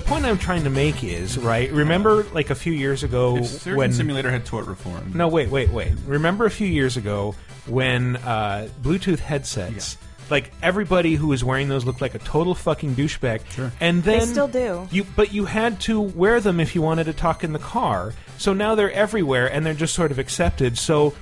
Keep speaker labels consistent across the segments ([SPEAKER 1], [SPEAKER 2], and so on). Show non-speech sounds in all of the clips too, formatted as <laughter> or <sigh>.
[SPEAKER 1] point I'm trying to make is right. Remember, like a few years ago,
[SPEAKER 2] If Surgeon
[SPEAKER 1] when
[SPEAKER 2] Simulator had tort reform.
[SPEAKER 1] no, wait, wait, wait. Remember a few years ago when uh, Bluetooth headsets. Like everybody who was wearing those looked like a total fucking douchebag,
[SPEAKER 2] Sure.
[SPEAKER 1] and then
[SPEAKER 3] still do.
[SPEAKER 1] You, but you had to wear them if you wanted to talk in the car. So now they're everywhere, and they're just sort of accepted. So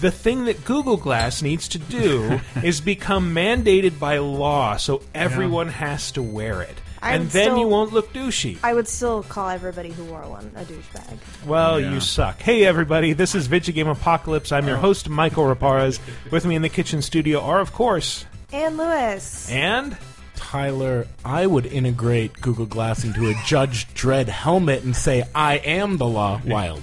[SPEAKER 1] the thing that Google Glass needs to do is become mandated by law, so everyone has to wear it,
[SPEAKER 3] I'm
[SPEAKER 1] and then
[SPEAKER 3] still-
[SPEAKER 1] you won't look douchey.
[SPEAKER 3] I would still call everybody who wore one a douchebag.
[SPEAKER 1] Well,
[SPEAKER 2] Yeah.
[SPEAKER 1] you suck. Hey, everybody, this is Video Game Apocalypse. I'm your
[SPEAKER 4] Oh.
[SPEAKER 1] host, Michael
[SPEAKER 4] <laughs>
[SPEAKER 1] Raparez. With me in the kitchen studio are, of course,
[SPEAKER 3] And Lewis.
[SPEAKER 1] and
[SPEAKER 4] Tyler, I would integrate Google Glass into a Judge Dredd helmet and say, I am
[SPEAKER 1] <laughs>
[SPEAKER 4] the law, wild.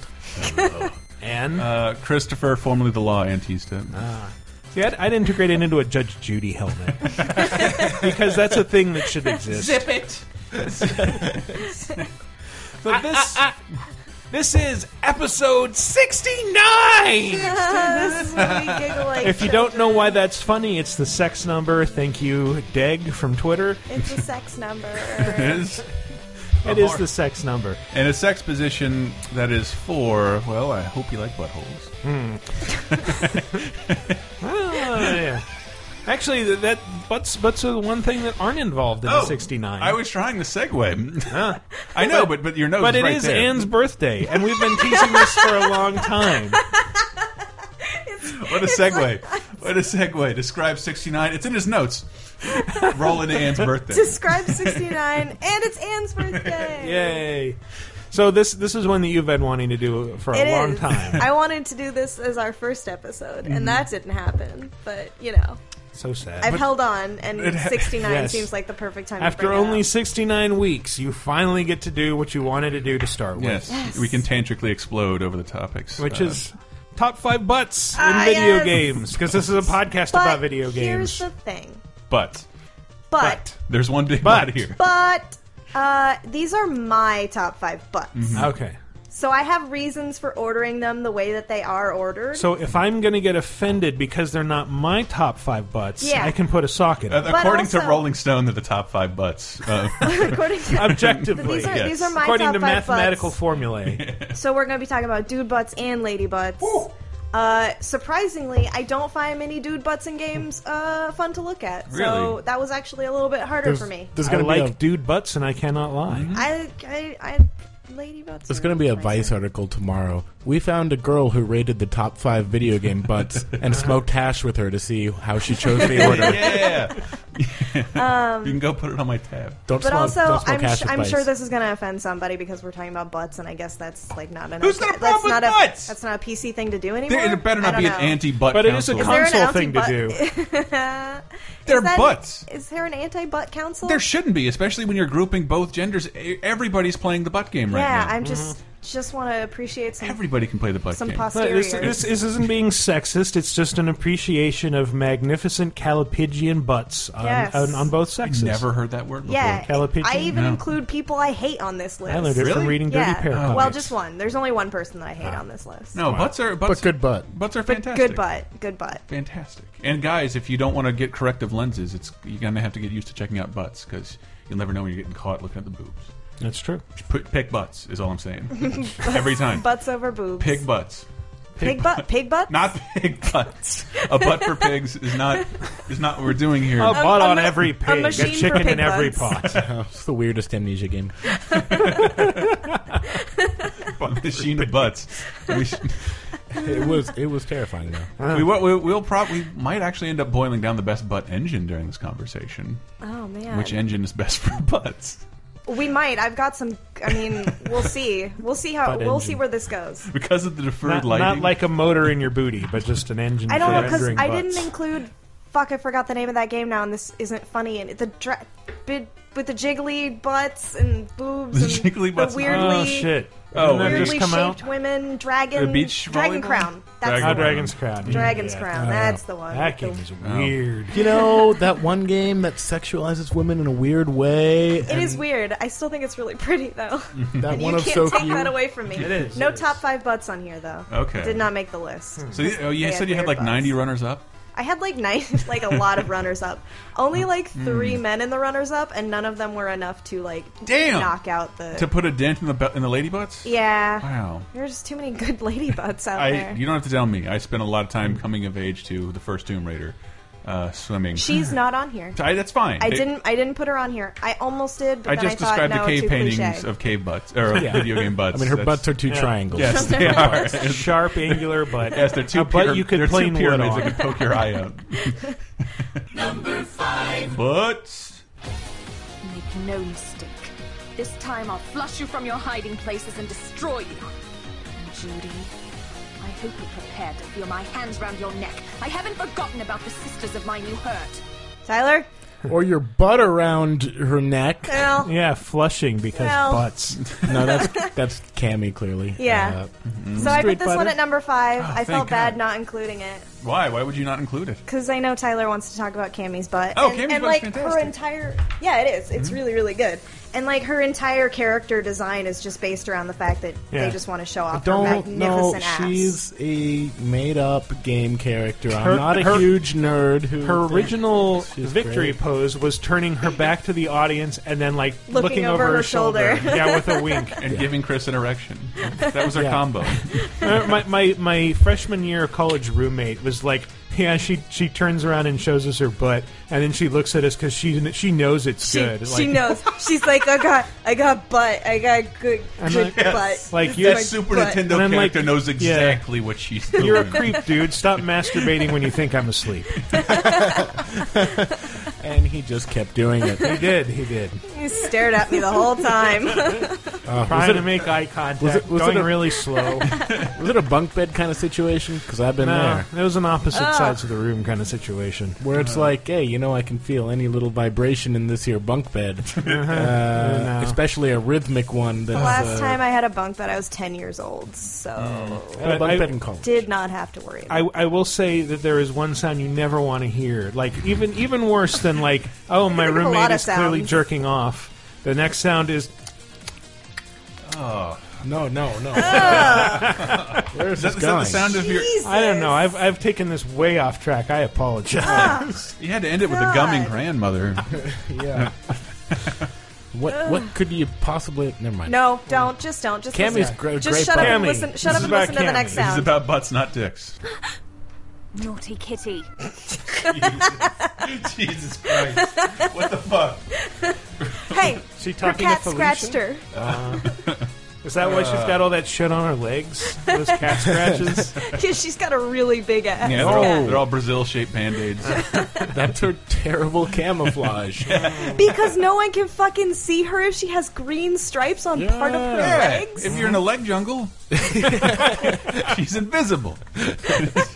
[SPEAKER 1] and
[SPEAKER 2] Uh, Christopher, formerly the law Antista.
[SPEAKER 1] Ah. see, I'd, I'd integrate it into a Judge Judy
[SPEAKER 4] <laughs>
[SPEAKER 1] helmet because that's a thing that should exist. Zip it. <laughs> but this this is episode sixty nine.
[SPEAKER 3] Yes, we giggle like
[SPEAKER 1] If you don't know why that's funny, it's the sex number. Thank you, Deg from Twitter.
[SPEAKER 3] children. It's a sex number.
[SPEAKER 2] Is-
[SPEAKER 1] It is the sex number.
[SPEAKER 2] and a sex position that is for, well, I hope you like buttholes.
[SPEAKER 1] Oh, yeah. Actually, th- that butts butts are the one thing that aren't involved in the '69.
[SPEAKER 2] Oh, I was trying the segue. I know, but but your nose
[SPEAKER 1] but
[SPEAKER 2] is
[SPEAKER 1] it
[SPEAKER 2] right
[SPEAKER 1] is
[SPEAKER 2] there.
[SPEAKER 1] Anne's birthday, and we've been teasing this for a long
[SPEAKER 2] <laughs>
[SPEAKER 1] time.
[SPEAKER 2] What a segue. What a segue. Describe 69. It's in
[SPEAKER 1] <laughs>
[SPEAKER 2] his notes. Roll into Anne's birthday.
[SPEAKER 3] Describe 69, and it's
[SPEAKER 1] <laughs>
[SPEAKER 3] Anne's birthday.
[SPEAKER 1] Yay! So this this is one that you've been wanting to do for a
[SPEAKER 3] It
[SPEAKER 1] long
[SPEAKER 3] is. <laughs>
[SPEAKER 1] time. Mm-hmm.
[SPEAKER 3] I wanted to do this as our first episode, and that didn't happen. But you know,
[SPEAKER 1] So sad.
[SPEAKER 3] I've held on, and
[SPEAKER 2] It ha-
[SPEAKER 3] 69
[SPEAKER 1] Yes.
[SPEAKER 3] seems like the perfect time. to
[SPEAKER 1] After
[SPEAKER 3] bring it
[SPEAKER 1] only
[SPEAKER 3] up.
[SPEAKER 1] 69 weeks, you finally get to do what you wanted to do to start with,
[SPEAKER 2] Yes. We can tantrically explode over the topics.
[SPEAKER 1] which
[SPEAKER 2] Uh,
[SPEAKER 1] is top five butts in
[SPEAKER 3] Ah,
[SPEAKER 1] video
[SPEAKER 3] yes.
[SPEAKER 1] games, because this is a podcast
[SPEAKER 3] <laughs> but
[SPEAKER 1] about video games.
[SPEAKER 3] Here's the thing,
[SPEAKER 2] But.
[SPEAKER 3] but
[SPEAKER 2] There's one big
[SPEAKER 1] But. Mm-hmm.
[SPEAKER 2] but here.
[SPEAKER 3] but. Uh, these are my top five butts.
[SPEAKER 1] okay.
[SPEAKER 3] So I have reasons for ordering them the way that they are ordered.
[SPEAKER 1] So if I'm going to get offended because they're not my top five butts,
[SPEAKER 3] Yeah.
[SPEAKER 1] I can put a sock in
[SPEAKER 2] Uh,
[SPEAKER 1] it.
[SPEAKER 2] According to
[SPEAKER 3] also-
[SPEAKER 2] Rolling Stone, they're the top five butts. Uh,
[SPEAKER 3] <laughs>
[SPEAKER 1] <laughs>
[SPEAKER 2] <laughs>
[SPEAKER 3] according to
[SPEAKER 1] Objectively,
[SPEAKER 3] these are
[SPEAKER 2] yes.
[SPEAKER 3] these are my
[SPEAKER 1] according
[SPEAKER 3] top
[SPEAKER 1] to
[SPEAKER 3] five <laughs>
[SPEAKER 1] mathematical
[SPEAKER 2] <laughs>
[SPEAKER 3] butts.
[SPEAKER 1] formulae.
[SPEAKER 3] So we're going to be talking about dude butts and lady butts. Uh, surprisingly, I don't find many dude butts in games uh, fun to look at. So
[SPEAKER 2] Really?
[SPEAKER 3] that was actually a little bit harder for me.
[SPEAKER 4] There's
[SPEAKER 1] I
[SPEAKER 4] going
[SPEAKER 1] like
[SPEAKER 4] to be a,
[SPEAKER 1] dude butts, and I cannot lie.
[SPEAKER 2] Mhm.
[SPEAKER 3] I, I, I lady butts.
[SPEAKER 4] there's
[SPEAKER 3] are
[SPEAKER 4] going to be a
[SPEAKER 3] nicer.
[SPEAKER 4] Vice article tomorrow. We found a girl who rated the top five video
[SPEAKER 3] <laughs>
[SPEAKER 4] game butts and smoked hash with her to see how she chose the order.
[SPEAKER 2] yeah.
[SPEAKER 3] Um,
[SPEAKER 2] you can go put it on my tab.
[SPEAKER 4] Don't
[SPEAKER 3] But
[SPEAKER 4] smoke,
[SPEAKER 3] also,
[SPEAKER 4] don't smoke
[SPEAKER 3] I'm,
[SPEAKER 4] hash
[SPEAKER 3] sh-
[SPEAKER 4] with
[SPEAKER 3] I'm
[SPEAKER 4] Vice.
[SPEAKER 3] sure this is going to offend somebody because we're talking about butts, and I guess that's like not an.
[SPEAKER 2] Who's got a problem
[SPEAKER 3] that's not
[SPEAKER 2] with
[SPEAKER 3] a,
[SPEAKER 2] butts?
[SPEAKER 3] That's not a PC thing to do anymore.
[SPEAKER 2] There, it better
[SPEAKER 3] I
[SPEAKER 2] not
[SPEAKER 3] don't
[SPEAKER 2] be an
[SPEAKER 3] know.
[SPEAKER 2] anti-butt
[SPEAKER 1] But it is a
[SPEAKER 2] council.
[SPEAKER 3] Is there
[SPEAKER 1] console
[SPEAKER 3] an
[SPEAKER 1] thing to
[SPEAKER 3] <laughs> anti-butt-
[SPEAKER 2] They're
[SPEAKER 3] Is that-
[SPEAKER 2] butts.
[SPEAKER 3] Is there an anti-butt council?
[SPEAKER 2] There shouldn't be, especially when you're grouping both genders. E- Everybody's playing the butt game right
[SPEAKER 3] yeah,
[SPEAKER 2] now. Mm-hmm.
[SPEAKER 3] I'm just just want to appreciate some
[SPEAKER 2] Everybody can play the butt
[SPEAKER 3] some
[SPEAKER 2] game.
[SPEAKER 1] But
[SPEAKER 3] posterior.
[SPEAKER 1] this, this, this isn't being sexist. It's just an appreciation of magnificent calipigian butts on,
[SPEAKER 3] Yes.
[SPEAKER 1] on, on both sexes.
[SPEAKER 2] Never heard that word before.
[SPEAKER 3] Yeah,
[SPEAKER 1] Calipigian?
[SPEAKER 3] I even
[SPEAKER 2] No.
[SPEAKER 3] include people I hate on this list.
[SPEAKER 1] I learned it from
[SPEAKER 2] Really?
[SPEAKER 1] reading
[SPEAKER 3] yeah.
[SPEAKER 1] Dirty Pair.
[SPEAKER 3] well,
[SPEAKER 1] comics.
[SPEAKER 3] just one. There's only one person that I hate on this list.
[SPEAKER 2] Oh. No, butts are butts.
[SPEAKER 4] But good butt.
[SPEAKER 3] <laughs>
[SPEAKER 4] <laughs>
[SPEAKER 2] Butts are
[SPEAKER 3] but
[SPEAKER 2] fantastic.
[SPEAKER 3] good butt, good butt.
[SPEAKER 2] Fantastic. And guys, if you don't want to get corrective lenses, it's you're gonna have to get used to checking out butts because you'll never know when you're getting caught looking at the boobs.
[SPEAKER 1] that's true.
[SPEAKER 2] Just put, pick butts is all I'm
[SPEAKER 3] <laughs>
[SPEAKER 2] saying. Every time.
[SPEAKER 3] Butts over boobs.
[SPEAKER 2] Pig butts.
[SPEAKER 3] pig butt, pig butt.
[SPEAKER 2] Not pig butts. a butt for pigs is not is not what we're doing here.
[SPEAKER 1] A butt
[SPEAKER 3] a
[SPEAKER 1] on
[SPEAKER 3] ma-
[SPEAKER 1] every
[SPEAKER 3] a
[SPEAKER 1] pig, a,
[SPEAKER 3] machine for
[SPEAKER 1] chicken
[SPEAKER 3] pig
[SPEAKER 1] in every
[SPEAKER 3] butts.
[SPEAKER 1] pot.
[SPEAKER 4] It's the weirdest amnesia game.
[SPEAKER 2] A machine of butts. We, should-
[SPEAKER 4] it was it was terrifying though.
[SPEAKER 2] we, will- we, will prob- we might actually end up boiling down the best butt engine during this conversation.
[SPEAKER 3] oh man.
[SPEAKER 2] Which engine is best for butts?
[SPEAKER 3] we might. I've got some. I mean, we'll see. We'll see how.
[SPEAKER 1] Butt
[SPEAKER 3] we'll
[SPEAKER 1] engine.
[SPEAKER 3] see where this goes.
[SPEAKER 2] Because of the deferred
[SPEAKER 1] Not,
[SPEAKER 2] lighting.
[SPEAKER 1] not like a motor in your booty, but just an engine
[SPEAKER 3] I don't
[SPEAKER 1] for
[SPEAKER 3] know because
[SPEAKER 1] rendering
[SPEAKER 3] I
[SPEAKER 1] butts.
[SPEAKER 3] didn't include. Fuck! I forgot the name of that game now, and this isn't funny. And the dra- bit with the jiggly butts and boobs,
[SPEAKER 2] The
[SPEAKER 3] and
[SPEAKER 2] jiggly butts.
[SPEAKER 3] the weirdly
[SPEAKER 1] Oh shit!
[SPEAKER 2] Oh,
[SPEAKER 1] Didn't that
[SPEAKER 2] weirdly
[SPEAKER 1] just
[SPEAKER 3] weirdly
[SPEAKER 1] come
[SPEAKER 3] shaped
[SPEAKER 1] out?
[SPEAKER 3] women, dragon,
[SPEAKER 2] The beach
[SPEAKER 3] dragon
[SPEAKER 2] volleyball?
[SPEAKER 3] crown.
[SPEAKER 1] Ah,
[SPEAKER 3] That's
[SPEAKER 2] Dragon-
[SPEAKER 3] the one.
[SPEAKER 1] Dragon's Crown. Yeah,
[SPEAKER 3] Dragon's
[SPEAKER 1] yeah. Oh,
[SPEAKER 3] crown. That's the one.
[SPEAKER 1] That
[SPEAKER 3] The-
[SPEAKER 1] game is weird. <laughs>
[SPEAKER 3] <laughs>
[SPEAKER 4] You know that one game that sexualizes women in a weird way.
[SPEAKER 3] It is weird. I still think it's really pretty
[SPEAKER 2] <laughs>
[SPEAKER 3] though.
[SPEAKER 4] That
[SPEAKER 3] and
[SPEAKER 4] one
[SPEAKER 3] you
[SPEAKER 4] of
[SPEAKER 3] can't
[SPEAKER 4] so
[SPEAKER 3] take
[SPEAKER 4] few.
[SPEAKER 3] that away from me.
[SPEAKER 1] It is,
[SPEAKER 3] No
[SPEAKER 1] it is. Hmm.
[SPEAKER 3] top five butts on here though.
[SPEAKER 2] Okay.
[SPEAKER 3] Did not make the list.
[SPEAKER 2] so you, oh, you
[SPEAKER 3] Yeah,
[SPEAKER 2] said you had
[SPEAKER 3] weird
[SPEAKER 2] like
[SPEAKER 3] butts.
[SPEAKER 2] 90 runners up?
[SPEAKER 3] I had like <laughs> nine, like a lot of runners up. Only
[SPEAKER 2] Mm.
[SPEAKER 3] like three men in the runners up, and none of them were enough to like
[SPEAKER 2] Damn.
[SPEAKER 3] knock out the.
[SPEAKER 2] to put a dent in the bu- in the lady butts.
[SPEAKER 3] yeah,
[SPEAKER 2] Wow.
[SPEAKER 3] there's just too many good lady butts out
[SPEAKER 2] I
[SPEAKER 3] there.
[SPEAKER 2] you don't have to tell me. I spent a lot of
[SPEAKER 1] Mm.
[SPEAKER 2] time coming of age to the first Tomb Raider, uh, swimming.
[SPEAKER 3] She's not on here.
[SPEAKER 2] I, that's fine.
[SPEAKER 3] I didn't. I didn't put her on here. I almost did, but
[SPEAKER 2] I
[SPEAKER 3] then
[SPEAKER 2] just
[SPEAKER 3] I thought
[SPEAKER 2] described
[SPEAKER 3] no,
[SPEAKER 2] the cave
[SPEAKER 3] too
[SPEAKER 2] paintings
[SPEAKER 3] cliche.
[SPEAKER 2] of cave butts or
[SPEAKER 1] Yeah.
[SPEAKER 2] video game butts.
[SPEAKER 4] I mean, her
[SPEAKER 2] That's-
[SPEAKER 4] butts are two
[SPEAKER 1] yeah.
[SPEAKER 4] triangles.
[SPEAKER 2] <laughs>
[SPEAKER 1] <laughs>
[SPEAKER 2] Yes, they are.
[SPEAKER 1] Sharp, angular butt.
[SPEAKER 2] Yes, they're two.
[SPEAKER 1] a butt
[SPEAKER 2] pyra-
[SPEAKER 1] you could
[SPEAKER 2] they're
[SPEAKER 1] plain
[SPEAKER 2] two
[SPEAKER 1] wood
[SPEAKER 2] pyramids
[SPEAKER 1] on.
[SPEAKER 2] that could poke your
[SPEAKER 1] <laughs>
[SPEAKER 2] eye out. Number five. Butts.
[SPEAKER 5] Make no mistake. This time I'll flush you from your hiding places and destroy you. And Judy, I hope you're prepared to feel my hands round your neck. I haven't forgotten about the sisters of my new herd.
[SPEAKER 3] Tyler.
[SPEAKER 4] <laughs> Or your butt around her neck.
[SPEAKER 3] Well,
[SPEAKER 1] Yeah, flushing because
[SPEAKER 3] Well.
[SPEAKER 1] butts.
[SPEAKER 4] No, that's that's Cammy clearly.
[SPEAKER 3] Yeah.
[SPEAKER 4] Uh,
[SPEAKER 2] Mm.
[SPEAKER 3] so I put
[SPEAKER 4] Straight
[SPEAKER 3] this one
[SPEAKER 4] butter.
[SPEAKER 3] at number five. I
[SPEAKER 2] Oh, thank
[SPEAKER 3] felt bad
[SPEAKER 2] God.
[SPEAKER 3] not including it
[SPEAKER 2] Why? Why would you not include it?
[SPEAKER 3] because I know Tyler wants to talk about Cammy's butt.
[SPEAKER 2] Oh,
[SPEAKER 3] and,
[SPEAKER 2] Cammy's butt's
[SPEAKER 3] and like her
[SPEAKER 2] fantastic.
[SPEAKER 3] entire yeah, it is. It's really really good. And like her entire character design is just based around the fact that
[SPEAKER 1] Yeah.
[SPEAKER 3] they just want to show off her
[SPEAKER 4] don't
[SPEAKER 3] magnificent
[SPEAKER 4] know.
[SPEAKER 3] ass.
[SPEAKER 4] She's a made-up game character.
[SPEAKER 1] Her-
[SPEAKER 4] I'm not a
[SPEAKER 1] her-
[SPEAKER 4] huge nerd. Who
[SPEAKER 1] Her
[SPEAKER 4] thinks
[SPEAKER 1] original
[SPEAKER 4] she's
[SPEAKER 1] victory
[SPEAKER 4] great.
[SPEAKER 1] pose was turning her back to the audience and then like
[SPEAKER 3] Looking over her shoulder.
[SPEAKER 1] yeah, with a wink.
[SPEAKER 2] And giving Chris an erection. That was our
[SPEAKER 4] Yeah.
[SPEAKER 1] <laughs>
[SPEAKER 2] combo.
[SPEAKER 1] Uh, my, my my freshman year college roommate was like, yeah, she she turns around and shows us her butt, and then she looks at us because she she knows it's
[SPEAKER 3] she,
[SPEAKER 1] good.
[SPEAKER 3] she knows. She's like, I got, I got butt. I got good,
[SPEAKER 1] I'm like-
[SPEAKER 3] good butt.
[SPEAKER 1] Like,
[SPEAKER 3] This
[SPEAKER 1] you're
[SPEAKER 2] That
[SPEAKER 3] is my
[SPEAKER 2] Super
[SPEAKER 3] butt.
[SPEAKER 2] Nintendo
[SPEAKER 1] And I'm like,
[SPEAKER 2] character knows
[SPEAKER 1] yeah.
[SPEAKER 2] exactly what she's doing.
[SPEAKER 1] You're a creep, dude. Stop masturbating when you think I'm asleep.
[SPEAKER 4] and he just kept doing it.
[SPEAKER 2] <laughs>
[SPEAKER 1] He did. He did.
[SPEAKER 3] He stared at me the whole time. <laughs>
[SPEAKER 1] Trying to make eye contact.
[SPEAKER 4] Uh, was it- was it
[SPEAKER 1] going
[SPEAKER 4] a-
[SPEAKER 1] really
[SPEAKER 4] <laughs>
[SPEAKER 1] slow. Uh,
[SPEAKER 4] Was it a bunk bed kind of situation? Because I've been
[SPEAKER 1] no,
[SPEAKER 4] there,
[SPEAKER 1] it was an opposite
[SPEAKER 3] Ah.
[SPEAKER 1] sides of the room kind of situation.
[SPEAKER 4] where it's like, hey, you know, I can feel any little vibration in this here bunk
[SPEAKER 2] <laughs>
[SPEAKER 4] bed,
[SPEAKER 2] Uh-huh.
[SPEAKER 4] uh,
[SPEAKER 1] No.
[SPEAKER 4] especially a rhythmic one. That's,
[SPEAKER 3] Last
[SPEAKER 4] uh,
[SPEAKER 3] time I had a bunk bed, I was 10 years old, so
[SPEAKER 4] I had a
[SPEAKER 1] But
[SPEAKER 4] bunk
[SPEAKER 1] I-
[SPEAKER 4] bed in college.
[SPEAKER 3] did not have to worry. About
[SPEAKER 1] I, I will say that there is one sound you never want to hear. Like even even worse than like, oh, my
[SPEAKER 3] think of a lot
[SPEAKER 1] roommate
[SPEAKER 3] of
[SPEAKER 1] is clearly
[SPEAKER 3] sounds.
[SPEAKER 1] jerking off. The next sound is
[SPEAKER 4] No, no, no. <laughs> Where's
[SPEAKER 2] Is
[SPEAKER 4] this
[SPEAKER 2] that, is that the
[SPEAKER 4] going?
[SPEAKER 2] sound of your?
[SPEAKER 3] Jesus.
[SPEAKER 1] I don't know. I've I've taken this way off track. I apologize.
[SPEAKER 3] Ah,
[SPEAKER 1] <laughs>
[SPEAKER 2] You had to end it with a gumming
[SPEAKER 3] God.
[SPEAKER 2] grandmother.
[SPEAKER 4] yeah. what what could you possibly? Never mind.
[SPEAKER 3] No, don't. Just don't. Just
[SPEAKER 4] Cammy's
[SPEAKER 3] listen.
[SPEAKER 4] gr-
[SPEAKER 3] Just
[SPEAKER 4] great
[SPEAKER 3] shut up and
[SPEAKER 1] Cammy.
[SPEAKER 3] listen.
[SPEAKER 1] This
[SPEAKER 3] Shut
[SPEAKER 1] is
[SPEAKER 3] up and
[SPEAKER 1] about
[SPEAKER 3] listen to the
[SPEAKER 1] Cammy. This
[SPEAKER 3] next
[SPEAKER 1] is
[SPEAKER 2] This is
[SPEAKER 3] sound.
[SPEAKER 2] about butts, not
[SPEAKER 3] <laughs>
[SPEAKER 2] dicks. <laughs>
[SPEAKER 5] Naughty kitty.
[SPEAKER 2] Jesus Christ! What the fuck?
[SPEAKER 3] Hey,
[SPEAKER 1] She
[SPEAKER 3] her
[SPEAKER 1] talking
[SPEAKER 3] cat
[SPEAKER 1] to Felicia?
[SPEAKER 3] scratched her. <laughs>
[SPEAKER 1] Is that why she's got all that shit on her legs? Those
[SPEAKER 3] <laughs>
[SPEAKER 1] cat scratches.
[SPEAKER 3] Cause she's got a really big ass.
[SPEAKER 2] Yeah, they're all, they're all Brazil-shaped band-aids.
[SPEAKER 4] That's her
[SPEAKER 2] <laughs>
[SPEAKER 4] terrible camouflage.
[SPEAKER 3] Because no one can fucking see her if she has green stripes on part of her
[SPEAKER 2] Yeah,
[SPEAKER 3] legs.
[SPEAKER 2] If you're in a leg jungle, <laughs> she's invisible.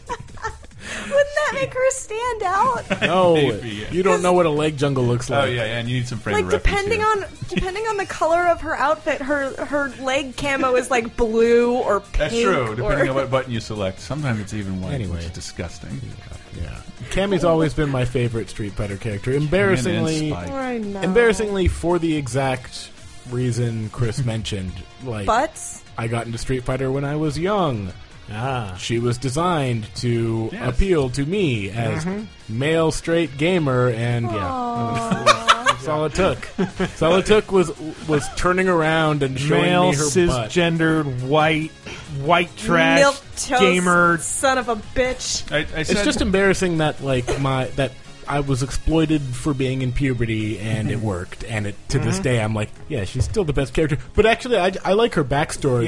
[SPEAKER 3] Wouldn't that make her stand
[SPEAKER 2] <laughs>
[SPEAKER 3] out?
[SPEAKER 4] No,
[SPEAKER 2] Maybe, yeah.
[SPEAKER 4] you don't know what a leg jungle looks
[SPEAKER 2] Oh
[SPEAKER 4] like.
[SPEAKER 2] yeah, yeah, and you need some frame
[SPEAKER 3] like
[SPEAKER 2] of reference
[SPEAKER 3] depending
[SPEAKER 2] here.
[SPEAKER 3] on depending on the color of her outfit, her her leg camo is like blue or pink.
[SPEAKER 2] That's true. Depending
[SPEAKER 3] or,
[SPEAKER 2] on what button you select, sometimes it's even white.
[SPEAKER 4] Anyway.
[SPEAKER 2] which is disgusting.
[SPEAKER 4] Yeah. Cammy's always been my favorite Street Fighter character. Embarrassingly,
[SPEAKER 2] Spike.
[SPEAKER 3] <laughs> I know.
[SPEAKER 4] embarrassingly for the exact reason Chris mentioned. Like,
[SPEAKER 3] Butts.
[SPEAKER 4] I got into Street Fighter when I was young.
[SPEAKER 1] ah,
[SPEAKER 4] She was designed to
[SPEAKER 2] Yes.
[SPEAKER 4] appeal to me as male straight gamer, and yeah, <laughs> that's all it took. That's all it took was was turning around and showing
[SPEAKER 1] male
[SPEAKER 4] me her butt.
[SPEAKER 1] cisgendered white white trash
[SPEAKER 3] Milquetoast
[SPEAKER 1] gamer.
[SPEAKER 3] son of a bitch.
[SPEAKER 2] I, I said,
[SPEAKER 4] It's just embarrassing that like my that I was exploited for being in puberty and
[SPEAKER 1] Mm-hmm.
[SPEAKER 4] it worked. And it to this day I'm like, yeah, she's still the best character. But actually, I, I like her backstory.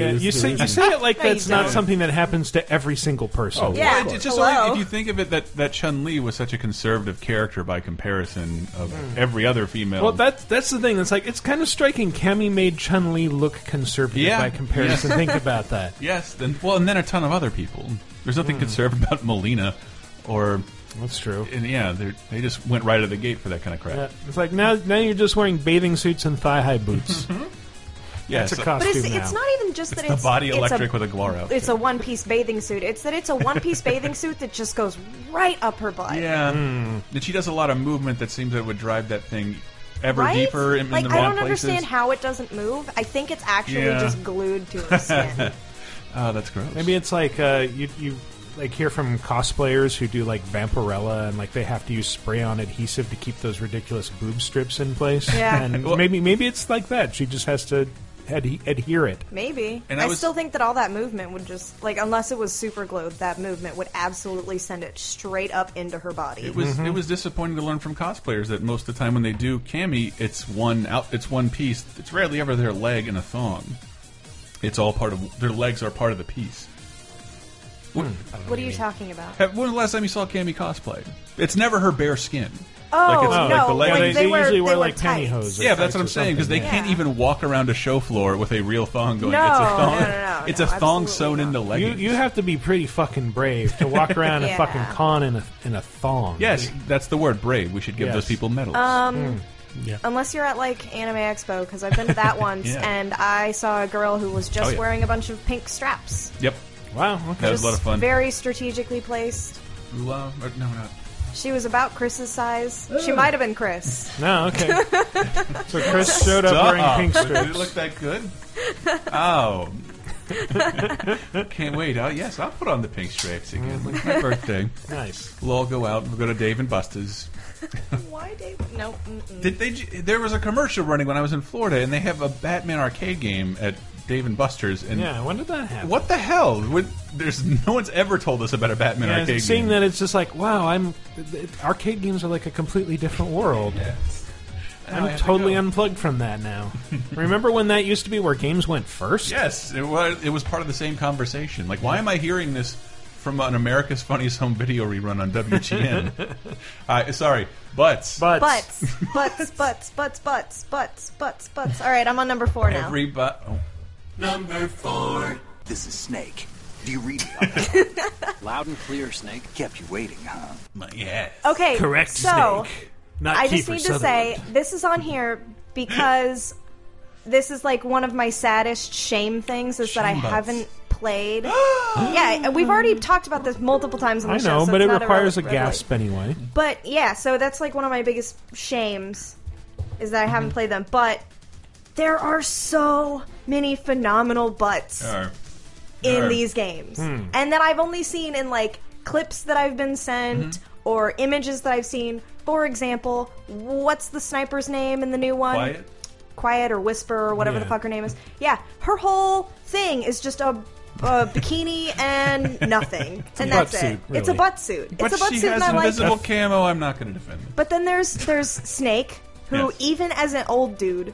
[SPEAKER 1] <laughs> Yeah,
[SPEAKER 4] is
[SPEAKER 1] you
[SPEAKER 4] the
[SPEAKER 1] say you
[SPEAKER 4] reason.
[SPEAKER 1] say it like
[SPEAKER 3] you
[SPEAKER 1] that's not
[SPEAKER 3] don't.
[SPEAKER 1] something that happens to every single person.
[SPEAKER 4] Oh,
[SPEAKER 3] Yeah.
[SPEAKER 2] Well, it's just
[SPEAKER 3] Hello.
[SPEAKER 2] only- if you think of it that that Chun Li was such a conservative character by comparison of
[SPEAKER 3] Mm.
[SPEAKER 2] every other female.
[SPEAKER 1] Well, that's that's the thing. It's like it's kind of striking. Cammy made Chun Li look conservative
[SPEAKER 2] Yeah.
[SPEAKER 1] by comparison. Think about that.
[SPEAKER 2] yes, then well, and then a ton of other people. There's nothing
[SPEAKER 3] Mm.
[SPEAKER 2] conservative about Molina, or
[SPEAKER 1] That's true.
[SPEAKER 2] and yeah, they they just went right out of the gate for that kind of crap.
[SPEAKER 1] Yeah. It's like now now you're just wearing bathing suits and thigh high boots.
[SPEAKER 2] yeah,
[SPEAKER 1] It's a
[SPEAKER 2] so-
[SPEAKER 1] costume
[SPEAKER 3] But it's,
[SPEAKER 1] now.
[SPEAKER 3] it's not even just that
[SPEAKER 2] it's
[SPEAKER 3] it's
[SPEAKER 2] the body
[SPEAKER 3] it's
[SPEAKER 2] electric
[SPEAKER 3] a,
[SPEAKER 2] with a Guar outfit.
[SPEAKER 3] It's a one piece bathing suit. It's that it's a one
[SPEAKER 2] <laughs>
[SPEAKER 3] piece bathing suit that just goes right up her butt.
[SPEAKER 2] Yeah,
[SPEAKER 1] Mm.
[SPEAKER 2] and she does a lot of movement that seems that would drive that thing ever
[SPEAKER 3] Right?
[SPEAKER 2] deeper in, in
[SPEAKER 3] like
[SPEAKER 2] the
[SPEAKER 3] I
[SPEAKER 2] wrong
[SPEAKER 3] don't
[SPEAKER 2] places.
[SPEAKER 3] understand how it doesn't move. I think it's actually
[SPEAKER 2] Yeah. <laughs>
[SPEAKER 3] just glued to her skin.
[SPEAKER 1] Ah,
[SPEAKER 2] oh, that's gross.
[SPEAKER 1] Maybe it's like uh, you you like hear from cosplayers who do like Vampirella and like they have to use spray on adhesive to keep those ridiculous boob strips in place.
[SPEAKER 2] <laughs>
[SPEAKER 3] Yeah.
[SPEAKER 1] and maybe maybe it's like that. She just has to adhe- adhere it.
[SPEAKER 3] Maybe.
[SPEAKER 2] And I
[SPEAKER 3] I,
[SPEAKER 2] was-
[SPEAKER 3] still think that all that movement would just like unless it was super glued, that movement would absolutely send it straight up into her body.
[SPEAKER 2] It was
[SPEAKER 1] Mm-hmm.
[SPEAKER 2] it was disappointing to learn from cosplayers that most of the time when they do cami, it's one out, it's one piece. It's rarely ever their leg and a thong. It's all part of their legs are part of the piece.
[SPEAKER 3] what are you talking about?
[SPEAKER 2] Have- When was the last time you saw cami cosplay? It's never her bare skin.
[SPEAKER 3] Oh
[SPEAKER 2] it's-
[SPEAKER 3] no!
[SPEAKER 2] like the leg-
[SPEAKER 3] like,
[SPEAKER 2] They-
[SPEAKER 3] they,
[SPEAKER 2] they
[SPEAKER 3] wear,
[SPEAKER 1] usually wear,
[SPEAKER 3] they
[SPEAKER 1] like,
[SPEAKER 3] tights.
[SPEAKER 1] pantyhose.
[SPEAKER 2] Yeah, but that's
[SPEAKER 1] tights
[SPEAKER 2] what I'm
[SPEAKER 1] or
[SPEAKER 2] saying because they
[SPEAKER 1] something,
[SPEAKER 2] can't
[SPEAKER 3] yeah.
[SPEAKER 2] even walk around a show floor with a real thong going.
[SPEAKER 3] No,
[SPEAKER 2] it's a thong.
[SPEAKER 3] no, no, no,
[SPEAKER 2] it's
[SPEAKER 3] no,
[SPEAKER 2] a thong
[SPEAKER 3] absolutely
[SPEAKER 2] sewn
[SPEAKER 3] not.
[SPEAKER 2] into
[SPEAKER 1] You
[SPEAKER 2] leggings.
[SPEAKER 1] you have to be pretty fucking brave to walk around a
[SPEAKER 3] <laughs> Yeah.
[SPEAKER 1] fucking con in a in a thong.
[SPEAKER 2] yes, that's the word brave. We should give
[SPEAKER 1] Yes.
[SPEAKER 2] those people medals.
[SPEAKER 3] Unless you're at like Anime Expo, because I've been
[SPEAKER 2] <laughs>
[SPEAKER 3] to that once,
[SPEAKER 2] Yeah.
[SPEAKER 3] and I saw a girl who was just
[SPEAKER 2] Oh, yeah.
[SPEAKER 3] wearing a bunch of pink straps.
[SPEAKER 2] yep,
[SPEAKER 1] Wow. Okay.
[SPEAKER 2] that was a lot of fun.
[SPEAKER 3] Very strategically placed.
[SPEAKER 2] Ula- or- no, not.
[SPEAKER 3] She was about Chris's size. She
[SPEAKER 1] Oh.
[SPEAKER 3] might have been Chris.
[SPEAKER 1] No.
[SPEAKER 3] <laughs>
[SPEAKER 1] Okay. so Chris showed up wearing
[SPEAKER 2] Stop.
[SPEAKER 1] pink
[SPEAKER 2] Did it
[SPEAKER 1] strips.
[SPEAKER 2] look that good? Oh. Can't wait. Oh, yes, I'll put on the pink stripes again. Like my birthday.
[SPEAKER 1] Nice.
[SPEAKER 2] We'll all go out and we'll go to Dave and Buster's.
[SPEAKER 3] Why David? No. Mm-mm.
[SPEAKER 2] Did they? j- There was a commercial running when I was in Florida, and they have a Batman arcade game at Dave and Buster's. And
[SPEAKER 1] Yeah. When did that happen?
[SPEAKER 2] what the hell? Would- there's no one's ever told us about a Batman
[SPEAKER 1] Yeah,
[SPEAKER 2] arcade
[SPEAKER 1] seeing
[SPEAKER 2] game. <laughs>
[SPEAKER 1] that it's just like wow, I'm th- th- arcade games are like a completely different world.
[SPEAKER 2] Now I
[SPEAKER 1] I'm
[SPEAKER 2] have to
[SPEAKER 1] totally
[SPEAKER 2] go.
[SPEAKER 1] unplugged from that
[SPEAKER 2] <laughs>
[SPEAKER 1] now. Remember when that used to be where games went first?
[SPEAKER 2] Yes, it was. It was part of the same conversation. Like, why am I hearing this from an America's Funniest Home Video rerun on
[SPEAKER 3] <laughs>
[SPEAKER 2] WGN? uh, sorry, but,
[SPEAKER 1] But,
[SPEAKER 3] Butts, butts, <laughs> butts, butts, butts, butts, butts, butts. All right, I'm on number four now.
[SPEAKER 2] every but oh,
[SPEAKER 6] Number four.
[SPEAKER 7] This is Snake. Do
[SPEAKER 4] <laughs>
[SPEAKER 7] you read me? I'm Loud and clear, Snake. Kept you waiting, huh?
[SPEAKER 2] my- yes.
[SPEAKER 3] Okay,
[SPEAKER 1] correct
[SPEAKER 3] So
[SPEAKER 1] Snake. Not
[SPEAKER 3] I just
[SPEAKER 1] Kiefer
[SPEAKER 3] need to
[SPEAKER 1] Sutherland.
[SPEAKER 3] say this is on here because this is like one of my saddest shame things is that I
[SPEAKER 2] Shame butts.
[SPEAKER 3] haven't
[SPEAKER 2] <gasps>
[SPEAKER 3] played. yeah, we've already talked about this multiple times on the
[SPEAKER 1] I
[SPEAKER 3] show.
[SPEAKER 1] know,
[SPEAKER 3] so
[SPEAKER 1] but
[SPEAKER 3] it's
[SPEAKER 1] it
[SPEAKER 3] not
[SPEAKER 1] requires a
[SPEAKER 3] irrelevant, really.
[SPEAKER 1] gasp anyway.
[SPEAKER 3] But yeah, so that's like one of my biggest shames is that I haven't
[SPEAKER 2] Mm-hmm.
[SPEAKER 3] played them. But there are so many phenomenal butts
[SPEAKER 2] Or-
[SPEAKER 3] in
[SPEAKER 2] Sure.
[SPEAKER 3] these games,
[SPEAKER 2] Hmm.
[SPEAKER 3] and that I've only seen in like clips that I've been sent
[SPEAKER 2] Mm-hmm.
[SPEAKER 3] or images that I've seen. For example, what's the sniper's name in the new one?
[SPEAKER 2] Quiet?
[SPEAKER 3] Quiet or Whisper or whatever the
[SPEAKER 1] Yeah.
[SPEAKER 3] fuck her name is. Yeah, her whole thing is just a. A bikini and nothing,
[SPEAKER 2] <laughs>
[SPEAKER 1] butt
[SPEAKER 3] and that's it.
[SPEAKER 1] suit,
[SPEAKER 3] It's a
[SPEAKER 1] really.
[SPEAKER 3] butt suit.
[SPEAKER 2] But
[SPEAKER 3] it's a butt
[SPEAKER 2] she
[SPEAKER 3] suit,
[SPEAKER 2] has
[SPEAKER 3] and I like it.
[SPEAKER 2] invisible camo. I'm not going to defend it.
[SPEAKER 3] But then there's there's Snake, who
[SPEAKER 2] Yes.
[SPEAKER 3] even as an old dude,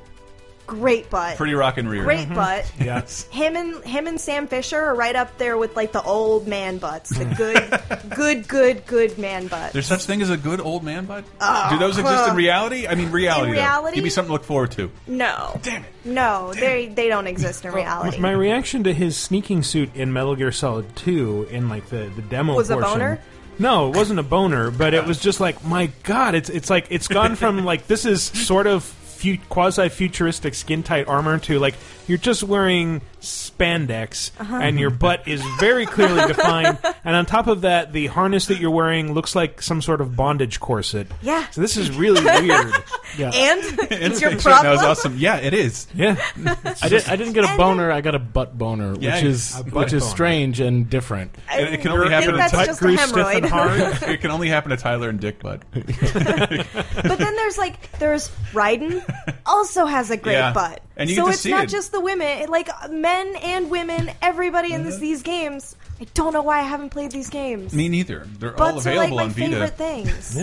[SPEAKER 3] great butt,
[SPEAKER 2] Pretty rock and rear. Mm-hmm.
[SPEAKER 3] <laughs> great butt.
[SPEAKER 1] Yes.
[SPEAKER 3] Him and him and Sam Fisher are right up there with like the old man butts,
[SPEAKER 2] <laughs>
[SPEAKER 3] the good, good, good, good man butt.
[SPEAKER 2] There's such thing as a good old man butt. Do those exist in reality? I mean, reality. though.
[SPEAKER 3] Oh, reality?
[SPEAKER 2] give me something to look forward to.
[SPEAKER 3] no, damn it, no, they they don't exist
[SPEAKER 2] Oh,
[SPEAKER 3] in reality.
[SPEAKER 1] My reaction to his sneaking suit in Metal Gear Solid 2 in like the, the demo
[SPEAKER 3] Was a
[SPEAKER 1] portion-
[SPEAKER 3] boner?
[SPEAKER 1] No, it wasn't a boner, but it was just like my god, it's it's like it's gone
[SPEAKER 3] <laughs>
[SPEAKER 1] from like this is sort of fu- quasi futuristic skin tight armor to like you're just wearing spandex
[SPEAKER 3] Uh-huh.
[SPEAKER 1] and your butt is very
[SPEAKER 3] <laughs>
[SPEAKER 1] clearly defined and on top of that the harness that you're wearing looks like some sort of bondage corset.
[SPEAKER 3] Yeah.
[SPEAKER 1] So this is really
[SPEAKER 3] <laughs>
[SPEAKER 1] weird.
[SPEAKER 2] <laughs>
[SPEAKER 3] and it's
[SPEAKER 2] Picture,
[SPEAKER 3] your
[SPEAKER 2] and That
[SPEAKER 3] problem.
[SPEAKER 2] was awesome. Yeah, it is.
[SPEAKER 1] Yeah.
[SPEAKER 4] I, did, I didn't get a
[SPEAKER 3] And-
[SPEAKER 4] boner. I got a butt boner,
[SPEAKER 2] Yeah,
[SPEAKER 4] which
[SPEAKER 2] you-
[SPEAKER 4] is
[SPEAKER 1] a butt
[SPEAKER 4] which is
[SPEAKER 1] boner.
[SPEAKER 4] strange and different.
[SPEAKER 2] It, it can
[SPEAKER 3] I
[SPEAKER 2] only happen
[SPEAKER 3] think
[SPEAKER 2] to
[SPEAKER 3] that's
[SPEAKER 2] Ty-
[SPEAKER 3] just a
[SPEAKER 1] grew stiff and
[SPEAKER 3] hemorrhoid.
[SPEAKER 1] hard.
[SPEAKER 2] it can only happen to Tyler and Dick Butt.
[SPEAKER 3] but then there's like there's
[SPEAKER 2] <laughs>
[SPEAKER 3] Ryden also has a great
[SPEAKER 2] Yeah.
[SPEAKER 3] butt.
[SPEAKER 2] And you
[SPEAKER 3] so
[SPEAKER 2] get to
[SPEAKER 3] it's
[SPEAKER 2] see
[SPEAKER 3] not
[SPEAKER 2] it.
[SPEAKER 3] just the women, it- like men and women, everybody in this, these games. I don't know why I haven't played these games.
[SPEAKER 2] Mm-hmm. Me neither. They're all
[SPEAKER 3] Butts are like
[SPEAKER 2] available
[SPEAKER 3] my
[SPEAKER 2] on Vita. <laughs>
[SPEAKER 3] favorite things.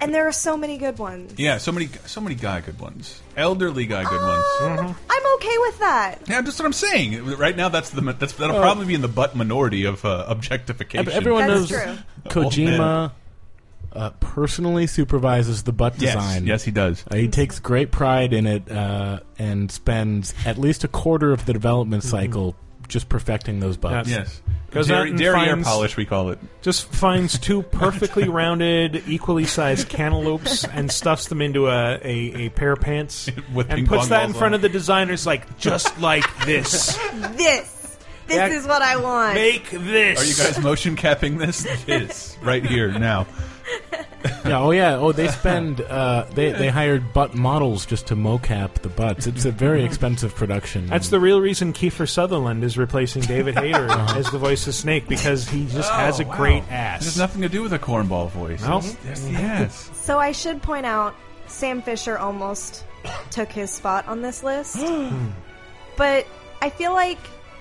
[SPEAKER 3] and there are so many good ones.
[SPEAKER 2] Yeah, so many, so many guy good ones, elderly guy good ones.
[SPEAKER 3] Oh. I'm okay with that.
[SPEAKER 2] Yeah, that's what I'm saying. Right now, that's the that's that'll
[SPEAKER 1] Oh.
[SPEAKER 2] probably be in the butt minority of uh, objectification.
[SPEAKER 4] Ev- everyone
[SPEAKER 3] That
[SPEAKER 4] knows
[SPEAKER 3] is true.
[SPEAKER 4] Kojima uh, personally supervises the butt
[SPEAKER 2] yes,
[SPEAKER 4] design.
[SPEAKER 2] yes, he does.
[SPEAKER 4] Uh, he takes great pride in it uh, and spends at least a quarter of the development
[SPEAKER 1] Mm-hmm.
[SPEAKER 4] cycle just perfecting those butts.
[SPEAKER 2] Yes,
[SPEAKER 1] Goes out
[SPEAKER 2] dairy,
[SPEAKER 1] and
[SPEAKER 2] dairy air
[SPEAKER 1] finds-
[SPEAKER 2] polish. We call it.
[SPEAKER 1] just finds
[SPEAKER 2] <laughs>
[SPEAKER 1] two perfectly rounded, equally sized cantaloupes and stuffs them into a, a, a pair of pants
[SPEAKER 2] <laughs> With ping
[SPEAKER 1] and
[SPEAKER 2] pong
[SPEAKER 1] puts that in
[SPEAKER 2] balls
[SPEAKER 1] front
[SPEAKER 2] on.
[SPEAKER 1] of the designers like just like
[SPEAKER 3] <laughs>
[SPEAKER 1] this.
[SPEAKER 3] This. This
[SPEAKER 1] Yeah.
[SPEAKER 3] is what I want.
[SPEAKER 1] Make this. <laughs>
[SPEAKER 2] Are you guys motion capping this? This right here now.
[SPEAKER 4] Yeah. Oh, yeah. Oh, they spend. Uh, they they hired butt models just to mocap the butts. It's a very expensive production.
[SPEAKER 1] That's the real reason Kiefer Sutherland is replacing
[SPEAKER 2] <laughs>
[SPEAKER 1] David Hayter as the voice of Snake because he just has a
[SPEAKER 2] Uh-huh. Oh, wow.
[SPEAKER 1] great
[SPEAKER 2] It has
[SPEAKER 1] ass.
[SPEAKER 2] nothing to do with a cornball voice.
[SPEAKER 1] No.
[SPEAKER 2] It's- it's the ass.
[SPEAKER 3] So I should point out, Sam Fisher almost took his spot on this list. but I feel like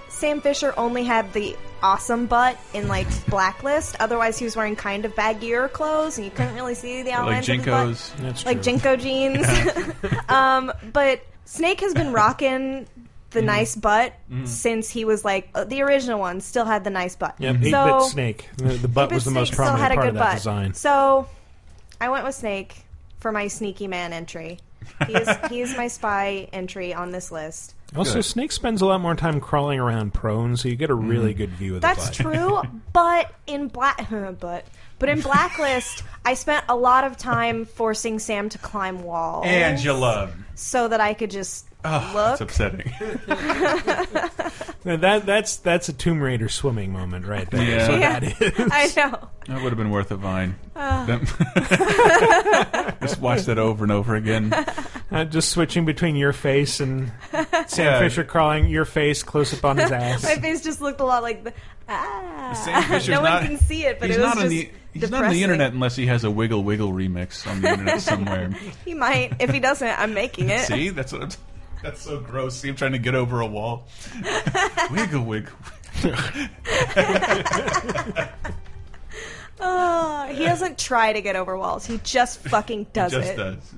[SPEAKER 3] Sam Fisher only had the awesome butt in like blacklist. Otherwise, he was wearing kind of baggier clothes, and you couldn't really see the
[SPEAKER 2] Like
[SPEAKER 3] outlines of his
[SPEAKER 2] Jinkos.
[SPEAKER 3] butt.
[SPEAKER 1] That's
[SPEAKER 3] like
[SPEAKER 1] true.
[SPEAKER 3] Jenko jeans. <laughs> um, but Snake has been rocking
[SPEAKER 1] Mm.
[SPEAKER 3] the nice butt since he was like uh, the original one. Still had the nice butt.
[SPEAKER 1] Yep, 8-bit
[SPEAKER 3] So-
[SPEAKER 1] Snake. The, the butt
[SPEAKER 3] But
[SPEAKER 1] was the most
[SPEAKER 3] Snake still
[SPEAKER 1] prominent
[SPEAKER 3] had a
[SPEAKER 1] part
[SPEAKER 3] good
[SPEAKER 1] of that
[SPEAKER 3] butt.
[SPEAKER 1] design.
[SPEAKER 3] So I went with Snake for my sneaky man entry. He is,
[SPEAKER 2] <laughs>
[SPEAKER 3] he is my spy entry on this list.
[SPEAKER 1] Also,
[SPEAKER 2] Good.
[SPEAKER 1] Snake spends a lot more time crawling around prone, so you get a really
[SPEAKER 2] Mm.
[SPEAKER 1] good view of the
[SPEAKER 3] That's
[SPEAKER 1] butt.
[SPEAKER 3] true, but in black, <laughs> but but in Blacklist, I spent a lot of time forcing Sam to climb walls
[SPEAKER 2] Angela.
[SPEAKER 3] so that I could just
[SPEAKER 2] Oh,
[SPEAKER 3] look.
[SPEAKER 2] That's
[SPEAKER 3] <laughs>
[SPEAKER 2] upsetting.
[SPEAKER 1] Now, That that's that's a Tomb Raider swimming moment right there.
[SPEAKER 2] Yeah.
[SPEAKER 1] So
[SPEAKER 3] Yeah.
[SPEAKER 1] that is.
[SPEAKER 3] <laughs> I know.
[SPEAKER 2] That would have been worth a vine.
[SPEAKER 3] Ah.
[SPEAKER 2] <laughs> Just watch that over and over again.
[SPEAKER 1] I'm Uh, just switching between your face and Sam
[SPEAKER 2] Yeah.
[SPEAKER 1] Fisher crawling your face close up
[SPEAKER 3] <laughs>
[SPEAKER 1] on his
[SPEAKER 3] My
[SPEAKER 1] ass.
[SPEAKER 3] face just looked a lot like the ah.
[SPEAKER 2] Sam Fisher's
[SPEAKER 3] no
[SPEAKER 2] not-
[SPEAKER 3] one can see it, but
[SPEAKER 2] he's
[SPEAKER 3] it was
[SPEAKER 2] not
[SPEAKER 3] just
[SPEAKER 2] on the he's
[SPEAKER 3] depressing.
[SPEAKER 2] not on the internet unless he has a Wiggle Wiggle remix on the
[SPEAKER 3] <laughs>
[SPEAKER 2] internet somewhere.
[SPEAKER 3] He might. If he doesn't, I'm making
[SPEAKER 2] <laughs>
[SPEAKER 3] it.
[SPEAKER 2] See, that's what I'm, that's so gross. See him trying to get over a wall.
[SPEAKER 3] <laughs>
[SPEAKER 2] wiggle Wiggle.
[SPEAKER 3] Uh, he doesn't try to get over walls. He
[SPEAKER 2] <laughs>
[SPEAKER 3] just fucking does
[SPEAKER 2] Just
[SPEAKER 3] it.
[SPEAKER 2] does.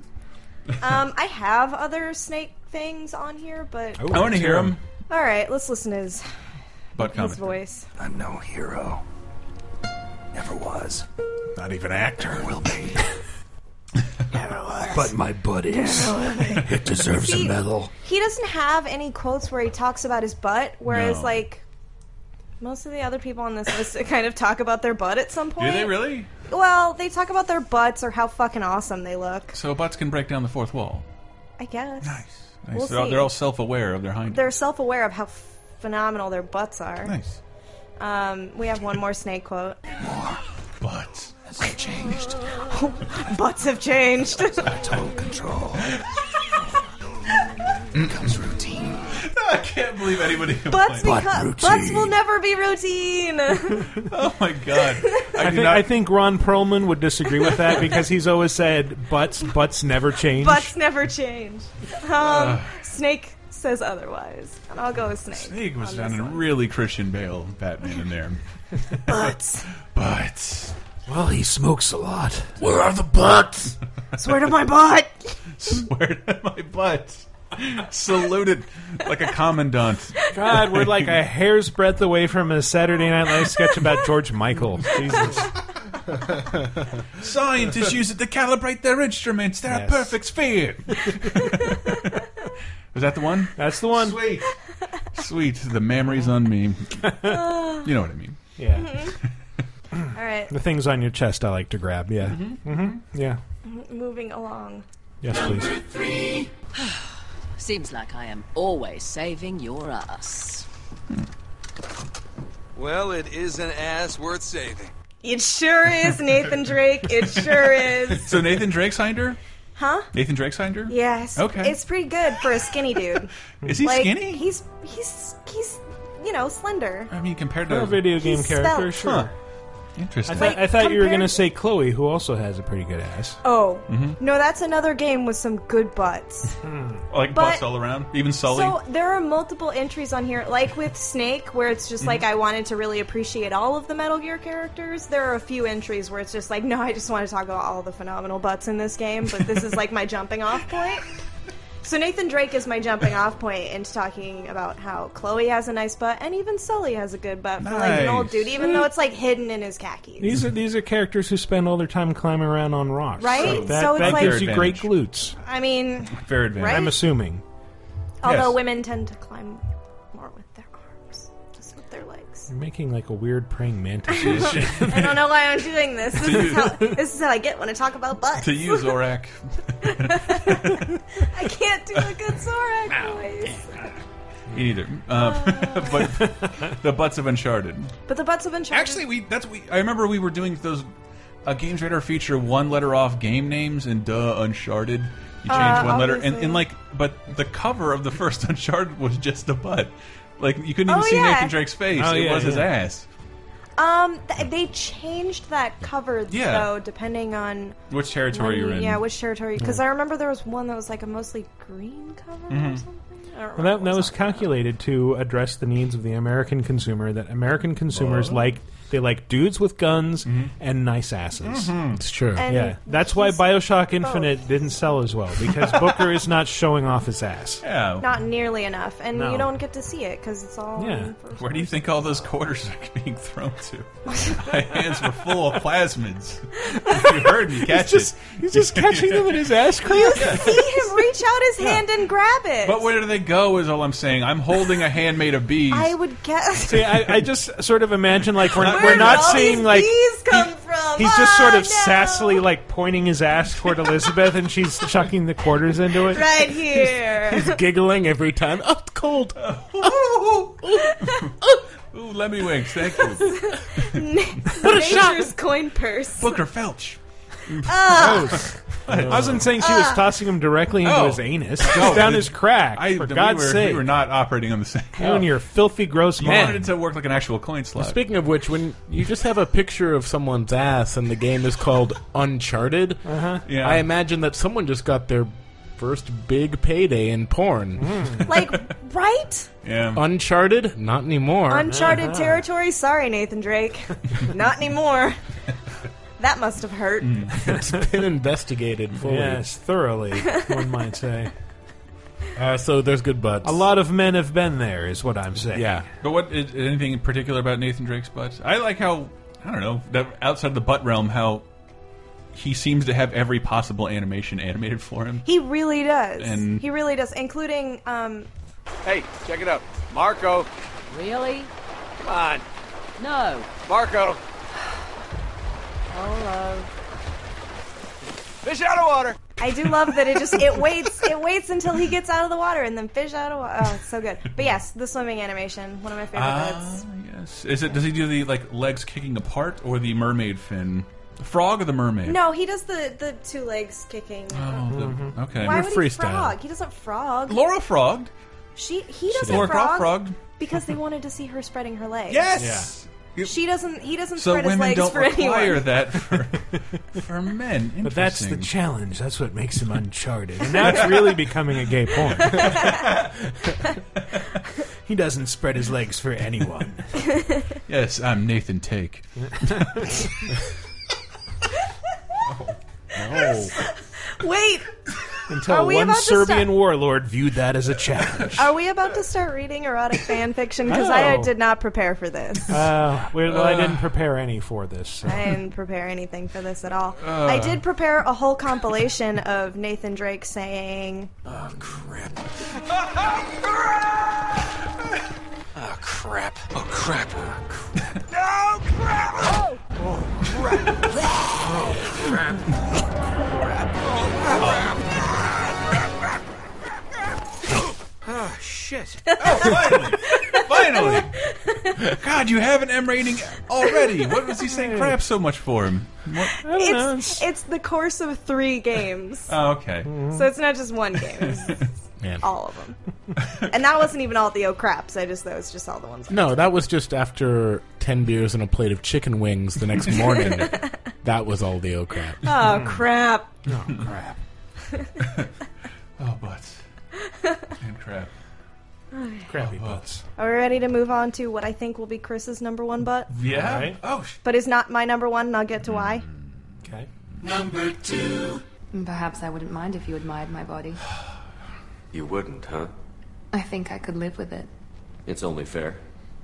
[SPEAKER 3] Um, I have other snake things on here, but
[SPEAKER 2] I want to hear him.
[SPEAKER 3] all right, let's listen to his,
[SPEAKER 2] Butt
[SPEAKER 3] his
[SPEAKER 2] comment.
[SPEAKER 3] voice.
[SPEAKER 7] I'm no hero. Never was.
[SPEAKER 4] not even actor.
[SPEAKER 7] Never
[SPEAKER 4] <laughs>
[SPEAKER 7] will be. Never was. But my butt is. It deserves
[SPEAKER 3] See-
[SPEAKER 7] a medal.
[SPEAKER 3] He doesn't have any quotes where he talks about his butt, whereas
[SPEAKER 2] No.
[SPEAKER 3] like most of the other people on this list <laughs> kind of talk about their butt at some
[SPEAKER 2] Do
[SPEAKER 3] point.
[SPEAKER 2] they really?
[SPEAKER 3] Well, they talk about their butts or how fucking awesome they look.
[SPEAKER 2] So butts can break down the fourth wall.
[SPEAKER 3] I guess
[SPEAKER 2] Nice. nice.
[SPEAKER 3] We'll
[SPEAKER 2] they're, all,
[SPEAKER 3] see.
[SPEAKER 2] they're all self-aware of their hind.
[SPEAKER 3] they're self-aware of how phenomenal their butts are.
[SPEAKER 2] nice.
[SPEAKER 3] Um, we have one more snake quote. <laughs>
[SPEAKER 2] Butts.
[SPEAKER 7] Has it changed?
[SPEAKER 3] Butts have changed. <laughs>
[SPEAKER 7] Total control. Comes routine.
[SPEAKER 2] <laughs> I can't believe anybody.
[SPEAKER 3] Butts,
[SPEAKER 7] Butt
[SPEAKER 3] beca-
[SPEAKER 7] routine.
[SPEAKER 3] butts will never be routine.
[SPEAKER 2] Oh my
[SPEAKER 3] <laughs>
[SPEAKER 2] god! I,
[SPEAKER 1] I
[SPEAKER 2] do
[SPEAKER 1] think,
[SPEAKER 2] not.
[SPEAKER 1] I think Ron Perlman would disagree with that because he's always said butts butts never change.
[SPEAKER 3] butts never change. Um, Snake says otherwise, and I'll go with Snake.
[SPEAKER 2] Snake was
[SPEAKER 3] on
[SPEAKER 2] down
[SPEAKER 3] this
[SPEAKER 2] in
[SPEAKER 3] one.
[SPEAKER 2] really Christian Bale Batman in there.
[SPEAKER 3] <laughs> butts.
[SPEAKER 2] Butts.
[SPEAKER 7] Well, he smokes a lot.
[SPEAKER 4] Where are the butts?
[SPEAKER 3] Swear to my butt.
[SPEAKER 2] Swear to my butt. Saluted like a commandant.
[SPEAKER 1] God, we're like a hair's breadth away from a Saturday Night Live sketch about George Michael. Jesus.
[SPEAKER 3] <laughs>
[SPEAKER 2] Scientists use it to calibrate their instruments. They're
[SPEAKER 1] Yes.
[SPEAKER 2] a perfect sphere. Was that the one?
[SPEAKER 1] That's the one.
[SPEAKER 2] Sweet. Sweet. The memories on
[SPEAKER 3] <laughs>
[SPEAKER 2] me. you know what I mean.
[SPEAKER 3] Mm-hmm.
[SPEAKER 1] Yeah.
[SPEAKER 3] All right,
[SPEAKER 1] The things on your chest I like to grab. Yeah. Mm-hmm. Yeah.
[SPEAKER 3] moving along.
[SPEAKER 1] Yes, please.
[SPEAKER 8] Seems like I am always saving your ass.
[SPEAKER 6] Well, it is an ass worth saving.
[SPEAKER 3] It sure is Nathan Drake. It sure is.
[SPEAKER 2] So Nathan Drake's hinder?
[SPEAKER 3] Huh?
[SPEAKER 2] Nathan Drake's hinder?
[SPEAKER 3] Yes.
[SPEAKER 2] Okay.
[SPEAKER 3] It's pretty good for a skinny dude.
[SPEAKER 2] Is he
[SPEAKER 3] like
[SPEAKER 2] skinny?
[SPEAKER 3] he's he's he's you know slender.
[SPEAKER 2] I mean, compared
[SPEAKER 1] For
[SPEAKER 2] to
[SPEAKER 1] a video game
[SPEAKER 3] He's
[SPEAKER 1] character,
[SPEAKER 3] svelte.
[SPEAKER 1] sure.
[SPEAKER 2] Huh. Interesting.
[SPEAKER 1] I- I thought you were
[SPEAKER 3] compared-
[SPEAKER 1] going to say Chloe, who also has a pretty good ass.
[SPEAKER 3] Oh no, that's another game with some good butts.
[SPEAKER 2] like
[SPEAKER 3] but-
[SPEAKER 2] butts all around. Even Sully.
[SPEAKER 3] So there are multiple entries on here, like with Snake, where it's just
[SPEAKER 2] Mm-hmm.
[SPEAKER 3] like I wanted to really appreciate all of the Metal Gear characters. There are a few entries where it's just like, no, I just want to talk about all the phenomenal butts in this game, but this
[SPEAKER 2] <laughs>
[SPEAKER 3] is like my jumping off point. So Nathan Drake is my jumping off point into talking about how Chloe has a nice butt and even Sully has a good butt for like an old
[SPEAKER 2] Nice.
[SPEAKER 3] dude, even though it's like hidden in his khakis.
[SPEAKER 1] These are these are characters who spend all their time climbing around on rocks.
[SPEAKER 3] Right?
[SPEAKER 1] So that,
[SPEAKER 3] So it's
[SPEAKER 1] that
[SPEAKER 3] like-
[SPEAKER 1] gives you
[SPEAKER 2] Fair
[SPEAKER 1] great
[SPEAKER 2] advantage.
[SPEAKER 1] glutes.
[SPEAKER 3] I mean,
[SPEAKER 2] Fair advantage.
[SPEAKER 3] Right?
[SPEAKER 1] I'm assuming.
[SPEAKER 3] although
[SPEAKER 2] Yes.
[SPEAKER 3] women tend to climb more with their arms, just with their legs.
[SPEAKER 1] You're making like a weird praying
[SPEAKER 3] <laughs>
[SPEAKER 1] mantis.
[SPEAKER 3] I don't know why I'm doing this. This
[SPEAKER 2] <laughs>
[SPEAKER 3] is how this is how I get when I talk about
[SPEAKER 2] <laughs>
[SPEAKER 3] butts.
[SPEAKER 2] To use Zorak.
[SPEAKER 3] I can't do a good Zorak voice.
[SPEAKER 2] Me neither. Uh, <laughs>
[SPEAKER 1] <laughs>
[SPEAKER 2] but the butts of Uncharted.
[SPEAKER 3] But the butts have been charged.
[SPEAKER 2] Actually, we that's we. I remember we were doing those a Games Radar feature one letter off game names and duh Uncharted. You change
[SPEAKER 3] Uh,
[SPEAKER 2] one letter and,
[SPEAKER 3] obviously.
[SPEAKER 2] and like, but the cover of the first <laughs> Uncharted was just the butt. Like you couldn't even
[SPEAKER 3] Oh,
[SPEAKER 2] see
[SPEAKER 3] yeah.
[SPEAKER 2] Nathan Drake's face.
[SPEAKER 1] Oh,
[SPEAKER 2] it
[SPEAKER 1] yeah,
[SPEAKER 2] was his
[SPEAKER 1] yeah.
[SPEAKER 2] ass.
[SPEAKER 3] Um, th- they changed that cover
[SPEAKER 2] Yeah.
[SPEAKER 3] though, depending on
[SPEAKER 2] Which territory
[SPEAKER 3] when
[SPEAKER 2] you're in?
[SPEAKER 3] Yeah, which territory? Because I remember there was one that was like a mostly green cover
[SPEAKER 2] Mm-hmm.
[SPEAKER 3] or something. I don't
[SPEAKER 1] And
[SPEAKER 3] remember
[SPEAKER 1] that,
[SPEAKER 3] what
[SPEAKER 1] that was
[SPEAKER 3] on that.
[SPEAKER 1] calculated to address the needs of the American consumer. That American consumers like they like dudes with guns
[SPEAKER 2] Mm-hmm.
[SPEAKER 1] and nice asses.
[SPEAKER 4] It's true.
[SPEAKER 3] And
[SPEAKER 1] Yeah, that's why
[SPEAKER 3] he's
[SPEAKER 1] Bioshock Infinite didn't sell as well because Booker is not showing off his ass.
[SPEAKER 2] yeah.
[SPEAKER 3] Not nearly enough, and
[SPEAKER 1] No.
[SPEAKER 3] you don't get to see it because it's all.
[SPEAKER 1] Yeah.
[SPEAKER 3] in first <laughs>
[SPEAKER 2] Where do you
[SPEAKER 3] person.
[SPEAKER 2] think all those quarters are <laughs> being thrown to? My hands were full of plasmids. <laughs> you heard me catch
[SPEAKER 1] Just
[SPEAKER 2] it.
[SPEAKER 1] he's just catching them in his ass
[SPEAKER 3] <laughs>
[SPEAKER 1] crack.
[SPEAKER 3] See him reach out his hand and grab it.
[SPEAKER 2] But where do they go? Is all I'm saying. I'm holding a hand made of bees. <laughs>
[SPEAKER 3] I would guess.
[SPEAKER 1] See, I, I just sort of imagine like we're,
[SPEAKER 3] Where
[SPEAKER 1] we're
[SPEAKER 3] did
[SPEAKER 1] not
[SPEAKER 3] all
[SPEAKER 1] seeing
[SPEAKER 3] these
[SPEAKER 1] like
[SPEAKER 3] bees come from?
[SPEAKER 1] he's just sort of
[SPEAKER 3] Ah, no.
[SPEAKER 1] sassily like pointing his ass toward Elizabeth and she's chucking the quarters into it. <laughs>
[SPEAKER 3] right here.
[SPEAKER 4] Giggling every time. Oh, it's cold.
[SPEAKER 2] Ooh, Lemmy Winks, thank you.
[SPEAKER 3] Nature's
[SPEAKER 1] <laughs>
[SPEAKER 3] coin purse.
[SPEAKER 2] Booker Felch.
[SPEAKER 1] I wasn't saying she
[SPEAKER 3] Uh.
[SPEAKER 1] was tossing him directly into
[SPEAKER 2] Oh.
[SPEAKER 1] his anus, just down his crack.
[SPEAKER 2] I,
[SPEAKER 1] for
[SPEAKER 2] we
[SPEAKER 1] God's
[SPEAKER 2] were,
[SPEAKER 1] sake,
[SPEAKER 2] we were not operating on the same.
[SPEAKER 1] you and your filthy, gross
[SPEAKER 2] You wanted
[SPEAKER 1] man.
[SPEAKER 2] it to work like an actual coin slot.
[SPEAKER 4] Speaking of which, when you just have a picture of someone's ass and the game is called Uncharted,
[SPEAKER 2] Yeah.
[SPEAKER 4] I imagine that someone just got their first big payday in porn.
[SPEAKER 3] like, right?
[SPEAKER 2] yeah.
[SPEAKER 4] Uncharted? Not anymore.
[SPEAKER 2] Uh-huh.
[SPEAKER 3] Uncharted territory? Sorry, Nathan Drake. Not anymore. That must have hurt.
[SPEAKER 2] Hmm.
[SPEAKER 4] it's been investigated fully.
[SPEAKER 1] Yes, thoroughly, one might say.
[SPEAKER 4] Uh, so there's good butts.
[SPEAKER 1] A lot of men have been there, is what I'm saying.
[SPEAKER 4] Yeah.
[SPEAKER 2] but what is, anything in particular about Nathan Drake's butt? I like how I don't know that outside the butt realm how he seems to have every possible animation animated for him.
[SPEAKER 3] He really does.
[SPEAKER 2] And-
[SPEAKER 3] he really does, including um,
[SPEAKER 9] Hey, check it out. Marco,
[SPEAKER 8] Really?
[SPEAKER 9] come on.
[SPEAKER 8] No.
[SPEAKER 9] Marco,
[SPEAKER 8] Hello.
[SPEAKER 9] fish out of water.
[SPEAKER 3] I do love that it just it waits it waits until he gets out of the water and then fish out of water. Oh, it's so good. But yes, the swimming animation, one of my favorite bits.
[SPEAKER 2] Ah, yes. Is it? Does he do the like legs kicking apart or the mermaid fin? The frog or the mermaid?
[SPEAKER 3] No, he does the the two legs kicking.
[SPEAKER 2] Oh, the-
[SPEAKER 1] Mm-hmm.
[SPEAKER 2] okay.
[SPEAKER 3] Why would he
[SPEAKER 4] freestyle.
[SPEAKER 3] frog? He doesn't frog.
[SPEAKER 2] Laura frogged.
[SPEAKER 3] She he doesn't
[SPEAKER 2] Laura
[SPEAKER 3] frog
[SPEAKER 2] Croft frogged.
[SPEAKER 3] because they wanted to see her spreading her legs.
[SPEAKER 2] Yes.
[SPEAKER 3] She doesn't. He doesn't
[SPEAKER 2] So
[SPEAKER 3] spread his
[SPEAKER 2] women
[SPEAKER 3] legs
[SPEAKER 2] don't
[SPEAKER 3] for
[SPEAKER 2] require
[SPEAKER 3] anyone.
[SPEAKER 2] that for,
[SPEAKER 3] <laughs>
[SPEAKER 2] for men.
[SPEAKER 1] But that's the
[SPEAKER 2] Interesting.
[SPEAKER 1] challenge. That's what makes him uncharted. And now it's really becoming a gay porn. he doesn't spread his legs for anyone.
[SPEAKER 2] Yes, I'm Nathan Take.
[SPEAKER 3] Wait,
[SPEAKER 1] Until
[SPEAKER 3] Are we
[SPEAKER 1] one
[SPEAKER 3] about to
[SPEAKER 1] Serbian
[SPEAKER 3] start-
[SPEAKER 1] warlord viewed that as a challenge.
[SPEAKER 3] <laughs> are we about to start reading erotic fan fiction? Because I
[SPEAKER 1] Oh.
[SPEAKER 3] did not prepare for this.
[SPEAKER 1] Uh, well, I didn't prepare any for this. so.
[SPEAKER 3] I didn't prepare anything for this at all. I
[SPEAKER 2] Uh.
[SPEAKER 3] did prepare a whole compilation of Nathan Drake saying,
[SPEAKER 7] Oh, crap. Oh, crap. Oh, crap. Oh, shit.
[SPEAKER 2] Finally!
[SPEAKER 3] <laughs>
[SPEAKER 2] Finally! God, you have an M rating already. What was he saying crap so much for him? What?
[SPEAKER 1] don't know,
[SPEAKER 3] "It's it's the course of three games,
[SPEAKER 2] Oh, okay.
[SPEAKER 1] Mm-hmm.
[SPEAKER 3] so it's not just
[SPEAKER 2] <laughs>
[SPEAKER 3] one game, it's
[SPEAKER 4] Man.
[SPEAKER 3] all of them." And that wasn't even all the oh craps. I just that was just all the
[SPEAKER 2] Hmm.
[SPEAKER 3] ones.
[SPEAKER 4] No, that was just after 10 beers and a plate of chicken wings the next <laughs> morning. that was all the oh crap.
[SPEAKER 3] Oh crap!
[SPEAKER 1] Crap.
[SPEAKER 2] Oh, butts. And crap.
[SPEAKER 1] Crappy butts.
[SPEAKER 3] Are we ready to move on to what I think will be Chris's number one butt,
[SPEAKER 2] Yeah.
[SPEAKER 1] All right.
[SPEAKER 2] Oh, sh-
[SPEAKER 3] but is not my number one, and I'll get to why.
[SPEAKER 1] Okay.
[SPEAKER 5] Perhaps I wouldn't mind if you admired my body.
[SPEAKER 10] <sighs> You wouldn't, huh?
[SPEAKER 5] I think I could live with it.
[SPEAKER 10] It's only fair.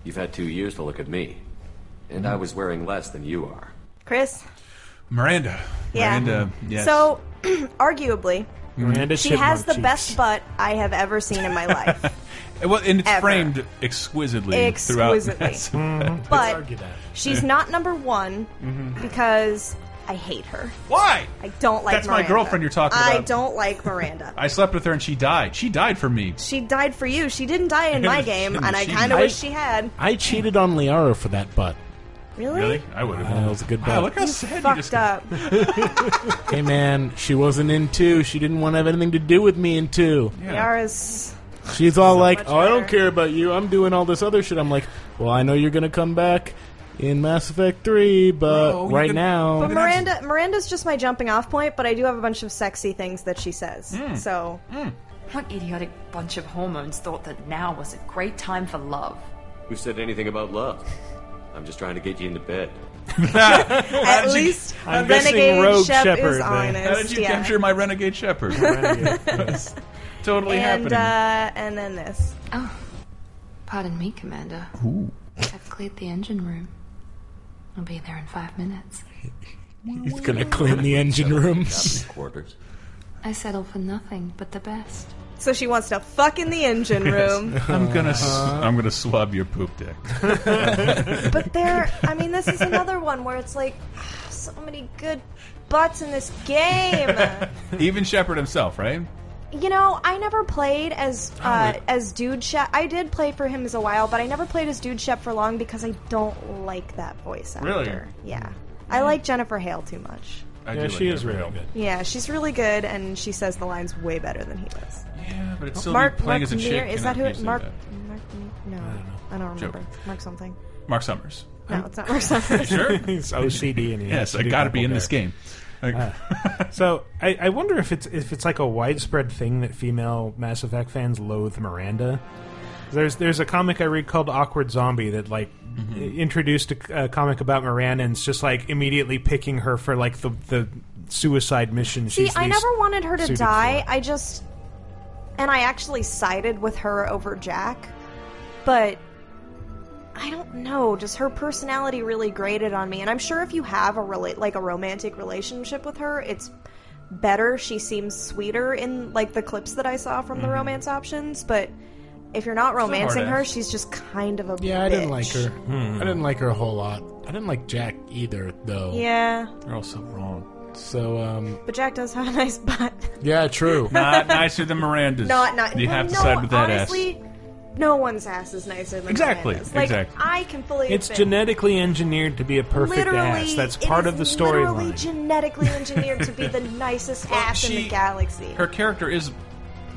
[SPEAKER 10] You've had two years to look at me. And I was wearing less than you are.
[SPEAKER 3] Chris,
[SPEAKER 2] Miranda.
[SPEAKER 3] Yeah.
[SPEAKER 2] Miranda. Yes.
[SPEAKER 3] so <clears throat> arguably,
[SPEAKER 1] Miranda
[SPEAKER 3] she has
[SPEAKER 1] Chipmunk
[SPEAKER 3] the
[SPEAKER 1] cheeks.
[SPEAKER 3] best butt I have ever seen in
[SPEAKER 2] <laughs>
[SPEAKER 3] my life.
[SPEAKER 2] And Well, and it's
[SPEAKER 3] Ever.
[SPEAKER 2] framed exquisitely, throughout.
[SPEAKER 3] Exquisitely.
[SPEAKER 2] Yes.
[SPEAKER 3] but
[SPEAKER 4] Argue that.
[SPEAKER 3] she's not number one
[SPEAKER 2] Mm-hmm.
[SPEAKER 3] because I hate her.
[SPEAKER 2] <laughs> Why?
[SPEAKER 3] I don't like.
[SPEAKER 2] That's my
[SPEAKER 3] Miranda.
[SPEAKER 2] girlfriend you're talking
[SPEAKER 3] I
[SPEAKER 2] about.
[SPEAKER 3] don't like Miranda.
[SPEAKER 2] <laughs> I slept with her and she died. She died for me.
[SPEAKER 3] she died for you. She didn't die in my game, and
[SPEAKER 2] <laughs>
[SPEAKER 3] I
[SPEAKER 2] She
[SPEAKER 3] kind of
[SPEAKER 2] might-
[SPEAKER 3] wish she had.
[SPEAKER 4] I cheated on Liara for that butt.
[SPEAKER 3] Really?
[SPEAKER 2] Really? I would have.
[SPEAKER 4] That was a good
[SPEAKER 2] Wow,
[SPEAKER 4] bet.
[SPEAKER 2] look how
[SPEAKER 3] You
[SPEAKER 2] sad you
[SPEAKER 3] fucked
[SPEAKER 2] just.
[SPEAKER 3] up.
[SPEAKER 4] Hey man, she wasn't in two. She didn't want to have anything to do with me in two.
[SPEAKER 3] Yara's.
[SPEAKER 4] She's all like,
[SPEAKER 3] much
[SPEAKER 4] "Oh, I don't
[SPEAKER 3] better.
[SPEAKER 4] care about you. I'm doing all this other shit." I'm like, "Well, I know you're gonna come back in Mass Effect Three, but
[SPEAKER 2] No, you
[SPEAKER 4] right
[SPEAKER 2] can-
[SPEAKER 4] now,
[SPEAKER 3] But Miranda, Miranda's just my jumping off point, but I do have a bunch of sexy things that she says.
[SPEAKER 1] Hmm.
[SPEAKER 3] So
[SPEAKER 5] What idiotic bunch of hormones thought that now was a great time for love?
[SPEAKER 10] Who said anything about love? I'm just trying to get you into bed.
[SPEAKER 3] at least
[SPEAKER 1] I'm guessing
[SPEAKER 3] Renegade
[SPEAKER 1] Rogue
[SPEAKER 3] Shep
[SPEAKER 1] Shepherd
[SPEAKER 3] is
[SPEAKER 1] then.
[SPEAKER 3] honest.
[SPEAKER 2] How did you
[SPEAKER 3] yeah.
[SPEAKER 2] capture my renegade shepherd? totally
[SPEAKER 3] and
[SPEAKER 2] happening.
[SPEAKER 3] uh, and then this.
[SPEAKER 5] Pardon me, Commander. I've cleared the engine room. I'll be there in five minutes.
[SPEAKER 4] <laughs> he's gonna clean the engine room."
[SPEAKER 10] Quarters.
[SPEAKER 5] I settle for nothing but the best.
[SPEAKER 3] So she wants to fuck in the engine
[SPEAKER 1] <laughs>
[SPEAKER 3] room,
[SPEAKER 2] I'm gonna s am gonna swab your poop dick.
[SPEAKER 3] but there. I mean, this is another one where it's like <sighs> ah, so many good butts in this
[SPEAKER 1] <laughs>
[SPEAKER 3] game.
[SPEAKER 2] Even Shepard himself, right?
[SPEAKER 3] You know, I never played as
[SPEAKER 2] Oh,
[SPEAKER 3] uh, as Dude Shep. I did play for him as a while, but I never played as Dude Shep for long because I don't like that voice actor.
[SPEAKER 2] Really? Hmm.
[SPEAKER 3] Yeah, I like Jennifer Hale too much.
[SPEAKER 2] I
[SPEAKER 1] Yeah,
[SPEAKER 2] do
[SPEAKER 1] she
[SPEAKER 2] like
[SPEAKER 1] is
[SPEAKER 2] her.
[SPEAKER 1] really good.
[SPEAKER 3] Yeah, she's really good, and she says the lines way better than he does.
[SPEAKER 2] Yeah, but it's still
[SPEAKER 3] Mark
[SPEAKER 2] me playing
[SPEAKER 3] Mark
[SPEAKER 2] as a chick.
[SPEAKER 3] Meer-
[SPEAKER 2] and
[SPEAKER 3] is that
[SPEAKER 2] I
[SPEAKER 3] who
[SPEAKER 2] can't
[SPEAKER 3] it?
[SPEAKER 2] say
[SPEAKER 3] Mark
[SPEAKER 2] that.
[SPEAKER 3] Mark Meer- No, I don't, remember. Mark something.
[SPEAKER 2] Mark Summers.
[SPEAKER 3] No, it's not
[SPEAKER 2] <laughs>
[SPEAKER 3] Mark something.
[SPEAKER 2] Sure.
[SPEAKER 1] <laughs> It's OCD and he has
[SPEAKER 2] yes,
[SPEAKER 1] to
[SPEAKER 2] I
[SPEAKER 1] do
[SPEAKER 2] gotta be
[SPEAKER 1] double
[SPEAKER 2] in this
[SPEAKER 1] dare.
[SPEAKER 2] game. Like, <laughs>
[SPEAKER 1] So I, I wonder if it's if it's like a widespread thing that female Mass Effect fans loathe Miranda. There's there's a comic I read called Awkward Zombie that like introduced a, a comic about Miranda and it's just like immediately picking her for like the the suicide mission.
[SPEAKER 3] See,
[SPEAKER 1] she's
[SPEAKER 3] I
[SPEAKER 1] least
[SPEAKER 3] never wanted her to
[SPEAKER 1] suited
[SPEAKER 3] die.
[SPEAKER 1] for.
[SPEAKER 3] I just and I actually sided with her over Jack, but I don't know. Just her personality really grated on me, and I'm sure if you have a relate like a romantic relationship with her, it's better. She seems sweeter in like the clips that I saw from
[SPEAKER 4] Mm-hmm.
[SPEAKER 3] the romance options, but. If you're not romancing her,
[SPEAKER 2] ass.
[SPEAKER 3] she's just kind of a
[SPEAKER 4] Yeah, I didn't like
[SPEAKER 3] bitch.
[SPEAKER 4] her. I didn't like her a whole lot. I didn't like Jack either, though.
[SPEAKER 3] Yeah,
[SPEAKER 2] they're all so wrong.
[SPEAKER 4] So, um,
[SPEAKER 3] but Jack does have a nice butt. <laughs>
[SPEAKER 1] <laughs>
[SPEAKER 4] yeah, true.
[SPEAKER 2] Not nicer than Miranda's.
[SPEAKER 3] not not
[SPEAKER 2] You have to
[SPEAKER 3] no,
[SPEAKER 2] side with that ass.
[SPEAKER 3] honestly, No one's ass is nicer than
[SPEAKER 2] Exactly,
[SPEAKER 3] Miranda's. Like,
[SPEAKER 2] exactly.
[SPEAKER 3] I can fully.
[SPEAKER 1] It's
[SPEAKER 3] admit-
[SPEAKER 1] genetically engineered to be a perfect
[SPEAKER 3] Literally,
[SPEAKER 1] ass. That's
[SPEAKER 3] it
[SPEAKER 1] part
[SPEAKER 3] is
[SPEAKER 1] of the
[SPEAKER 3] Literally
[SPEAKER 1] storyline.
[SPEAKER 3] genetically engineered to
[SPEAKER 2] <laughs>
[SPEAKER 3] be the nicest ass in
[SPEAKER 2] she-
[SPEAKER 3] the galaxy.
[SPEAKER 2] Her character is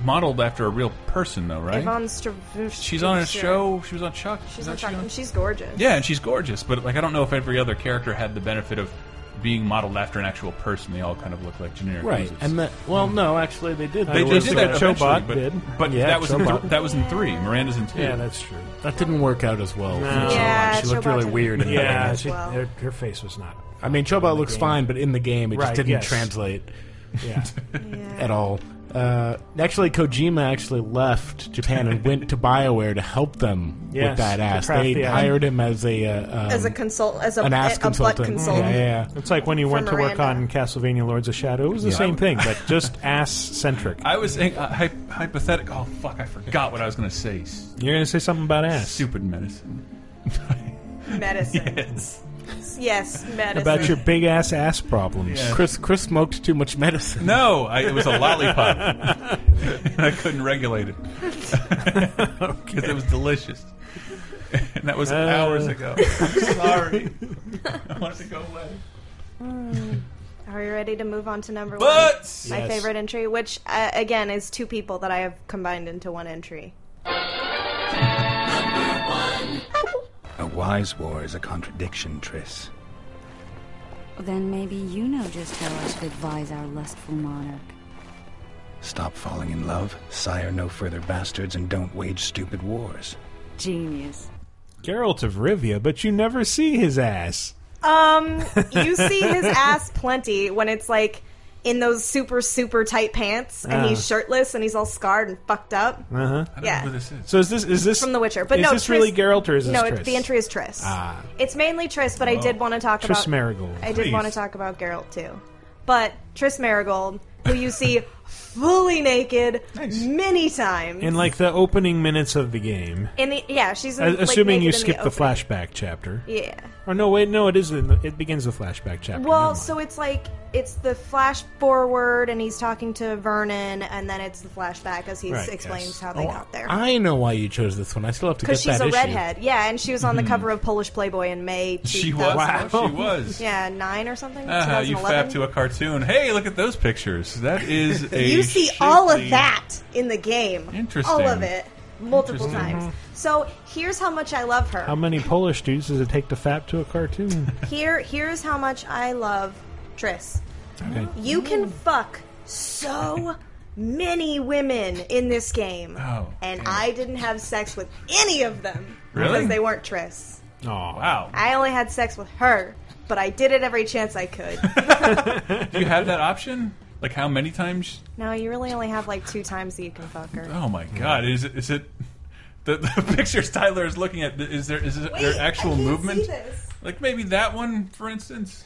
[SPEAKER 2] modeled after a real person, though, right?
[SPEAKER 3] Yvonne Stravinsky.
[SPEAKER 2] She's on a
[SPEAKER 3] sure.
[SPEAKER 2] show. She was on Chuck. Is
[SPEAKER 3] She's
[SPEAKER 2] that
[SPEAKER 3] on
[SPEAKER 2] she
[SPEAKER 3] Chuck, and she's gorgeous.
[SPEAKER 2] Yeah, and she's gorgeous, but like I don't know if every other character had the benefit of being modeled after an actual person. They all kind of look like generic.
[SPEAKER 4] right,
[SPEAKER 2] losers.
[SPEAKER 4] and that. Well, no, actually, they did.
[SPEAKER 2] they,
[SPEAKER 4] that.
[SPEAKER 2] they did that
[SPEAKER 1] Chobot
[SPEAKER 2] eventually, but,
[SPEAKER 1] did.
[SPEAKER 2] but
[SPEAKER 4] Yeah,
[SPEAKER 2] that was in
[SPEAKER 4] Chobot.
[SPEAKER 2] th- that was in three. Miranda's in two.
[SPEAKER 1] yeah, that's true.
[SPEAKER 4] That didn't work out as well.
[SPEAKER 1] No.
[SPEAKER 3] Yeah,
[SPEAKER 4] she looked
[SPEAKER 3] Chobot
[SPEAKER 4] really
[SPEAKER 3] didn't-
[SPEAKER 4] weird. In
[SPEAKER 1] Yeah,
[SPEAKER 4] yeah,
[SPEAKER 1] she,
[SPEAKER 3] well.
[SPEAKER 1] her, her face was not.
[SPEAKER 4] I mean, Chobot looks
[SPEAKER 1] game.
[SPEAKER 4] fine, but in the game, it
[SPEAKER 1] Right,
[SPEAKER 4] just didn't
[SPEAKER 1] yes.
[SPEAKER 4] translate <laughs>
[SPEAKER 1] Yeah,
[SPEAKER 4] at all. Uh, actually, Kojima actually left Japan and went to Bioware to help them
[SPEAKER 1] Yes,
[SPEAKER 4] with that
[SPEAKER 1] to
[SPEAKER 4] ass.
[SPEAKER 1] craft
[SPEAKER 4] They
[SPEAKER 1] the ass.
[SPEAKER 4] hired him as a uh, um,
[SPEAKER 3] As a consult, as a,
[SPEAKER 4] an ass
[SPEAKER 3] a
[SPEAKER 4] consultant.
[SPEAKER 3] butt consultant.
[SPEAKER 4] Yeah, yeah, yeah.
[SPEAKER 1] it's like when you
[SPEAKER 3] For
[SPEAKER 1] went to work on
[SPEAKER 3] Miranda.
[SPEAKER 1] Castlevania: Lords of Shadow. It was the same thing, but just ass centric.
[SPEAKER 2] I was saying uh, hy- hypothetical. Oh fuck! I forgot what I was going to say. S-
[SPEAKER 1] You're gonna say something about ass.
[SPEAKER 2] Stupid medicine. <laughs>
[SPEAKER 3] <laughs> Medicine.
[SPEAKER 2] Yes.
[SPEAKER 3] Yes, medicine.
[SPEAKER 1] About your big ass ass problems.
[SPEAKER 2] Yeah.
[SPEAKER 4] Chris Chris smoked too much medicine.
[SPEAKER 2] No, I, it was a lollipop. <laughs> And I couldn't regulate it <laughs> because it was delicious. And that was hours ago. Uh. <laughs> I'm sorry. I wanted to go away.
[SPEAKER 3] Are you ready to move on to number one?
[SPEAKER 2] But
[SPEAKER 3] My favorite entry, which uh, again is two people that I have combined into one entry.
[SPEAKER 7] A wise war is a contradiction, Triss.
[SPEAKER 11] Then maybe you know just how I should advise our lustful monarch.
[SPEAKER 7] Stop falling in love, sire no further bastards, and don't wage stupid wars.
[SPEAKER 11] Genius.
[SPEAKER 1] Geralt of Rivia, but you never see his ass.
[SPEAKER 3] Um, you
[SPEAKER 1] <laughs>
[SPEAKER 3] see his ass plenty when it's like in those super super tight pants, and
[SPEAKER 1] Ah.
[SPEAKER 3] he's shirtless and he's all scarred and fucked up.
[SPEAKER 1] Uh huh.
[SPEAKER 2] I don't
[SPEAKER 3] Yeah.
[SPEAKER 2] know who this is.
[SPEAKER 1] So is this is this
[SPEAKER 3] From The Witcher, but
[SPEAKER 1] is
[SPEAKER 3] no,
[SPEAKER 1] this
[SPEAKER 3] Triss-
[SPEAKER 1] really Geralt or is this
[SPEAKER 3] no,
[SPEAKER 1] Triss?
[SPEAKER 3] it, the entry is Triss. Ah. It's mainly Triss, but I did want to talk
[SPEAKER 1] Triss
[SPEAKER 3] about
[SPEAKER 1] Marigold.
[SPEAKER 3] I did want to
[SPEAKER 1] <laughs>
[SPEAKER 2] Please.
[SPEAKER 3] talk about Geralt too, but Triss Marigold, who you see fully naked many times.
[SPEAKER 1] in like the opening minutes of the game.
[SPEAKER 3] in the yeah, she's in,
[SPEAKER 1] A-
[SPEAKER 3] like,
[SPEAKER 1] assuming
[SPEAKER 3] naked
[SPEAKER 1] you
[SPEAKER 3] in
[SPEAKER 1] skip the,
[SPEAKER 3] the opening.
[SPEAKER 1] flashback chapter.
[SPEAKER 3] Yeah.
[SPEAKER 1] Or no, wait, no, it is. In the, it begins the flashback chapter.
[SPEAKER 3] Well, so it's like it's the flash forward, and he's talking to Vernon, and then it's the flashback as he
[SPEAKER 4] Right,
[SPEAKER 3] explains
[SPEAKER 4] yes.
[SPEAKER 3] how they
[SPEAKER 4] Oh,
[SPEAKER 3] got there.
[SPEAKER 4] I know why you chose this one. I still have to get
[SPEAKER 3] Because
[SPEAKER 4] that
[SPEAKER 3] she's a
[SPEAKER 4] issue.
[SPEAKER 3] redhead, yeah, and she was on the
[SPEAKER 4] Mhm.
[SPEAKER 3] cover of Polish Playboy in May.
[SPEAKER 2] She
[SPEAKER 3] 2000.
[SPEAKER 2] was. Wow. She was.
[SPEAKER 3] Yeah, nine or something.
[SPEAKER 2] Ah, you fab
[SPEAKER 3] 2011.
[SPEAKER 2] to a cartoon. Hey, look at those pictures. That
[SPEAKER 3] <laughs>
[SPEAKER 2] is a.
[SPEAKER 3] You see
[SPEAKER 2] shapely-
[SPEAKER 3] all of that in the game.
[SPEAKER 2] Interesting.
[SPEAKER 3] All of it, multiple
[SPEAKER 1] Interesting.
[SPEAKER 3] times. So here's how much I love her.
[SPEAKER 1] how many Polish dudes does it take to fap to a
[SPEAKER 3] <laughs>
[SPEAKER 1] cartoon? <laughs> Um,
[SPEAKER 3] Here, here's how much I love Triss.
[SPEAKER 1] Okay.
[SPEAKER 3] You can fuck so many women in this game,
[SPEAKER 1] Oh,
[SPEAKER 3] and I didn't have sex with any of them
[SPEAKER 1] Really?
[SPEAKER 3] because they weren't Triss.
[SPEAKER 1] Oh wow!
[SPEAKER 3] I only had sex with her, but I did it every chance
[SPEAKER 1] <laughs>
[SPEAKER 3] I could.
[SPEAKER 2] Do you have that option? Like how many times?
[SPEAKER 3] no, you really only have like two times that you can fuck her.
[SPEAKER 2] Oh my god! Is it? Is it? <laughs> The, the pictures Tyler is looking at. Is there? Is it
[SPEAKER 3] Wait,
[SPEAKER 2] their actual
[SPEAKER 3] I can't see
[SPEAKER 2] movement?
[SPEAKER 3] this.
[SPEAKER 2] Like maybe that one, for instance.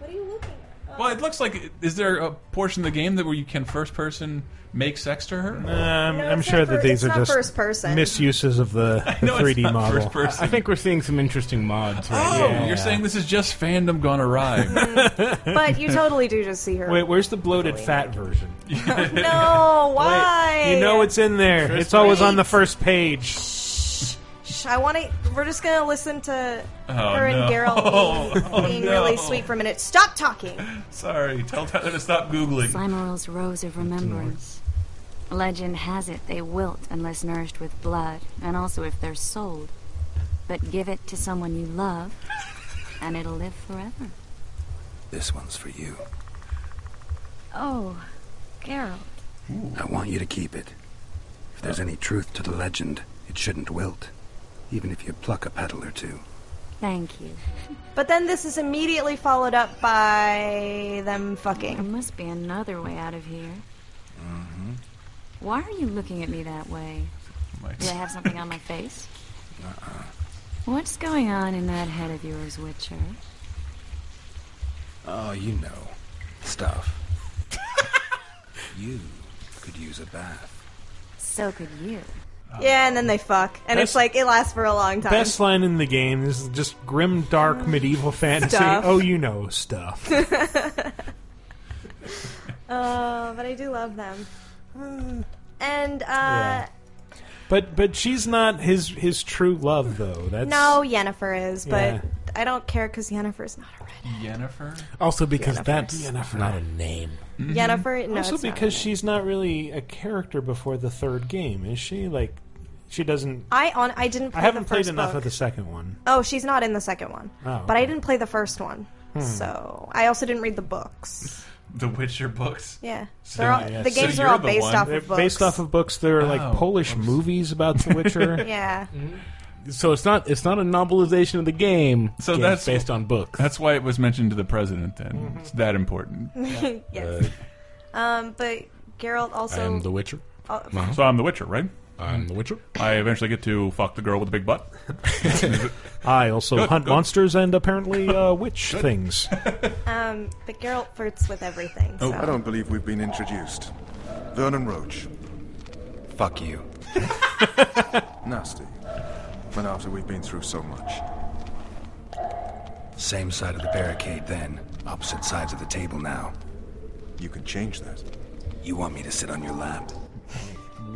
[SPEAKER 3] What are you looking
[SPEAKER 2] Well, it looks like. Is there a portion of the game that where you can first person make sex to her?
[SPEAKER 1] Um, I'm sure that these are just misuses of
[SPEAKER 2] <laughs>
[SPEAKER 1] the, the
[SPEAKER 2] know it's
[SPEAKER 1] 3D
[SPEAKER 2] not
[SPEAKER 1] model.
[SPEAKER 2] first
[SPEAKER 1] <laughs>
[SPEAKER 2] person.
[SPEAKER 4] I think we're seeing some interesting mods. Right
[SPEAKER 2] Oh,
[SPEAKER 4] now.
[SPEAKER 2] you're saying this is just fandom gone awry.
[SPEAKER 1] <laughs>
[SPEAKER 3] But you totally do just see her.
[SPEAKER 1] Wait, where's the bloated fat version? <laughs>
[SPEAKER 3] No, why?
[SPEAKER 1] You know it's in there.
[SPEAKER 3] First
[SPEAKER 1] it's always
[SPEAKER 3] grade.
[SPEAKER 1] on the first page.
[SPEAKER 3] Shh, I want to. We're just gonna listen to
[SPEAKER 2] Oh,
[SPEAKER 3] her and
[SPEAKER 1] <laughs>
[SPEAKER 2] no.
[SPEAKER 3] Geralt being,
[SPEAKER 2] Oh,
[SPEAKER 3] being
[SPEAKER 2] no.
[SPEAKER 3] really sweet for a minute. Stop talking.
[SPEAKER 2] Sorry, tell Tyler to stop googling.
[SPEAKER 11] Slimeril's Rose of Remembrance. Legend has it they wilt unless nourished with blood, and also if they're sold. But give it to someone you love, and it'll live forever.
[SPEAKER 7] This one's for you.
[SPEAKER 11] Oh, Geralt.
[SPEAKER 7] I want you to keep it. If there's any truth to the legend, it shouldn't wilt, even if you pluck a petal or two.
[SPEAKER 11] Thank you.
[SPEAKER 3] But then this is immediately followed up by them
[SPEAKER 11] There
[SPEAKER 3] fucking.
[SPEAKER 11] must be another way out of here. Why are you looking at me that way? Do I have something on my face? What's going on in that head of yours, Witcher?
[SPEAKER 7] Oh, you know. Stuff. <laughs> you could use a bath.
[SPEAKER 11] So could you.
[SPEAKER 3] Yeah, and then they fuck, and it's
[SPEAKER 1] Best-
[SPEAKER 3] like it lasts for a long time.
[SPEAKER 1] Best line in the game is just grim, dark, medieval fantasy.
[SPEAKER 3] Mm. Stuff.
[SPEAKER 1] Oh, you know stuff.
[SPEAKER 3] Uh, but I do love them.
[SPEAKER 1] <sighs>
[SPEAKER 3] And uh,
[SPEAKER 1] Yeah. But but she's not his his true love though. That's
[SPEAKER 3] no, Yennefer is, but
[SPEAKER 1] Yeah.
[SPEAKER 3] I don't care because Yennefer's not a
[SPEAKER 2] Yennefer.
[SPEAKER 4] Also, because
[SPEAKER 1] Yennefer.
[SPEAKER 4] that's
[SPEAKER 1] Yennefer.
[SPEAKER 4] not a name.
[SPEAKER 3] Yennefer. No,
[SPEAKER 1] Mm-hmm. also
[SPEAKER 3] it's not.
[SPEAKER 1] because she's not really a character before the third game, is she? Like she doesn't.
[SPEAKER 3] I on I didn't. Play
[SPEAKER 1] I haven't
[SPEAKER 3] the
[SPEAKER 1] played
[SPEAKER 3] first
[SPEAKER 1] enough
[SPEAKER 3] book.
[SPEAKER 1] of the second one.
[SPEAKER 3] Oh, she's not in the second one.
[SPEAKER 1] Oh,
[SPEAKER 3] But I
[SPEAKER 1] okay.
[SPEAKER 3] didn't play the first one.
[SPEAKER 1] Hmm.
[SPEAKER 3] So I also didn't read the books.
[SPEAKER 2] The Witcher books.
[SPEAKER 3] Yeah.
[SPEAKER 2] So-
[SPEAKER 3] They're all-
[SPEAKER 2] yeah,
[SPEAKER 3] the
[SPEAKER 2] so
[SPEAKER 3] games are
[SPEAKER 2] you're
[SPEAKER 3] all
[SPEAKER 2] the
[SPEAKER 3] based
[SPEAKER 2] one-
[SPEAKER 3] off
[SPEAKER 1] They're
[SPEAKER 3] of books.
[SPEAKER 1] based off of books. There are like
[SPEAKER 4] Oh,
[SPEAKER 1] Polish movies about The
[SPEAKER 3] <laughs>
[SPEAKER 1] Witcher.
[SPEAKER 3] yeah.
[SPEAKER 2] Hmm.
[SPEAKER 4] So it's not it's not a novelization of the game.
[SPEAKER 2] So
[SPEAKER 4] Game's
[SPEAKER 2] that's
[SPEAKER 4] based on books.
[SPEAKER 2] That's why it was mentioned to the president. Then
[SPEAKER 1] Mm-hmm.
[SPEAKER 2] it's that important.
[SPEAKER 1] <laughs>
[SPEAKER 3] yes. um, but Geralt also.
[SPEAKER 4] Witcher.
[SPEAKER 3] Oh,
[SPEAKER 2] So I'm the Witcher, right?
[SPEAKER 4] I'm the Witcher.
[SPEAKER 2] I eventually get to fuck the girl with the big butt.
[SPEAKER 1] I also
[SPEAKER 2] Good,
[SPEAKER 1] hunt
[SPEAKER 2] good.
[SPEAKER 1] monsters and apparently uh, witch
[SPEAKER 4] <laughs>
[SPEAKER 1] things.
[SPEAKER 3] um, but Geralt flirts with everything.
[SPEAKER 2] Oh,
[SPEAKER 3] So.
[SPEAKER 12] I don't believe we've been introduced. Vernon Roach.
[SPEAKER 7] Fuck you.
[SPEAKER 12] <laughs> Nasty. And after we've been through so much.
[SPEAKER 7] Same side of the barricade then, opposite sides of the table now.
[SPEAKER 12] You can change that.
[SPEAKER 7] You want me to sit on your lap?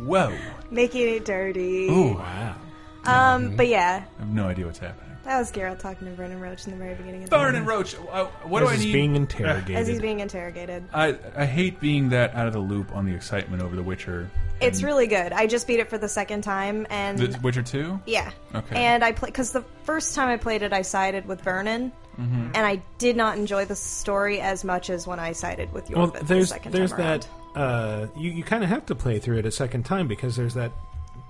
[SPEAKER 2] Whoa!
[SPEAKER 3] Making it dirty.
[SPEAKER 2] Ooh, wow! Hmm.
[SPEAKER 3] Um, but yeah,
[SPEAKER 2] I have no idea what's happening.
[SPEAKER 3] that was Geralt talking to Vernon Roach in the very beginning of the
[SPEAKER 2] Barn and
[SPEAKER 3] movie.
[SPEAKER 2] Roach. uh, What
[SPEAKER 1] As
[SPEAKER 2] do I
[SPEAKER 1] he's
[SPEAKER 2] need?
[SPEAKER 1] being interrogated.
[SPEAKER 3] As he's being interrogated.
[SPEAKER 2] I I hate being that out of the loop on the excitement over The Witcher.
[SPEAKER 3] It's really good. I just beat it for the second time, and
[SPEAKER 2] The Witcher Two.
[SPEAKER 3] Yeah.
[SPEAKER 2] Okay.
[SPEAKER 3] And I play because the first time I played it, I sided with Vernon,
[SPEAKER 1] Mm-hmm.
[SPEAKER 2] Mhm.
[SPEAKER 3] and I did not enjoy the story as much as when I sided with Yorvith
[SPEAKER 1] well, there's
[SPEAKER 3] the second
[SPEAKER 1] there's
[SPEAKER 3] time around.
[SPEAKER 1] that uh, you you kind of have to play through it a second time because there's that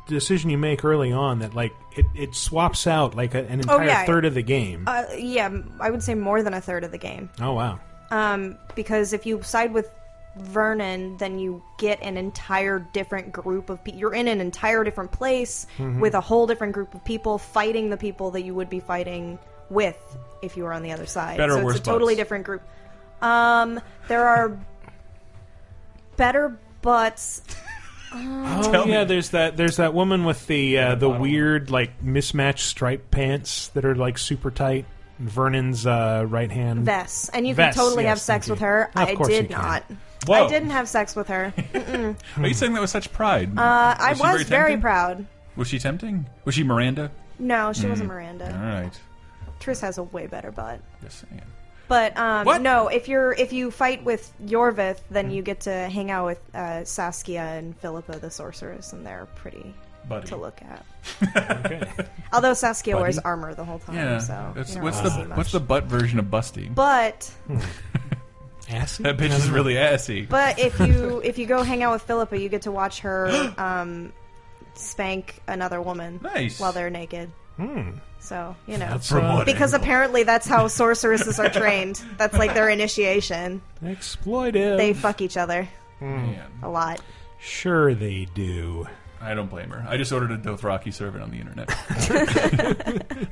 [SPEAKER 1] decision you make early on that like it, it swaps out like a, an
[SPEAKER 3] Oh,
[SPEAKER 1] entire
[SPEAKER 3] yeah.
[SPEAKER 1] third of the game.
[SPEAKER 3] Uh, yeah, m- I would say more than a third of the game.
[SPEAKER 1] oh wow.
[SPEAKER 3] Um, because if you side with Vernon, then you get an entire different group of people. You're in an entire different place
[SPEAKER 13] Mhm.
[SPEAKER 3] with a whole different group of people fighting the people that you would be fighting with if you were on the other side.
[SPEAKER 2] Better or
[SPEAKER 3] so
[SPEAKER 2] worse
[SPEAKER 3] it's a totally
[SPEAKER 2] bugs?
[SPEAKER 3] different group. Um, there are better butts. Uh,
[SPEAKER 1] Oh yeah, there's that. There's that woman with the uh, the weird like mismatched striped pants that are like super tight. Vernon's uh, right hand.
[SPEAKER 3] Vess, and you can
[SPEAKER 1] Vess,
[SPEAKER 3] totally
[SPEAKER 1] yes,
[SPEAKER 3] have sex
[SPEAKER 1] thank
[SPEAKER 3] with
[SPEAKER 1] you.
[SPEAKER 3] her.
[SPEAKER 1] Of
[SPEAKER 3] I
[SPEAKER 1] course you
[SPEAKER 3] did
[SPEAKER 1] can.
[SPEAKER 3] not.
[SPEAKER 2] Whoa.
[SPEAKER 3] I didn't have sex with her. Mm-mm.
[SPEAKER 2] Are you saying that with such pride?
[SPEAKER 3] Uh, I
[SPEAKER 2] she
[SPEAKER 3] was very,
[SPEAKER 2] tempting?
[SPEAKER 3] proud.
[SPEAKER 2] Was she tempting? Was she Miranda?
[SPEAKER 3] No, she wasn't
[SPEAKER 2] Mm.
[SPEAKER 3] Miranda.
[SPEAKER 2] All right.
[SPEAKER 3] Tris has a way better butt.
[SPEAKER 2] Just saying.
[SPEAKER 3] But um, no, if you're if you fight with Yorvith,
[SPEAKER 2] Mm.
[SPEAKER 3] then you get to hang out with uh, Saskia and Philippa the sorceress, and they're pretty
[SPEAKER 2] Buddy.
[SPEAKER 3] <laughs> to look at. Although Saskia
[SPEAKER 2] Buddy?
[SPEAKER 3] wears armor the whole
[SPEAKER 2] <laughs>
[SPEAKER 3] time,
[SPEAKER 2] Yeah.
[SPEAKER 3] so
[SPEAKER 2] That's-
[SPEAKER 3] you don't
[SPEAKER 2] what's
[SPEAKER 3] really
[SPEAKER 2] the
[SPEAKER 3] see much.
[SPEAKER 2] what's the butt version of busty?
[SPEAKER 3] But
[SPEAKER 1] Assy?
[SPEAKER 2] That bitch
[SPEAKER 1] I
[SPEAKER 2] is
[SPEAKER 1] don't know.
[SPEAKER 2] really assy.
[SPEAKER 3] but if you <laughs> if you go hang out with Philippa, you get to
[SPEAKER 2] <gasps>
[SPEAKER 3] watch her um, spank another woman
[SPEAKER 2] Nice.
[SPEAKER 3] while they're naked.
[SPEAKER 1] Hmm.
[SPEAKER 3] So you know,
[SPEAKER 1] That's, From uh, what
[SPEAKER 3] because
[SPEAKER 1] angle?
[SPEAKER 3] apparently
[SPEAKER 2] <laughs>
[SPEAKER 3] that's how sorceresses are trained. That's like their initiation.
[SPEAKER 1] Uh, Exploitive.
[SPEAKER 3] They fuck each other
[SPEAKER 1] Hmm.
[SPEAKER 3] a lot.
[SPEAKER 1] Sure they do.
[SPEAKER 2] I don't blame her. I just ordered a Dothraki servant on the
[SPEAKER 3] <laughs>
[SPEAKER 2] internet.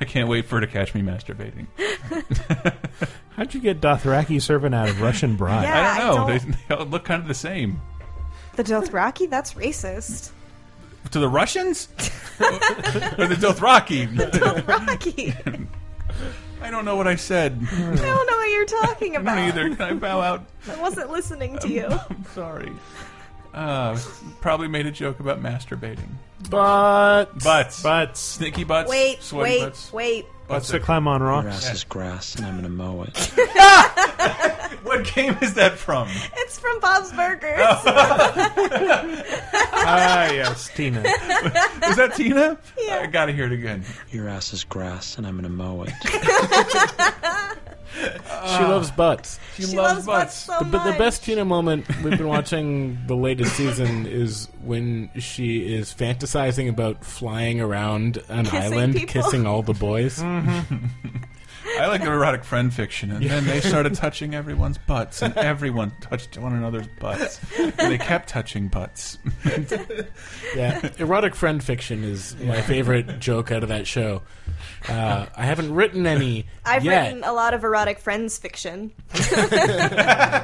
[SPEAKER 2] <laughs> I can't wait for her to catch me
[SPEAKER 3] <laughs>
[SPEAKER 2] masturbating.
[SPEAKER 1] How'd you get Dothraki servant out of Russian bride?
[SPEAKER 2] I don't know.
[SPEAKER 3] I
[SPEAKER 2] They, they all look kind of the same.
[SPEAKER 3] The Dothraki?
[SPEAKER 2] <laughs>
[SPEAKER 3] That's racist.
[SPEAKER 2] To the
[SPEAKER 3] <laughs>
[SPEAKER 2] Russians? <laughs> or the Dothraki?
[SPEAKER 3] Rocky,
[SPEAKER 2] I don't know what I said.
[SPEAKER 3] I don't know what you're
[SPEAKER 2] I
[SPEAKER 3] talking
[SPEAKER 2] don't
[SPEAKER 3] about.
[SPEAKER 2] either. Can I bow out?
[SPEAKER 3] I wasn't listening
[SPEAKER 2] <laughs>
[SPEAKER 3] to you.
[SPEAKER 2] I'm sorry. Uh, probably made a joke about masturbating.
[SPEAKER 1] But
[SPEAKER 2] Butts.
[SPEAKER 1] Butts.
[SPEAKER 2] Sneaky butts.
[SPEAKER 3] Wait,
[SPEAKER 2] sweaty
[SPEAKER 3] wait,
[SPEAKER 2] butts.
[SPEAKER 3] wait.
[SPEAKER 1] Butts that climb on rocks.
[SPEAKER 2] Grass
[SPEAKER 13] is grass, and I'm gonna mow it.
[SPEAKER 2] What game is that
[SPEAKER 3] <laughs>
[SPEAKER 2] from?
[SPEAKER 3] It's from Bob's Burgers.
[SPEAKER 2] Oh,
[SPEAKER 1] ah, yes,
[SPEAKER 2] <laughs>
[SPEAKER 1] Tina.
[SPEAKER 2] Is that Tina? Yeah. I gotta hear it again.
[SPEAKER 13] Your ass is grass, and I'm gonna mow it.
[SPEAKER 4] She
[SPEAKER 2] Ah.
[SPEAKER 4] loves butts.
[SPEAKER 2] She, loves, butts.
[SPEAKER 4] The- But the, best Tina moment we've been watching the latest season is when she is fantasizing about flying around an
[SPEAKER 2] Kissing
[SPEAKER 4] island,
[SPEAKER 2] people.
[SPEAKER 4] kissing all
[SPEAKER 2] <laughs>
[SPEAKER 4] the boys.
[SPEAKER 2] I like the erotic friend fiction, and then they started touching everyone's butts, and everyone touched one another's butts. And they kept touching butts.
[SPEAKER 4] yeah, <laughs> erotic friend fiction is my favorite joke out of that show. Uh, I haven't written any
[SPEAKER 3] I've
[SPEAKER 4] yet,
[SPEAKER 3] written a lot of erotic friends fiction.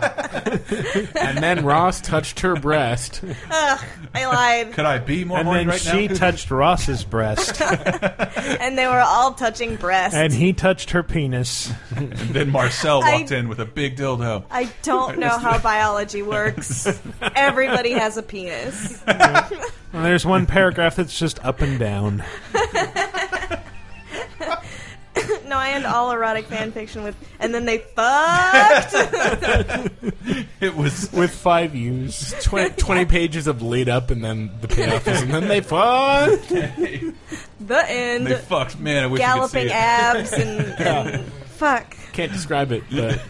[SPEAKER 4] and then Ross touched her
[SPEAKER 3] <laughs>
[SPEAKER 4] breast.
[SPEAKER 3] Ugh,
[SPEAKER 2] <laughs>
[SPEAKER 3] I
[SPEAKER 2] <laughs>
[SPEAKER 3] lied.
[SPEAKER 2] Could I be more
[SPEAKER 1] And
[SPEAKER 2] horny
[SPEAKER 1] then
[SPEAKER 2] right
[SPEAKER 1] she
[SPEAKER 2] now? <laughs>
[SPEAKER 1] touched Ross's breast,
[SPEAKER 3] And they were all touching breasts.
[SPEAKER 1] and he touched her penis.
[SPEAKER 2] and then Marcel walked in with a big dildo.
[SPEAKER 3] I
[SPEAKER 2] <laughs>
[SPEAKER 3] don't know how biology works. Everybody has a penis.
[SPEAKER 1] And there's one paragraph that's just up and down.
[SPEAKER 3] no, I end all erotic fan fiction with, and then
[SPEAKER 2] <laughs>
[SPEAKER 3] they fucked.
[SPEAKER 2] It was
[SPEAKER 4] with five U's, 20, 20 pages of lead up, and then the payoff is, and then they fucked.
[SPEAKER 3] the end.
[SPEAKER 2] They fucked. Man, I wish
[SPEAKER 3] Galloping
[SPEAKER 2] you could see <laughs>
[SPEAKER 3] abs
[SPEAKER 2] it.
[SPEAKER 3] and, and fuck.
[SPEAKER 4] Can't describe it, but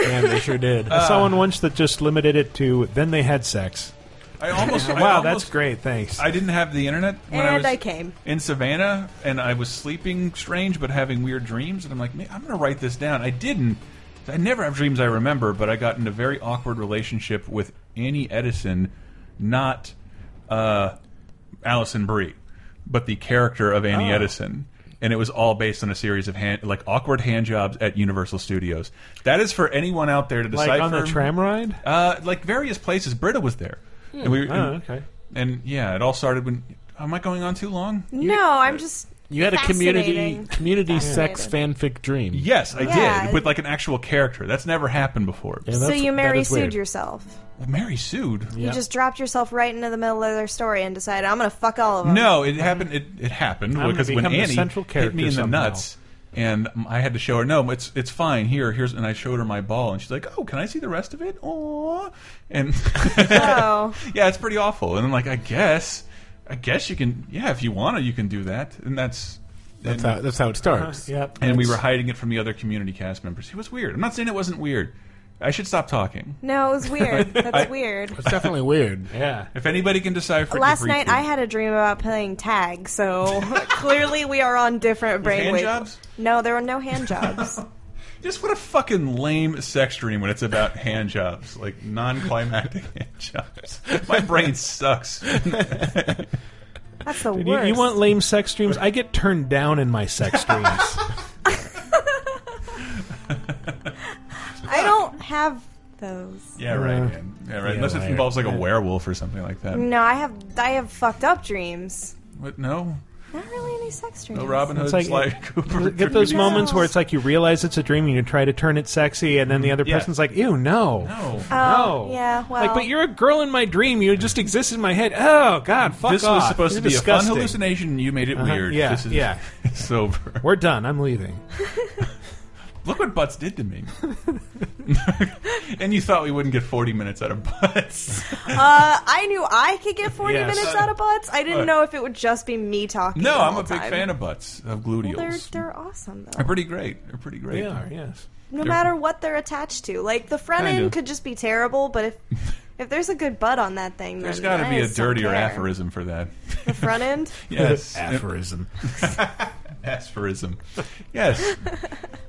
[SPEAKER 4] man, they sure did.
[SPEAKER 2] Uh,
[SPEAKER 1] I saw one once that just limited it to then they had sex.
[SPEAKER 2] I almost-
[SPEAKER 1] wow,
[SPEAKER 2] I
[SPEAKER 1] that's
[SPEAKER 2] almost-
[SPEAKER 1] great. Thanks.
[SPEAKER 2] I didn't have the internet when I
[SPEAKER 3] And
[SPEAKER 2] was
[SPEAKER 3] I came.
[SPEAKER 2] in Savannah, and I was sleeping strange but having weird dreams, and I'm like, man, I'm gonna write this down. I didn't. I never have dreams I remember, but I got in a very awkward relationship with Annie Edison, not uh, Allison Brie, but the character of Annie
[SPEAKER 12] Oh.
[SPEAKER 2] Edison. And it was all based on a series of hand, like awkward hand jobs at Universal Studios. That is for anyone out there to decipher.
[SPEAKER 1] Like on the tram ride?
[SPEAKER 2] Uh, like various places. Britta was there.
[SPEAKER 1] Hmm.
[SPEAKER 2] And we were-
[SPEAKER 1] Oh,
[SPEAKER 2] and-
[SPEAKER 1] okay.
[SPEAKER 2] And yeah, it all started when. Am I going on too long?
[SPEAKER 1] Mm-hmm.
[SPEAKER 3] No, I'm just.
[SPEAKER 4] You had a community
[SPEAKER 3] fascinating.
[SPEAKER 4] community
[SPEAKER 3] Fascinating.
[SPEAKER 4] sex fanfic dream.
[SPEAKER 2] Yes, I
[SPEAKER 3] Yeah.
[SPEAKER 2] did with like an actual character. That's never happened before.
[SPEAKER 3] so you Mary sued yourself.
[SPEAKER 2] Mary sued.
[SPEAKER 3] You just dropped yourself right into the middle of their story and decided I'm gonna fuck all of them.
[SPEAKER 2] No, it happened. It, it happened
[SPEAKER 1] I'm gonna
[SPEAKER 2] because when
[SPEAKER 1] become the
[SPEAKER 2] Annie
[SPEAKER 1] central
[SPEAKER 2] hit me in
[SPEAKER 1] character
[SPEAKER 2] the
[SPEAKER 1] somehow.
[SPEAKER 2] nuts, and I had to show her, no, it's it's fine. Here, here's, and I showed her my ball, and she's like, oh, can I see the rest of it? Aww. and <laughs> yeah, it's pretty awful. And I'm like, I guess, I guess you can. Yeah, if you want to, you can do that. And that's
[SPEAKER 4] That's
[SPEAKER 2] and-
[SPEAKER 4] how- that's how it starts. Uh-huh, yep.
[SPEAKER 2] And we
[SPEAKER 4] That's-
[SPEAKER 2] were hiding it from the other community cast members. It was weird. I'm not saying it wasn't weird. I should stop talking.
[SPEAKER 3] No, it was weird. That's
[SPEAKER 2] I-
[SPEAKER 3] weird.
[SPEAKER 4] It's definitely weird.
[SPEAKER 1] Yeah.
[SPEAKER 2] If anybody can decipher
[SPEAKER 3] <laughs>
[SPEAKER 2] it,
[SPEAKER 3] Last
[SPEAKER 2] you're
[SPEAKER 3] night
[SPEAKER 2] free
[SPEAKER 3] I had a dream about playing tag, so <laughs> clearly we are on different brain
[SPEAKER 2] hand
[SPEAKER 3] waves.
[SPEAKER 2] jobs?
[SPEAKER 3] No, there were no hand jobs.
[SPEAKER 2] to. Just what a fucking lame sex dream when it's about hand jobs, like non-climactic <laughs> hand jobs. My brain sucks.
[SPEAKER 3] That's the
[SPEAKER 1] Dude, you,
[SPEAKER 3] worst.
[SPEAKER 1] you want lame sex dreams? I get turned down in my
[SPEAKER 2] <laughs>
[SPEAKER 1] sex dreams.
[SPEAKER 3] I don't have those.
[SPEAKER 2] Yeah, right. man. Yeah, right. Unless it involves like a werewolf or something like that.
[SPEAKER 3] No, I have I have fucked up dreams.
[SPEAKER 2] What? No.
[SPEAKER 3] Not really any sex dreams.
[SPEAKER 2] No Robin Hood,
[SPEAKER 1] It's like,
[SPEAKER 2] Sly Cooper.
[SPEAKER 1] get those
[SPEAKER 2] Drew
[SPEAKER 1] moments
[SPEAKER 2] Brees.
[SPEAKER 1] where it's like you realize it's a dream and you try to turn it sexy, and then the other
[SPEAKER 2] Yeah.
[SPEAKER 1] person's like, "Ew, no,
[SPEAKER 2] no,
[SPEAKER 3] Oh, yeah, well-
[SPEAKER 1] like, but you're a girl in my dream. You just exist in my head. Oh God, fuck
[SPEAKER 2] This
[SPEAKER 1] off.
[SPEAKER 2] was supposed to
[SPEAKER 1] You're
[SPEAKER 2] be a
[SPEAKER 1] disgusting.
[SPEAKER 2] fun hallucination. and You made it
[SPEAKER 1] Uh-huh.
[SPEAKER 2] weird.
[SPEAKER 1] Yeah,
[SPEAKER 2] This is,
[SPEAKER 1] yeah.
[SPEAKER 2] <laughs> It's over.
[SPEAKER 1] We're done. I'm leaving.
[SPEAKER 2] Look what Butts did to me. and you thought we wouldn't get 40 minutes out of Butts.
[SPEAKER 3] uh, I knew I could get 40
[SPEAKER 2] Yes.
[SPEAKER 3] minutes out of butts. I didn't
[SPEAKER 2] Look.
[SPEAKER 3] know if it would just be me talking.
[SPEAKER 2] No,
[SPEAKER 3] the
[SPEAKER 2] I'm
[SPEAKER 3] whole
[SPEAKER 2] a big
[SPEAKER 3] time.
[SPEAKER 2] fan of Butts, of gluteals.
[SPEAKER 3] Well, they're, they're awesome, though.
[SPEAKER 2] They're pretty great. They're pretty great.
[SPEAKER 1] They are, yes.
[SPEAKER 3] no
[SPEAKER 2] They're-
[SPEAKER 3] matter what they're attached to. Like, the front
[SPEAKER 2] Kinda.
[SPEAKER 3] end could just be terrible, but if if there's a good butt on that thing,
[SPEAKER 2] There's
[SPEAKER 3] got to
[SPEAKER 2] be a dirtier aphorism
[SPEAKER 1] <laughs>
[SPEAKER 2] for that.
[SPEAKER 3] The front end?
[SPEAKER 2] Yes.
[SPEAKER 4] Aphorism.
[SPEAKER 2] <laughs> Aphorism. Yes.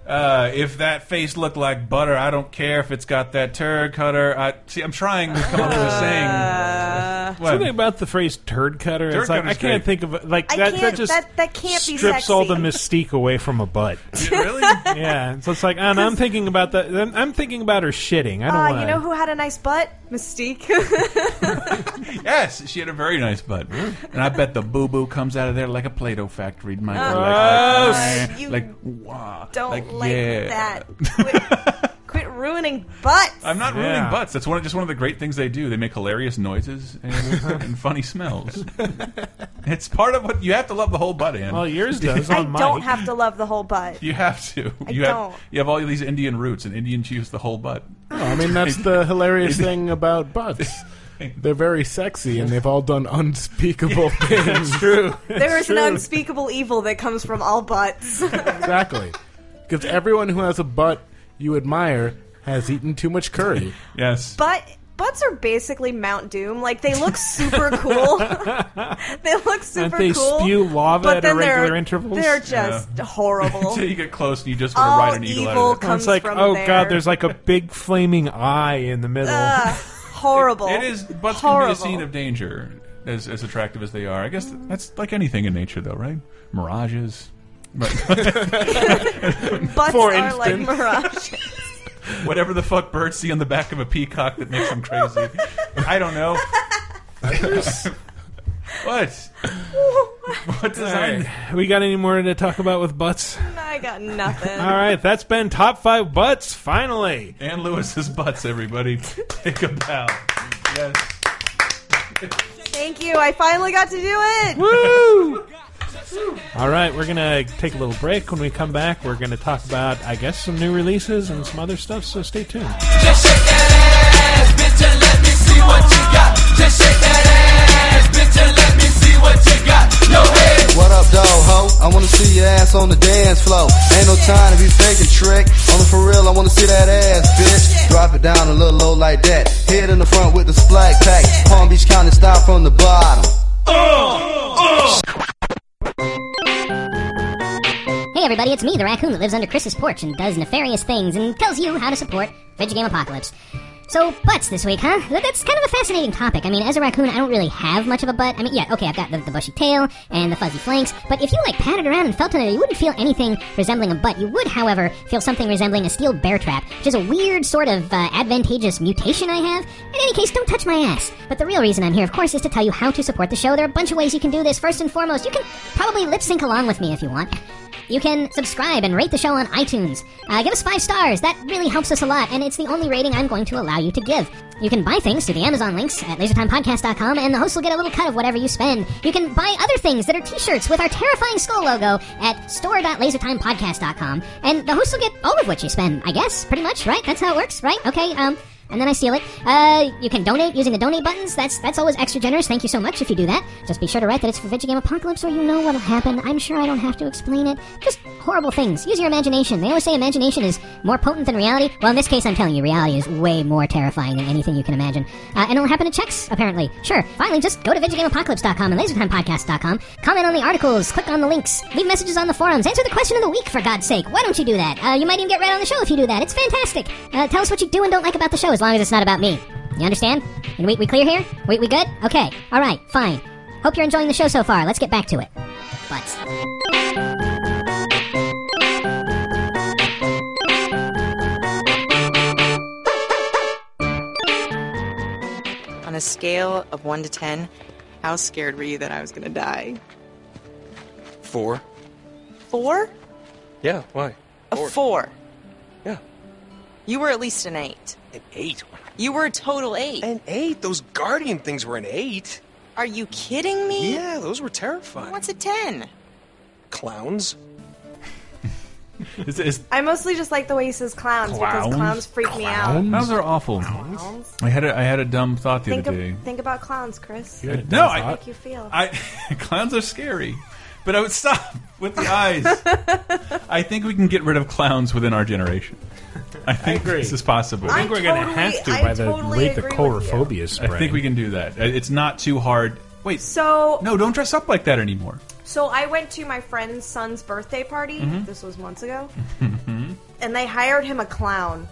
[SPEAKER 2] Uh, if that face looked like butter, I don't care if it's got that turd cutter. I see. I'm trying to come up with a saying.
[SPEAKER 3] Uh,
[SPEAKER 2] What?
[SPEAKER 1] Something about the phrase "turd cutter."
[SPEAKER 2] Turd
[SPEAKER 1] it's like I
[SPEAKER 2] cutter's
[SPEAKER 1] can't
[SPEAKER 2] great.
[SPEAKER 1] think of like
[SPEAKER 3] I
[SPEAKER 1] that.
[SPEAKER 3] can't-
[SPEAKER 1] that just
[SPEAKER 3] that- that can't be
[SPEAKER 1] strips all the
[SPEAKER 3] sexy.
[SPEAKER 1] mystique away from a
[SPEAKER 3] <laughs>
[SPEAKER 1] butt.
[SPEAKER 2] really?
[SPEAKER 1] yeah. So it's like, and I'm thinking about that. then I'm thinking about her shitting. I don't
[SPEAKER 3] Uh,
[SPEAKER 1] want.
[SPEAKER 3] you know who had a nice butt? Mystique. <laughs>
[SPEAKER 2] Yes, she had a very nice butt,
[SPEAKER 3] Mm.
[SPEAKER 2] and I bet the boo boo comes out of there like a Play-Doh factory, Michael.
[SPEAKER 3] Oh,
[SPEAKER 2] like,
[SPEAKER 3] you
[SPEAKER 2] like, like, wah,
[SPEAKER 3] Don't like,
[SPEAKER 2] like, yeah. <laughs>
[SPEAKER 3] that. Quit, quit ruining butts.
[SPEAKER 2] I'm not ruining
[SPEAKER 3] Yeah.
[SPEAKER 2] butts. That's one of, just one of the great things they do. They make hilarious noises and, and funny smells. it's part of what you have to love the whole butt in.
[SPEAKER 1] Well,
[SPEAKER 2] <laughs>
[SPEAKER 1] yours does Oh,
[SPEAKER 3] I don't have to love the whole butt.
[SPEAKER 2] You have to.
[SPEAKER 3] I
[SPEAKER 2] you have
[SPEAKER 3] don't.
[SPEAKER 2] you have all these Indian roots, and Indians use the whole butt.
[SPEAKER 4] No, I mean that's the hilarious thing about butts. They're very sexy, and they've all done unspeakable things.
[SPEAKER 1] true.
[SPEAKER 3] There is an unspeakable evil that comes from all butts.
[SPEAKER 4] exactly because everyone who has a butt you admire has eaten too much curry.
[SPEAKER 2] Yes,
[SPEAKER 3] But butts are basically Mount Doom. Like they
[SPEAKER 1] <laughs>
[SPEAKER 3] look super cool. they look super
[SPEAKER 1] And they
[SPEAKER 3] cool.
[SPEAKER 1] spew lava
[SPEAKER 3] but
[SPEAKER 1] at
[SPEAKER 3] then
[SPEAKER 1] irregular
[SPEAKER 3] they're,
[SPEAKER 1] intervals?
[SPEAKER 3] They're just
[SPEAKER 1] <laughs>
[SPEAKER 3] horrible.
[SPEAKER 2] Until you get close, and you just want to
[SPEAKER 3] All
[SPEAKER 2] ride an eagle out
[SPEAKER 3] evil
[SPEAKER 2] of there.
[SPEAKER 3] comes
[SPEAKER 1] it's like,
[SPEAKER 3] from
[SPEAKER 1] oh
[SPEAKER 3] there. Uh.
[SPEAKER 1] god, there's like a big flaming eye in the middle.
[SPEAKER 3] Ugh, horrible.
[SPEAKER 2] It is butts can be
[SPEAKER 3] horrible.
[SPEAKER 2] a scene of danger, as as attractive as they are. I guess that's like anything in nature, though, right? Mirages, but <laughs>
[SPEAKER 3] Butts
[SPEAKER 2] For
[SPEAKER 3] are like
[SPEAKER 2] instance.
[SPEAKER 3] mirages.
[SPEAKER 2] whatever the fuck birds see on the back of a peacock that makes them
[SPEAKER 3] <laughs>
[SPEAKER 2] crazy. I don't know.
[SPEAKER 3] <laughs>
[SPEAKER 2] what? What design?
[SPEAKER 1] We got any more to talk about with butts? <laughs>
[SPEAKER 3] I got nothing.
[SPEAKER 1] All right, that's been top five butts. Finally,
[SPEAKER 2] Ann Lewis's butts. Everybody, take a bow. Yes.
[SPEAKER 3] Thank you. I finally got to do it.
[SPEAKER 1] Woo! All right, we're gonna take a little break. When we come back, we're gonna talk about, I guess, some new releases and some other stuff. So stay tuned.
[SPEAKER 14] Just shake that ass, bitch, and let me see what you got. Just shake that ass, bitch, and let me see what you got. No head.
[SPEAKER 15] What up, though, ho? I wanna see your ass on the dance floor. Ain't no time to be faking trick. Only for real, I wanna see that ass, bitch. Drop it down a little low like that. Head in the front with the splat pack. Palm Beach County style from the bottom.
[SPEAKER 16] Hey everybody, it's me, the raccoon that lives under Chris's porch and does nefarious things and tells you how to support Video Game Apocalypse. So, butts this week, huh? Th- That's kind of a fascinating topic. I mean, as a raccoon, I don't really have much of a butt. I mean, yeah, okay, I've got the, the bushy tail and the fuzzy flanks, but if you, like, patted around and felt in it, you wouldn't feel anything resembling a butt. You would, however, feel something resembling a steel bear trap, which is a weird sort of uh, advantageous mutation I have. In any case, don't touch my ass. But the real reason I'm here, of course, is to tell you how to support the show. There are a bunch of ways you can do this. First and foremost, you can probably lip sync along with me if you want. You can subscribe and rate the show on iTunes. Uh, give us five stars. That really helps us a lot, and it's the only rating I'm going to allow you to give. You can buy things through the Amazon links at lasertimepodcast.com, and the host will get a little cut of whatever you spend. You can buy other things that are t-shirts with our terrifying skull logo at store.lasertimepodcast.com, and the host will get all of what you spend, I guess, pretty much, right? That's how it works, right? Okay, um... And then I steal it. Uh, you can donate using the donate buttons. That's that's always extra generous. Thank you so much if you do that. Just be sure to write that it's for Video Game Apocalypse, or you know what'll happen. I'm sure I don't have to explain it. Just horrible things. Use your imagination. They always say imagination is more potent than reality. Well, in this case, I'm telling you, reality is way more terrifying than anything you can imagine. Uh, and it'll happen to checks, apparently. Sure. Finally, just go to VideoGameApocalypse.com and LaserTimePodcast.com. Comment on the articles. Click on the links. Leave messages on the forums. Answer the question of the week, for God's sake. Why don't you do that? Uh, you might even get read on the show if you do that. It's fantastic. Uh, tell us what you do and don't like about the show, as long as it's not about me. You understand? And we, we clear here? We, we good? Okay. All right. Fine. Hope you're enjoying the show so far. Let's get back to it. Butts.
[SPEAKER 17] scale of 1 to 10, how scared were you that I was going to die?
[SPEAKER 6] Four?
[SPEAKER 17] Four?
[SPEAKER 6] Yeah, why?
[SPEAKER 17] A four.
[SPEAKER 6] Yeah.
[SPEAKER 17] You were at least an eight.
[SPEAKER 6] An eight?
[SPEAKER 17] You were a total eight.
[SPEAKER 6] An eight? Those guardian things were an eight.
[SPEAKER 17] Are you kidding me?
[SPEAKER 6] Yeah, those were terrifying.
[SPEAKER 17] What's a ten?
[SPEAKER 6] Clowns?
[SPEAKER 2] Is, is,
[SPEAKER 3] I mostly just like the way he says clowns, because
[SPEAKER 2] Clowns?
[SPEAKER 3] clowns freak me out.
[SPEAKER 2] Clowns? Those are awful.
[SPEAKER 3] Clowns?
[SPEAKER 2] I had a, I had a dumb thought the
[SPEAKER 3] Think,
[SPEAKER 2] other day.
[SPEAKER 3] of, think about clowns, Chris.
[SPEAKER 2] I- no,
[SPEAKER 3] How does
[SPEAKER 2] I
[SPEAKER 3] it make you feel.
[SPEAKER 2] I <laughs> clowns are scary, but I would stop <laughs> with the eyes. I think we can get rid of clowns within our generation. I think this is possible.
[SPEAKER 4] I think I we're gonna totally- have to I by the totally rate the agree with you. chorophobia is
[SPEAKER 2] I
[SPEAKER 4] spreading.
[SPEAKER 2] think we can do that. I- It's not too hard. Wait.
[SPEAKER 3] So
[SPEAKER 2] no, don't dress up like that
[SPEAKER 4] <laughs>
[SPEAKER 2] anymore.
[SPEAKER 3] So I went to my friend's son's birthday party.
[SPEAKER 4] Mm-hmm.
[SPEAKER 2] Mhm.
[SPEAKER 3] This was months ago, and they hired him a clown.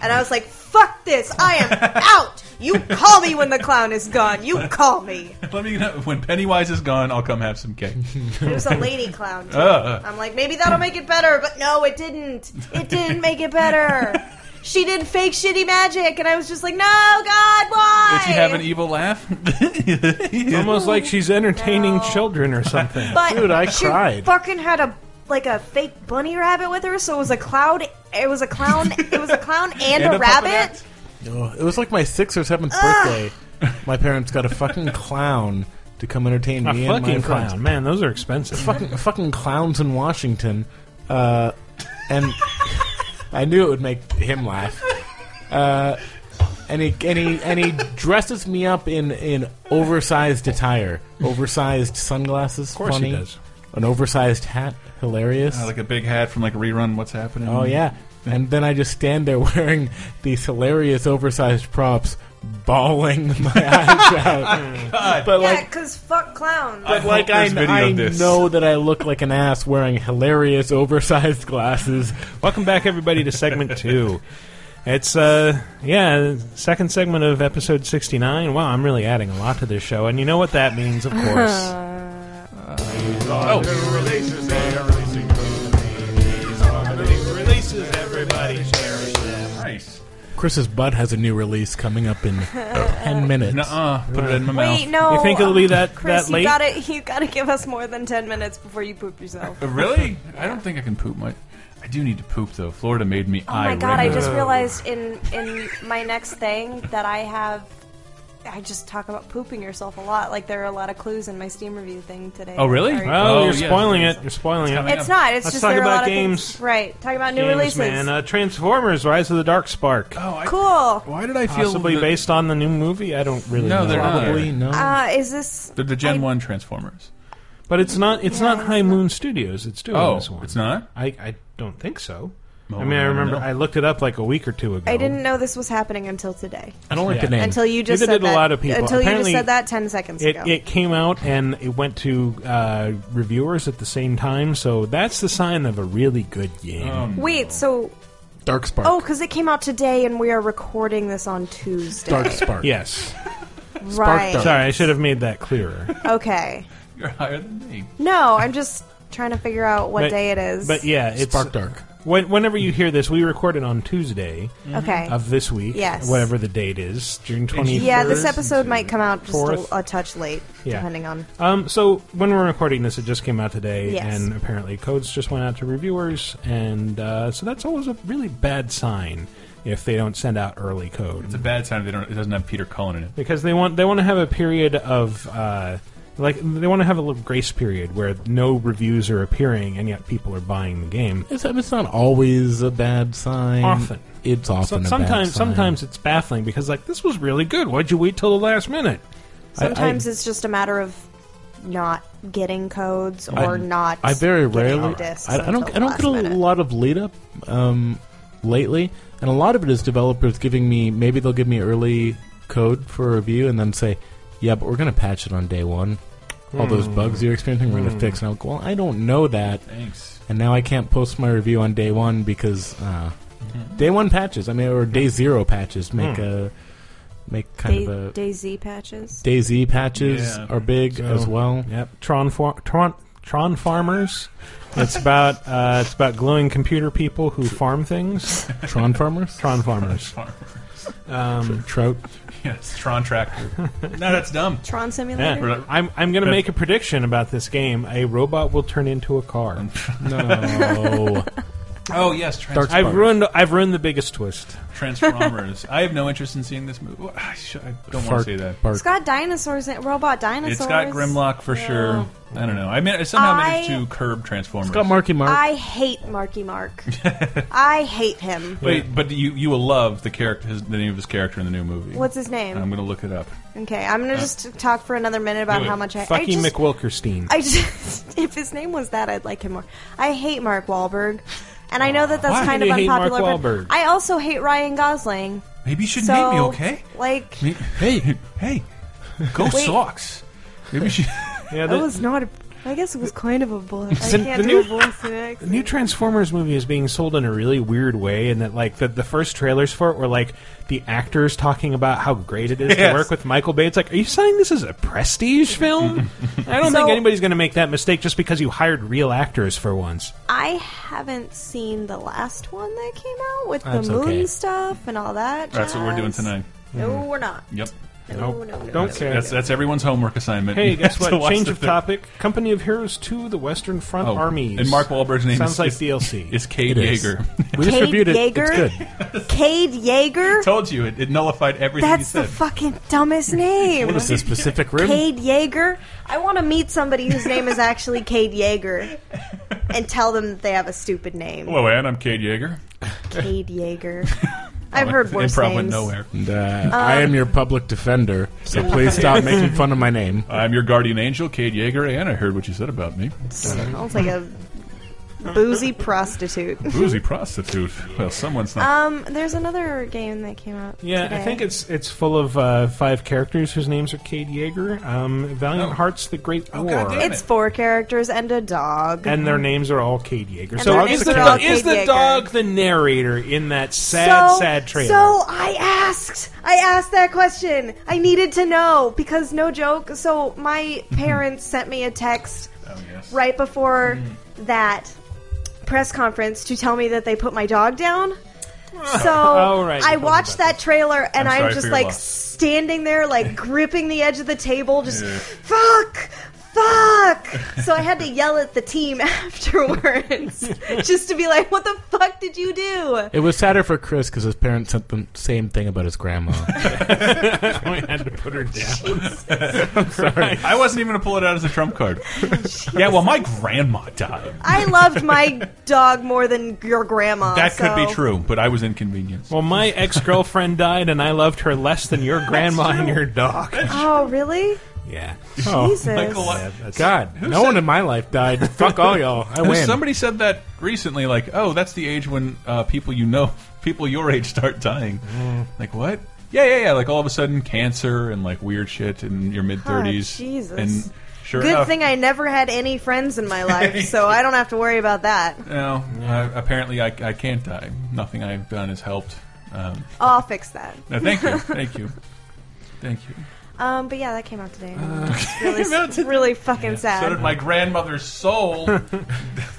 [SPEAKER 3] And I was like, "Fuck this! I am
[SPEAKER 4] <laughs>
[SPEAKER 3] out. You call me when the clown is gone. You call me."
[SPEAKER 2] Let me know when Pennywise is gone. I'll come have some cake.
[SPEAKER 3] It was a lady clown. too.
[SPEAKER 2] Uh.
[SPEAKER 3] I'm like, maybe that'll make it better, but no, it didn't. It didn't make it better. She did fake shitty magic, and I was just like, "No, God, why?"
[SPEAKER 2] Did she have an evil laugh? it's
[SPEAKER 1] almost like she's entertaining children or <laughs> something.
[SPEAKER 3] But she Fucking had a like a fake bunny rabbit with her, so it was a cloud. It was a clown. it was a clown and,
[SPEAKER 4] And
[SPEAKER 3] a,
[SPEAKER 4] a puppet
[SPEAKER 3] rabbit.
[SPEAKER 4] Oh, it was like my sixth or seventh birthday. My parents got a fucking clown to come entertain
[SPEAKER 1] A
[SPEAKER 4] me and my
[SPEAKER 1] fucking
[SPEAKER 4] friends.
[SPEAKER 1] clown. Man, those are expensive.
[SPEAKER 4] Fucking, fucking clowns in Washington. Uh, and I knew it would make him laugh. Uh, and he and he and he dresses me up in in oversized attire, oversized sunglasses. Of
[SPEAKER 2] course he
[SPEAKER 4] funny.
[SPEAKER 2] does.
[SPEAKER 4] An oversized hat, hilarious.
[SPEAKER 2] Uh, like a big hat from like a rerun. What's happening?
[SPEAKER 1] Mm.
[SPEAKER 4] Oh yeah. And then I just stand there <laughs> wearing these hilarious oversized props, bawling my <laughs> eyes out. But
[SPEAKER 3] yeah,
[SPEAKER 4] like,
[SPEAKER 3] because fuck clowns.
[SPEAKER 4] but like I, I know that I look like an ass wearing hilarious <laughs> oversized glasses.
[SPEAKER 1] Welcome back, everybody, to segment two. It's uh yeah, second segment of episode sixty nine. Wow, I'm really adding a lot to this show, and you know what that means, of course.
[SPEAKER 2] Oh,
[SPEAKER 14] Releases, they are releasing these are the big releases. Everybody cherish them.
[SPEAKER 2] Nice.
[SPEAKER 4] Chris's butt has a new release coming
[SPEAKER 1] <laughs>
[SPEAKER 4] up in ten minutes.
[SPEAKER 2] Nuh-uh. Put it in my
[SPEAKER 3] Wait, no. um,
[SPEAKER 4] You think it'll be that-
[SPEAKER 3] Chris,
[SPEAKER 4] that late?
[SPEAKER 3] You gotta, you gotta give us more than ten minutes before you poop yourself.
[SPEAKER 2] Uh, Really? I don't think I can poop much. I do need to poop though. Florida made me.
[SPEAKER 3] Oh my god! I just realized in in my next thing that I have. I just talk about pooping yourself a lot. Like there are a lot of clues in my Steam review thing today.
[SPEAKER 1] Oh, really?
[SPEAKER 3] Sorry.
[SPEAKER 1] Oh, you're spoiling it. You're spoiling it.
[SPEAKER 3] It's not. It's
[SPEAKER 1] Let's
[SPEAKER 3] just
[SPEAKER 1] talk
[SPEAKER 3] there are a lot
[SPEAKER 1] about
[SPEAKER 3] of
[SPEAKER 1] games.
[SPEAKER 3] Things, right. Talking about new
[SPEAKER 1] games,
[SPEAKER 3] releases.
[SPEAKER 1] man. Uh, Transformers: Rise of the Dark Spark.
[SPEAKER 2] Oh,
[SPEAKER 3] cool.
[SPEAKER 2] Why did
[SPEAKER 1] possibly
[SPEAKER 2] the-
[SPEAKER 1] based on the new movie? I don't really.
[SPEAKER 2] No,
[SPEAKER 1] know.
[SPEAKER 2] they're not. Probably
[SPEAKER 4] no.
[SPEAKER 3] Uh, is this?
[SPEAKER 2] They're the Gen One Transformers.
[SPEAKER 1] But it's not. It's not High Moon Studios. It's doing
[SPEAKER 2] Oh,
[SPEAKER 1] this one.
[SPEAKER 2] it's not.
[SPEAKER 1] I, I don't think so.
[SPEAKER 2] Well,
[SPEAKER 1] I mean,
[SPEAKER 2] I
[SPEAKER 1] I
[SPEAKER 2] don't
[SPEAKER 1] remember
[SPEAKER 2] know.
[SPEAKER 1] I looked it up like a week or two ago.
[SPEAKER 3] I didn't know this was happening until today.
[SPEAKER 1] I don't like the name.
[SPEAKER 3] Until you just
[SPEAKER 1] Neither
[SPEAKER 3] said
[SPEAKER 1] did a
[SPEAKER 3] that.
[SPEAKER 1] lot of people.
[SPEAKER 3] Until
[SPEAKER 1] Apparently,
[SPEAKER 3] you just said that ten seconds
[SPEAKER 1] It,
[SPEAKER 3] ago.
[SPEAKER 1] it came out and it went to uh, reviewers at the same time, so that's the sign of a really good game.
[SPEAKER 2] Um,
[SPEAKER 3] Wait. So.
[SPEAKER 4] Dark Spark.
[SPEAKER 3] Oh, because it came out today, and we are recording this on Tuesday.
[SPEAKER 1] Yes.
[SPEAKER 3] Right.
[SPEAKER 1] Sorry, I should have made that clearer.
[SPEAKER 3] Okay.
[SPEAKER 2] You're higher than me.
[SPEAKER 3] No, I'm just trying to figure out what
[SPEAKER 1] But-
[SPEAKER 3] day it is.
[SPEAKER 1] But yeah, it's
[SPEAKER 4] Spark Dark.
[SPEAKER 1] When, whenever you hear this, we recorded on Tuesday
[SPEAKER 3] Okay.
[SPEAKER 1] of this week,
[SPEAKER 3] Yes.
[SPEAKER 1] whatever the date is, June twenty.
[SPEAKER 3] yeah, this episode might come out just
[SPEAKER 1] Fourth.
[SPEAKER 3] a, a touch late,
[SPEAKER 1] Yeah.
[SPEAKER 3] depending on.
[SPEAKER 1] Um, so when we're recording this, it just came out today,
[SPEAKER 3] Yes.
[SPEAKER 1] and apparently codes just went out to reviewers, and uh, so that's always a really bad sign if they don't send out early code
[SPEAKER 2] It's a bad sign. They don't. It doesn't have Peter Cullen in it.
[SPEAKER 1] because they want they want to have a period of uh, like they want to have a little grace period where no reviews are appearing and yet people are buying the game.
[SPEAKER 4] It's, it's not always a bad sign.
[SPEAKER 1] Often.
[SPEAKER 4] it's
[SPEAKER 1] So-
[SPEAKER 4] often a bad
[SPEAKER 1] sometimes
[SPEAKER 4] sign.
[SPEAKER 1] sometimes it's baffling because like this was really good. Why'd you wait till the last minute?
[SPEAKER 3] Sometimes it's just a matter of not getting codes or not.
[SPEAKER 4] I very
[SPEAKER 3] getting
[SPEAKER 4] rarely.
[SPEAKER 3] discs
[SPEAKER 4] I, I
[SPEAKER 3] until
[SPEAKER 4] don't. I don't
[SPEAKER 3] last
[SPEAKER 4] get a
[SPEAKER 3] minute.
[SPEAKER 4] lot of lead up um, lately, and a lot of it is developers giving me. Maybe they'll give me early code for a review, and then say, "Yeah, but we're going to patch it on day one. All those
[SPEAKER 1] Hmm.
[SPEAKER 4] bugs you're experiencing, we're going
[SPEAKER 1] Hmm.
[SPEAKER 4] to fix." And I'm like, "Well, I don't know that."
[SPEAKER 2] Thanks. <laughs>
[SPEAKER 4] And now I can't post my review on day one because uh,
[SPEAKER 1] Hmm.
[SPEAKER 4] day one patches. I mean, or day zero patches make
[SPEAKER 3] Hmm.
[SPEAKER 4] a make kind
[SPEAKER 3] Day-
[SPEAKER 4] of a
[SPEAKER 3] Day Z patches?
[SPEAKER 4] Day Z patches
[SPEAKER 1] Yeah.
[SPEAKER 4] are big
[SPEAKER 1] So-
[SPEAKER 4] as well.
[SPEAKER 1] Yep, Tron Far- Tron Tron farmers. It's about uh, it's about glowing computer people who farm things.
[SPEAKER 4] Tron farmers.
[SPEAKER 1] Tron farmers. Um,
[SPEAKER 4] trout.
[SPEAKER 2] Yes,
[SPEAKER 1] <laughs>
[SPEAKER 2] Tron Tractor. no, that's dumb.
[SPEAKER 3] Tron Simulator.
[SPEAKER 2] Yeah.
[SPEAKER 1] I'm I'm going to make a prediction about this game. A robot will turn into a car. no.
[SPEAKER 2] Oh, yes, Transformers.
[SPEAKER 1] I've ruined I've ruined the biggest twist.
[SPEAKER 2] Transformers. I have no interest in seeing this movie. Well, I, should, I don't want to
[SPEAKER 1] Fart-
[SPEAKER 2] say that.
[SPEAKER 3] It's got dinosaurs in it, robot dinosaurs.
[SPEAKER 2] It's got Grimlock for sure. I don't know. I mean, I somehow managed
[SPEAKER 3] I-
[SPEAKER 2] to curb Transformers.
[SPEAKER 3] I hate
[SPEAKER 2] <laughs>
[SPEAKER 3] Marky Mark. I hate him.
[SPEAKER 2] Wait, but you you will love the character, his, the name of his character in the new movie.
[SPEAKER 3] What's his name?
[SPEAKER 2] I'm going to look it up.
[SPEAKER 3] Okay, I'm gonna
[SPEAKER 2] Uh,
[SPEAKER 3] just talk for another minute about
[SPEAKER 2] do it.
[SPEAKER 3] how much I. I
[SPEAKER 1] Fucking
[SPEAKER 3] just,
[SPEAKER 1] McWilkerstein.
[SPEAKER 3] I just, <laughs> if his name was that, I'd like him more. I hate Mark Wahlberg, and I know that that's
[SPEAKER 2] Why
[SPEAKER 3] kind
[SPEAKER 2] do
[SPEAKER 3] of
[SPEAKER 2] you hate Mark
[SPEAKER 3] unpopular.
[SPEAKER 2] Wahlberg?
[SPEAKER 3] but I also hate Ryan Gosling.
[SPEAKER 2] Maybe you should
[SPEAKER 3] so,
[SPEAKER 2] name me, okay?
[SPEAKER 3] Like,
[SPEAKER 2] Me- Hey, hey, go
[SPEAKER 3] Wait.
[SPEAKER 2] socks. Maybe she.
[SPEAKER 1] Yeah,
[SPEAKER 3] that was not. A, I guess it was kind of a voice. I
[SPEAKER 1] Sin-
[SPEAKER 3] can't
[SPEAKER 1] the
[SPEAKER 3] do
[SPEAKER 1] new-
[SPEAKER 3] a voice in it.
[SPEAKER 1] The new Transformers movie is being sold in a really weird way, and that like the, the first trailers for it were like the actors talking about how great it is
[SPEAKER 2] Yes.
[SPEAKER 1] to work with Michael Bay. It's like, are you saying this is a prestige <laughs> film? I don't
[SPEAKER 3] So-
[SPEAKER 1] think anybody's going to make that mistake just because you hired real actors for once.
[SPEAKER 3] I haven't seen the last one that came out with
[SPEAKER 1] That's
[SPEAKER 3] the moon
[SPEAKER 1] okay.
[SPEAKER 3] stuff and all
[SPEAKER 2] <laughs>
[SPEAKER 3] that.
[SPEAKER 2] That's what we're doing
[SPEAKER 3] jazz.
[SPEAKER 2] tonight.
[SPEAKER 3] No, we're not.
[SPEAKER 2] Yep.
[SPEAKER 3] No, Nope. no, no,
[SPEAKER 1] Don't
[SPEAKER 2] that's,
[SPEAKER 1] care.
[SPEAKER 2] That's, that's everyone's homework assignment.
[SPEAKER 1] Hey, guess
[SPEAKER 2] <laughs> To
[SPEAKER 1] what?
[SPEAKER 2] watch
[SPEAKER 1] Change
[SPEAKER 2] the
[SPEAKER 1] of
[SPEAKER 2] film.
[SPEAKER 1] topic. Company of Heroes 2, The Western Front
[SPEAKER 2] Oh,
[SPEAKER 1] Armies.
[SPEAKER 2] And Mark Wahlberg's name
[SPEAKER 1] Sounds <laughs>
[SPEAKER 2] is,
[SPEAKER 1] like
[SPEAKER 2] is,
[SPEAKER 1] DLC.
[SPEAKER 2] Is Cade
[SPEAKER 1] It is.
[SPEAKER 2] Yeager. <laughs>
[SPEAKER 1] We
[SPEAKER 3] Cade Yeager. Cade Yeager.
[SPEAKER 2] Told you it, it nullified everything
[SPEAKER 3] That's
[SPEAKER 2] you
[SPEAKER 3] the
[SPEAKER 2] said.
[SPEAKER 3] fucking dumbest
[SPEAKER 2] <laughs>
[SPEAKER 3] name.
[SPEAKER 2] What is this, Pacific Rim?
[SPEAKER 3] Cade Yeager. I want to meet somebody whose name is actually Cade Yeager, and tell them that they have a stupid name.
[SPEAKER 2] Hello, Anne. I'm Cade Yeager. <laughs>
[SPEAKER 3] Cade Yeager. I've heard worse
[SPEAKER 2] Improv went
[SPEAKER 3] names.
[SPEAKER 2] nowhere.
[SPEAKER 4] And, uh,
[SPEAKER 1] Um,
[SPEAKER 4] I am your public defender, so please
[SPEAKER 1] <laughs>
[SPEAKER 4] stop making fun of my name.
[SPEAKER 2] I'm your guardian angel, Cade Yeager, and I heard what you said about me.
[SPEAKER 3] Sounds like a boozy prostitute.
[SPEAKER 2] Boozy prostitute. Well, someone's not.
[SPEAKER 3] Um, there's another game that came out.
[SPEAKER 1] Yeah, I
[SPEAKER 3] today.
[SPEAKER 1] think it's it's full of uh, five characters whose names are Cade Yeager, um, Valiant Hearts, The Great War,
[SPEAKER 3] it's four characters and a dog.
[SPEAKER 1] and their names are all Cade Yeager.
[SPEAKER 3] And
[SPEAKER 1] so
[SPEAKER 3] their
[SPEAKER 1] is
[SPEAKER 3] names
[SPEAKER 1] the,
[SPEAKER 3] are all
[SPEAKER 1] dog- is
[SPEAKER 3] Cade
[SPEAKER 1] the
[SPEAKER 3] Yeager.
[SPEAKER 1] dog the narrator in that sad,
[SPEAKER 3] so,
[SPEAKER 1] sad trailer?
[SPEAKER 3] So I asked. I asked that question. I needed to know because no joke. So
[SPEAKER 1] <laughs>
[SPEAKER 3] my parents sent me a text
[SPEAKER 1] Oh,
[SPEAKER 3] right before
[SPEAKER 1] Mm.
[SPEAKER 3] that press conference to tell me that they put my
[SPEAKER 1] <laughs>
[SPEAKER 3] dog down. So
[SPEAKER 1] Oh, right, you
[SPEAKER 3] I
[SPEAKER 1] told me
[SPEAKER 3] watched that trailer
[SPEAKER 1] I'm
[SPEAKER 3] and I'm,
[SPEAKER 1] sorry for
[SPEAKER 3] just
[SPEAKER 1] your
[SPEAKER 3] like
[SPEAKER 1] loss.
[SPEAKER 3] standing
[SPEAKER 1] <laughs>
[SPEAKER 3] there, like gripping the edge of the table, just
[SPEAKER 1] Yeah.
[SPEAKER 3] fuck, fuck. so I had to yell at the
[SPEAKER 1] <laughs>
[SPEAKER 3] team <laughs> afterwards just to be like, what the fuck did you do?
[SPEAKER 4] It was sadder for Chris because his parents sent the same thing about
[SPEAKER 1] <laughs>
[SPEAKER 4] his grandma.
[SPEAKER 3] <laughs>
[SPEAKER 2] we had to put her down.
[SPEAKER 4] I'm
[SPEAKER 3] Um,
[SPEAKER 4] sorry.
[SPEAKER 2] I wasn't even going to pull it out as a trump
[SPEAKER 3] <laughs>
[SPEAKER 2] card. yeah, well, my grandma died.
[SPEAKER 3] I loved my dog more than your grandma.
[SPEAKER 2] That could be
[SPEAKER 3] so-
[SPEAKER 2] true, but I was inconvenienced.
[SPEAKER 1] well, my ex girlfriend died, and I loved her less than your grandma and your dog.
[SPEAKER 3] Oh, really?
[SPEAKER 1] Yeah.
[SPEAKER 4] Oh,
[SPEAKER 3] Jesus. Michael, what-
[SPEAKER 4] God, no one in my
[SPEAKER 1] <laughs>
[SPEAKER 4] life died. Fuck all y'all. I
[SPEAKER 2] There's
[SPEAKER 4] win.
[SPEAKER 2] Somebody said that recently, like, oh, that's the age when uh, people you know, <laughs> people your age start dying.
[SPEAKER 3] Mm.
[SPEAKER 2] Like, what? Yeah, yeah, yeah. Like, all of a sudden, cancer and, like, weird shit in your mid 30s.
[SPEAKER 3] Ah, Jesus.
[SPEAKER 2] And sure
[SPEAKER 3] Good
[SPEAKER 2] enough,
[SPEAKER 3] thing I never had any friends in my life, so I don't have to worry about that.
[SPEAKER 2] no, I, apparently I, I can't die. Nothing I've done has helped. Um,
[SPEAKER 3] Oh, I'll fix that.
[SPEAKER 2] no, thank
[SPEAKER 3] <laughs>
[SPEAKER 2] you. Thank you. Thank you.
[SPEAKER 3] Um, but yeah, that came out today. It's really, really fucking sad.
[SPEAKER 2] So did my grandmother's soul.
[SPEAKER 3] <laughs>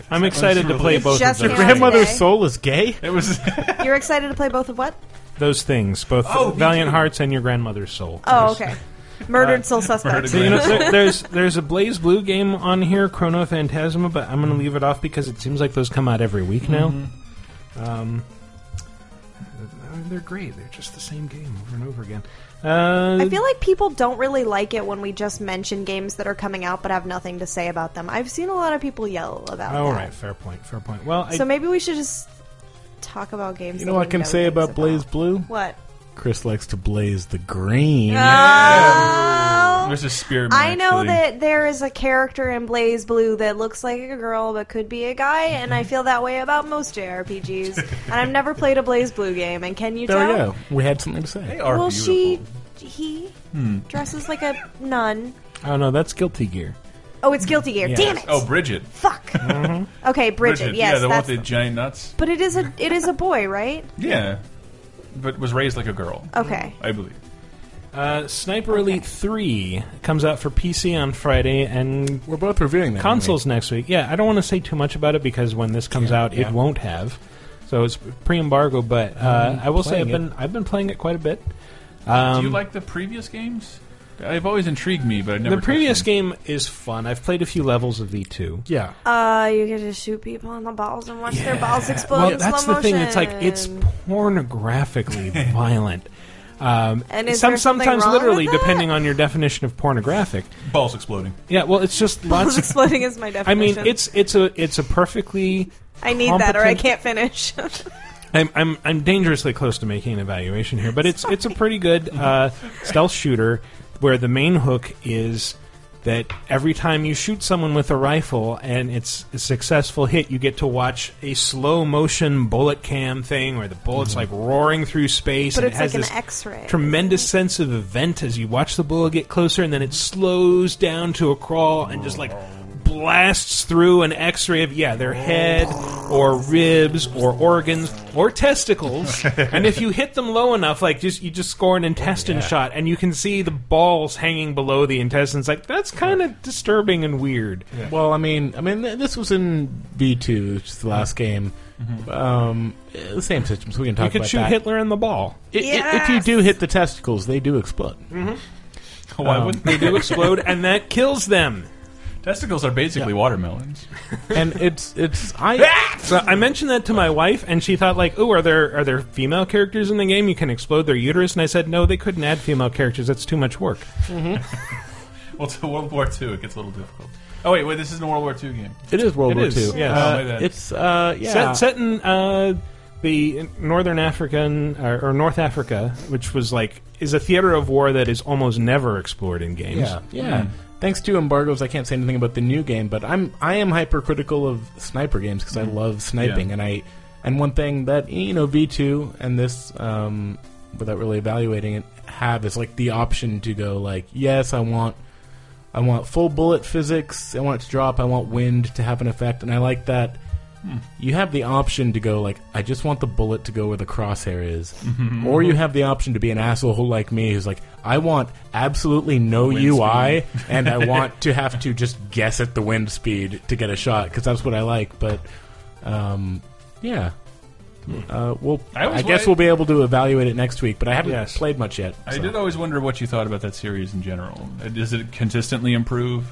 [SPEAKER 1] I'm excited to play
[SPEAKER 2] It
[SPEAKER 1] both of
[SPEAKER 3] just
[SPEAKER 1] those.
[SPEAKER 3] came out Grandmother's today.
[SPEAKER 1] soul is gay.
[SPEAKER 2] It was <laughs>
[SPEAKER 3] You're excited to play both of what?
[SPEAKER 1] those things, both
[SPEAKER 3] Oh, me
[SPEAKER 1] Valiant
[SPEAKER 3] too.
[SPEAKER 1] Hearts and your grandmother's soul.
[SPEAKER 3] Oh, okay. Murdered Soul
[SPEAKER 1] Murdered
[SPEAKER 3] Suspect.
[SPEAKER 1] So, you know, there- there's there's a Blaze Blue game on here, Chrono Phantasma, but I'm going to leave it off because it seems like those come out every week now. Um, they're great. They're just the same game over and over again. Uh,
[SPEAKER 3] I feel like people don't really like it when we just mention games that are coming out but have nothing to say about them. I've seen a lot of people yell about
[SPEAKER 1] All
[SPEAKER 3] that.
[SPEAKER 1] right, fair point. Fair point. Well, I,
[SPEAKER 3] so maybe we should just talk about games.
[SPEAKER 4] You know
[SPEAKER 3] that
[SPEAKER 4] what I
[SPEAKER 3] we
[SPEAKER 4] can say
[SPEAKER 3] things
[SPEAKER 4] about Blaze Blue?
[SPEAKER 3] What?
[SPEAKER 4] Chris likes to blaze the green.
[SPEAKER 3] Yeah.
[SPEAKER 2] There's a spearman.
[SPEAKER 3] I know
[SPEAKER 4] actually.
[SPEAKER 3] that there is a character in Blaze Blue that looks like a girl but could be a guy, and
[SPEAKER 1] Mm-hmm.
[SPEAKER 3] I feel that way about most JRPGs. and I've never played a Blaze Blue game, and can you
[SPEAKER 4] There
[SPEAKER 3] tell?
[SPEAKER 4] we go. We had something to say.
[SPEAKER 3] well, she, he
[SPEAKER 1] Hmm.
[SPEAKER 3] dresses like a nun.
[SPEAKER 1] oh no, that's Guilty Gear.
[SPEAKER 3] Oh, it's Guilty Gear.
[SPEAKER 1] Yes. Mm-hmm.
[SPEAKER 3] Damn it!
[SPEAKER 2] Oh, Bridget.
[SPEAKER 1] <laughs>
[SPEAKER 3] Fuck. Okay, Bridget. yes,
[SPEAKER 2] yeah, the one
[SPEAKER 3] that's
[SPEAKER 2] with the giant nuts.
[SPEAKER 3] But it is a it is a boy, right?
[SPEAKER 1] Mm-hmm.
[SPEAKER 2] Yeah, but was raised like a girl.
[SPEAKER 3] Okay.
[SPEAKER 2] I believe.
[SPEAKER 1] Uh, Sniper Elite 3 comes out for PC on Friday, and
[SPEAKER 4] we're both reviewing that
[SPEAKER 1] consoles next week. Yeah, I don't want to say too much about it because when this comes out,
[SPEAKER 4] yeah.
[SPEAKER 1] it won't have. So it's pre-embargo, but uh,
[SPEAKER 4] Mm,
[SPEAKER 1] I will say I've
[SPEAKER 4] playing
[SPEAKER 1] been I've been playing it quite a bit.
[SPEAKER 2] Do you
[SPEAKER 1] Um,
[SPEAKER 2] like the previous games? They've always intrigued me, but I never.
[SPEAKER 1] the previous game is fun. I've played a few levels of V2.
[SPEAKER 4] Yeah.
[SPEAKER 3] Uh, you get to shoot people in the balls and watch their balls explode
[SPEAKER 1] well,
[SPEAKER 3] in
[SPEAKER 1] that's
[SPEAKER 3] slow
[SPEAKER 1] the thing.
[SPEAKER 3] motion.
[SPEAKER 1] It's like it's
[SPEAKER 3] <laughs>
[SPEAKER 1] pornographically violent. Um,
[SPEAKER 3] And is
[SPEAKER 1] some,
[SPEAKER 3] there something
[SPEAKER 1] sometimes
[SPEAKER 3] wrong with
[SPEAKER 1] literally, depending on your definition of pornographic.
[SPEAKER 2] Balls exploding. <laughs>
[SPEAKER 1] Yeah, well, it's just lots
[SPEAKER 3] <laughs> balls
[SPEAKER 1] of
[SPEAKER 3] exploding is my
[SPEAKER 1] I mean,
[SPEAKER 3] definition.
[SPEAKER 1] it's it's a it's a perfectly.
[SPEAKER 3] I need that, or I
[SPEAKER 1] competent-
[SPEAKER 3] can't finish.
[SPEAKER 1] I'm, I'm I'm dangerously close to making an evaluation here, but it's it's a pretty good uh, stealth shooter where the main hook is that every time you shoot someone with a rifle and it's a successful hit, you get to watch a slow motion bullet cam thing where the bullets like roaring through space,
[SPEAKER 3] But
[SPEAKER 1] and
[SPEAKER 3] it's
[SPEAKER 1] it has
[SPEAKER 3] like an
[SPEAKER 1] this
[SPEAKER 3] X-ray.
[SPEAKER 1] tremendous sense of event as you watch the bullet get closer, and then it slows down to a crawl and just like blasts through an x-ray of yeah their head or ribs or organs or testicles and if you hit them low enough like just you just score an intestine
[SPEAKER 2] Yeah.
[SPEAKER 1] shot and you can see the balls hanging below the intestines like that's kind of disturbing and weird
[SPEAKER 4] Well, I mean, I mean, th- this was in V two, which is the last game. Um, eh, the same system, so we can talk
[SPEAKER 1] you Uh-huh. Mm-hmm. could
[SPEAKER 4] about
[SPEAKER 1] shoot
[SPEAKER 4] that.
[SPEAKER 1] hitler in the ball
[SPEAKER 4] I- i- If you do hit the testicles, they do explode.
[SPEAKER 2] Why
[SPEAKER 4] Um,
[SPEAKER 2] wouldn't
[SPEAKER 1] they do explode and that kills them
[SPEAKER 2] testicles are basically watermelons <laughs>
[SPEAKER 4] and it's it's
[SPEAKER 1] <laughs>
[SPEAKER 4] I
[SPEAKER 1] so I mentioned that to my wife and she thought like oh are there are there female characters in the game you can explode their uterus and I said no they couldn't add female characters that's too much work
[SPEAKER 2] well, to World War II, it gets a little difficult. Oh wait, wait, this isn't a World War II game.
[SPEAKER 4] It is World
[SPEAKER 1] It
[SPEAKER 4] War
[SPEAKER 1] is,
[SPEAKER 4] Two.
[SPEAKER 1] yes.
[SPEAKER 4] Uh,
[SPEAKER 1] Oh, my bad.
[SPEAKER 4] it's uh, yeah.
[SPEAKER 1] set, set in uh, the northern African uh, or, or North Africa, which was like is a theater of war that is almost never explored in games.
[SPEAKER 4] Yeah, yeah. Thanks to embargoes, I can't say anything about the new game, but I'm I am hypercritical of sniper games because I love sniping,
[SPEAKER 1] Yeah.
[SPEAKER 4] and I and one thing that you know V two and this um, without really evaluating it have is like the option to go like yes I want I want full bullet physics, I want it to drop, I want wind to have an effect, and I like that.
[SPEAKER 14] Hmm.
[SPEAKER 4] You have the option to go like I just want the bullet to go where the crosshair is,
[SPEAKER 14] Mhm.
[SPEAKER 4] or you have the option to be an asshole like me who's like I want absolutely no
[SPEAKER 14] Wind
[SPEAKER 4] UI
[SPEAKER 14] speed.
[SPEAKER 4] <laughs> and I want to have to just guess at the wind speed to get a shot because that's what I like. But um, yeah, uh, well,
[SPEAKER 2] I
[SPEAKER 4] I,
[SPEAKER 2] always
[SPEAKER 4] guess
[SPEAKER 2] wa-
[SPEAKER 4] we'll be able to evaluate it next week. But I haven't
[SPEAKER 2] Yes.
[SPEAKER 4] played much yet.
[SPEAKER 2] I
[SPEAKER 4] so.
[SPEAKER 2] did always wonder what you thought about that series in general. Uh, Does it consistently improve?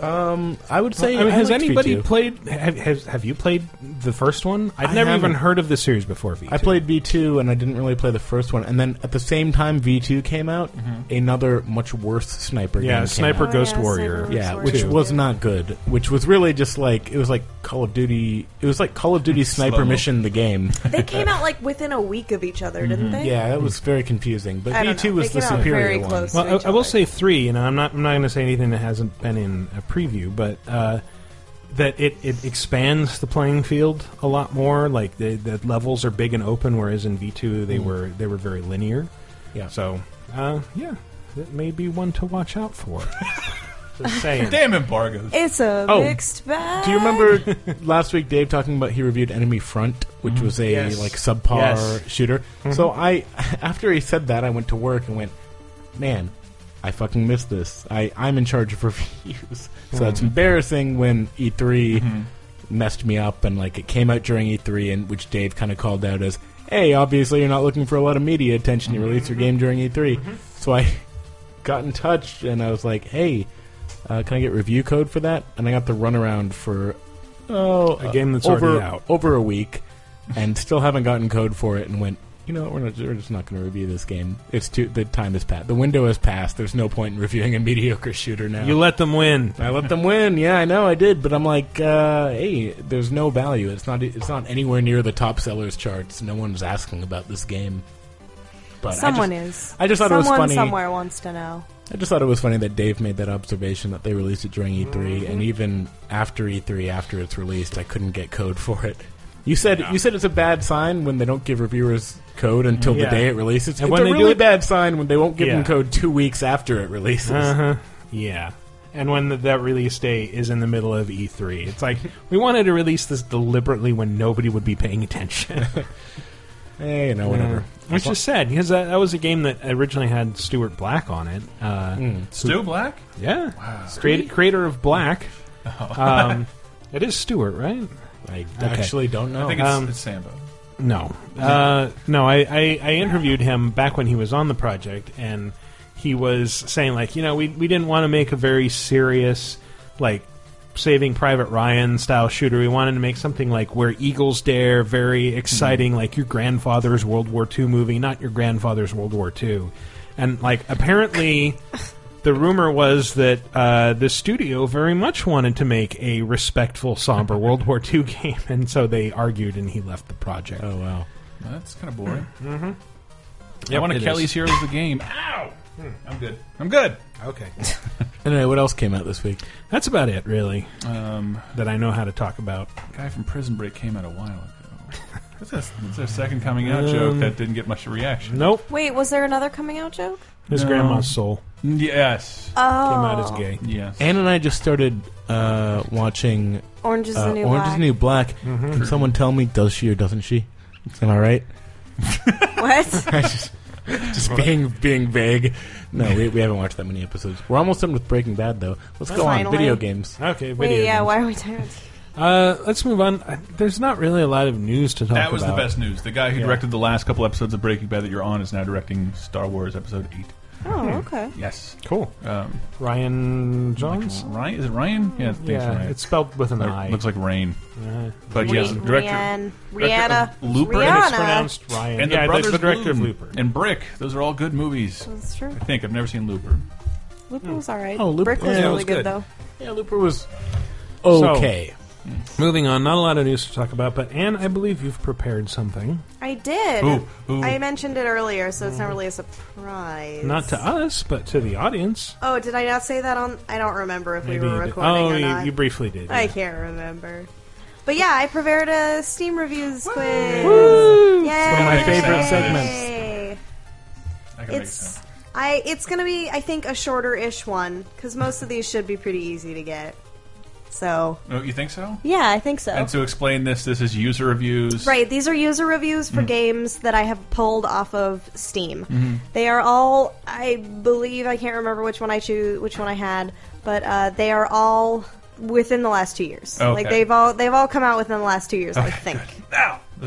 [SPEAKER 4] Um, I would say.
[SPEAKER 1] I mean,
[SPEAKER 4] I
[SPEAKER 1] has
[SPEAKER 4] liked
[SPEAKER 1] anybody
[SPEAKER 4] V2.
[SPEAKER 1] played? Have, has, have you played the first one? I've
[SPEAKER 4] I
[SPEAKER 1] never even
[SPEAKER 4] haven't.
[SPEAKER 1] heard of the series before. V.
[SPEAKER 4] I played V2 and I didn't really play the first one. And then at the same time V2 came out, another much worse sniper
[SPEAKER 1] Mm-hmm. Yeah,
[SPEAKER 4] game. came
[SPEAKER 1] Sniper
[SPEAKER 3] <laughs>
[SPEAKER 4] out.
[SPEAKER 1] Ghost Oh, yeah, Warrior Sniper
[SPEAKER 4] Yeah,
[SPEAKER 1] Ghost
[SPEAKER 4] which
[SPEAKER 1] Warrior.
[SPEAKER 4] was not good. Which was really just like it was like Call of Duty. It was like Call
[SPEAKER 1] <laughs>
[SPEAKER 4] of Duty Sniper
[SPEAKER 2] Slow-mo.
[SPEAKER 4] Mission the game.
[SPEAKER 3] they came out like within a week of each other, didn't they?
[SPEAKER 4] Mm-hmm. Yeah, that was very confusing. But
[SPEAKER 3] I don't
[SPEAKER 4] V2
[SPEAKER 3] know.
[SPEAKER 4] was
[SPEAKER 3] They
[SPEAKER 4] the
[SPEAKER 3] came out
[SPEAKER 4] superior
[SPEAKER 3] very
[SPEAKER 4] one.
[SPEAKER 3] close.
[SPEAKER 1] Well, I, I will say three. You know, I'm not. I'm not going to say anything that hasn't been in a preview, but uh, that it, it expands the playing field a lot more. Like the, the levels are big and open, whereas in V2 they
[SPEAKER 4] Mm.
[SPEAKER 1] were they were very linear.
[SPEAKER 4] Yeah.
[SPEAKER 1] So, uh, yeah, that may be one to watch out for. Just saying.
[SPEAKER 2] Damn embargoes.
[SPEAKER 3] It's a
[SPEAKER 4] Oh.
[SPEAKER 3] mixed bag.
[SPEAKER 4] Do you
[SPEAKER 1] <laughs>
[SPEAKER 4] remember last week Dave talking about he reviewed Enemy Front, which was a
[SPEAKER 1] Mm-hmm. Yes.
[SPEAKER 4] like subpar
[SPEAKER 1] Yes.
[SPEAKER 4] shooter?
[SPEAKER 1] Mhm.
[SPEAKER 4] So I, <laughs> after he said that, I went to work and went, man, I fucking missed this. I I'm in charge of <laughs> reviews, so
[SPEAKER 1] Mhm.
[SPEAKER 4] it's embarrassing when E3
[SPEAKER 1] Mm-hmm.
[SPEAKER 4] messed me up and like it came out during E3, and which Dave kind of called out as, hey, obviously you're not looking for a lot of media attention. You
[SPEAKER 1] Mm-hmm.
[SPEAKER 4] released your game during E3, so I got in touch and I was like, hey. Uh, can I get review code for that? And I got the runaround for oh
[SPEAKER 1] A game that's
[SPEAKER 4] over,
[SPEAKER 1] already out.
[SPEAKER 4] over a week, and still haven't gotten code for it. And went, you know, what, we're not, we're just not going to review this game. It's too the time has passed. The window has passed. There's no point in reviewing a <laughs> mediocre shooter
[SPEAKER 1] <laughs>
[SPEAKER 4] now.
[SPEAKER 1] You let them win.
[SPEAKER 4] I let them win. Yeah, I know I did, but I'm like, uh, hey, there's no value. It's not. It's not anywhere near the top sellers charts. No one's asking about this game. But I just-
[SPEAKER 3] Someone is.
[SPEAKER 4] I just thought
[SPEAKER 3] Someone
[SPEAKER 4] it was funny.
[SPEAKER 3] somewhere wants to know.
[SPEAKER 4] I just thought it was funny that Dave made that observation that they released it during E3, and even after E3, after it's released, I couldn't get code for it. You said you said it's a bad sign when they don't give reviewers code until
[SPEAKER 1] Yeah.
[SPEAKER 4] the day it releases.
[SPEAKER 1] And
[SPEAKER 4] it's
[SPEAKER 1] when
[SPEAKER 4] a
[SPEAKER 1] they do
[SPEAKER 4] really
[SPEAKER 1] it-
[SPEAKER 4] bad sign when they won't give
[SPEAKER 1] Yeah.
[SPEAKER 4] them code two weeks after it releases.
[SPEAKER 1] Uh-huh. Yeah. And when the, that release day is in the middle of E3, it's like we wanted to release this deliberately when nobody would be paying attention.
[SPEAKER 4] Eh, you know, whatever.
[SPEAKER 1] Yeah. Which is sad because that, that was a game that originally had Stuart Black on it. Uh, who-
[SPEAKER 2] Stu Black?
[SPEAKER 1] Yeah.
[SPEAKER 2] Wow.
[SPEAKER 1] Creat- creator of Black.
[SPEAKER 2] Oh.
[SPEAKER 1] um, it is Stuart, right?
[SPEAKER 4] I
[SPEAKER 1] um,
[SPEAKER 2] actually don't know. I think it's- it's Sambo.
[SPEAKER 1] No, uh, no. I, I, I interviewed him back when he was on the project, and he was saying like, you know, we we didn't want to make a very serious like Saving Private Ryan style shooter. We wanted to make something like where Eagles Dare, very exciting, like your grandfather's World War II movie, not your grandfather's World War II. And like apparently. The rumor was that uh, the studio very much wanted to make a respectful, somber World War II game, and so they argued, and he left the project. Oh wow!
[SPEAKER 2] That's kind of boring.
[SPEAKER 1] Mm-hmm.
[SPEAKER 2] Yeah,
[SPEAKER 1] Yep,
[SPEAKER 2] one of
[SPEAKER 1] it
[SPEAKER 2] Kelly's
[SPEAKER 1] is. Hmm.
[SPEAKER 2] heroes of the game. Ow! I'm good. I'm good.
[SPEAKER 1] Okay.
[SPEAKER 4] Anyway, what else came out this week?
[SPEAKER 1] That's about it, really. Um, that I know how to talk about.
[SPEAKER 2] Guy from Prison Break came out a while <laughs> ago. That's a, that's a second coming out joke
[SPEAKER 1] Um,
[SPEAKER 2] that didn't get much reaction.
[SPEAKER 1] Nope.
[SPEAKER 3] Wait, was there another coming out joke?
[SPEAKER 1] His grandma's soul.
[SPEAKER 2] Yes.
[SPEAKER 3] Oh. Came out
[SPEAKER 1] as gay.
[SPEAKER 2] Yes.
[SPEAKER 4] Anne and I just started uh, watching
[SPEAKER 3] Orange is the
[SPEAKER 4] uh,
[SPEAKER 3] New
[SPEAKER 4] Orange is
[SPEAKER 3] Black.
[SPEAKER 4] the New Black.
[SPEAKER 1] Mm-hmm.
[SPEAKER 3] Mhm.
[SPEAKER 4] Can someone tell me, does she or doesn't she? Am I right?
[SPEAKER 3] <laughs> What?
[SPEAKER 4] I just just being being vague. No, we, we haven't watched that many episodes. We're almost done with Breaking Bad, though. Let's go on
[SPEAKER 3] Finally.
[SPEAKER 4] <laughs> video games.
[SPEAKER 1] Okay, video
[SPEAKER 3] Wait, yeah.
[SPEAKER 1] games.
[SPEAKER 3] Why are we talking?
[SPEAKER 1] Uh, let's move on. I- There's not really a lot of news to talk about.
[SPEAKER 2] That was the best news. The guy who
[SPEAKER 1] Yeah.
[SPEAKER 2] directed the last couple episodes of Breaking Bad that you're on is now directing Star Wars Episode Eight.
[SPEAKER 4] Hmm.
[SPEAKER 3] Oh, okay.
[SPEAKER 2] Yes.
[SPEAKER 1] Cool.
[SPEAKER 2] Um,
[SPEAKER 1] Ryan Jones.
[SPEAKER 2] Ryan is it Ryan? Yeah, I think
[SPEAKER 1] Yeah,
[SPEAKER 2] it's Ryan.
[SPEAKER 1] it's spelled with an
[SPEAKER 2] It
[SPEAKER 1] I.
[SPEAKER 2] Looks like rain.
[SPEAKER 1] Uh,
[SPEAKER 2] but yes,
[SPEAKER 1] Rian-
[SPEAKER 2] director
[SPEAKER 3] Rian-
[SPEAKER 2] director of
[SPEAKER 3] Rihanna.
[SPEAKER 2] Looper.
[SPEAKER 3] Rihanna.
[SPEAKER 1] And it's pronounced Ryan.
[SPEAKER 2] And
[SPEAKER 1] Yeah,
[SPEAKER 2] the
[SPEAKER 1] that's
[SPEAKER 2] brothers
[SPEAKER 1] the director of
[SPEAKER 2] Bloom
[SPEAKER 1] Looper.
[SPEAKER 2] and Brick. Those are all good movies.
[SPEAKER 3] That's true.
[SPEAKER 2] I think I've never seen Looper.
[SPEAKER 3] Looper was all right.
[SPEAKER 4] Oh, Looper-
[SPEAKER 3] Brick was
[SPEAKER 4] yeah, it
[SPEAKER 3] really
[SPEAKER 4] was
[SPEAKER 3] good,
[SPEAKER 4] good.
[SPEAKER 3] though.
[SPEAKER 4] Yeah, Looper was
[SPEAKER 1] okay. moving on. Not a lot of news to talk about, but Anne, I believe you've prepared something.
[SPEAKER 3] I did.
[SPEAKER 1] Ooh, ooh.
[SPEAKER 3] I mentioned it earlier, so
[SPEAKER 4] Hmm.
[SPEAKER 3] it's not really a surprise.
[SPEAKER 1] Not to us, but to the audience.
[SPEAKER 3] Oh, did I not say that on? I don't remember if
[SPEAKER 1] Maybe
[SPEAKER 3] we
[SPEAKER 1] you
[SPEAKER 3] were
[SPEAKER 1] did.
[SPEAKER 3] recording
[SPEAKER 1] Oh,
[SPEAKER 3] or
[SPEAKER 1] you-
[SPEAKER 3] not.
[SPEAKER 1] you briefly did,
[SPEAKER 3] I
[SPEAKER 1] yeah.
[SPEAKER 3] can't remember. But yeah, I prepared a Steam reviews quiz. Yay!
[SPEAKER 1] It's one of my favorite
[SPEAKER 3] segments.
[SPEAKER 2] I can make
[SPEAKER 3] It's I. It's gonna be, I think, a shorter-ish one because most of these should be pretty easy to get. So
[SPEAKER 2] Oh, you think so?
[SPEAKER 3] yeah, I think so.
[SPEAKER 2] And to explain this, this is user reviews.
[SPEAKER 3] Right, these are user reviews
[SPEAKER 4] Mm.
[SPEAKER 3] for games that I have pulled off of Steam.
[SPEAKER 4] Mm-hmm.
[SPEAKER 2] Mhm.
[SPEAKER 3] They are all, I believe, I can't remember which one I choose, which one I had, but uh, they are all within the last two years.
[SPEAKER 2] Okay.
[SPEAKER 3] Like they've all they've all come out within the last two years, I
[SPEAKER 2] Okay,
[SPEAKER 3] think.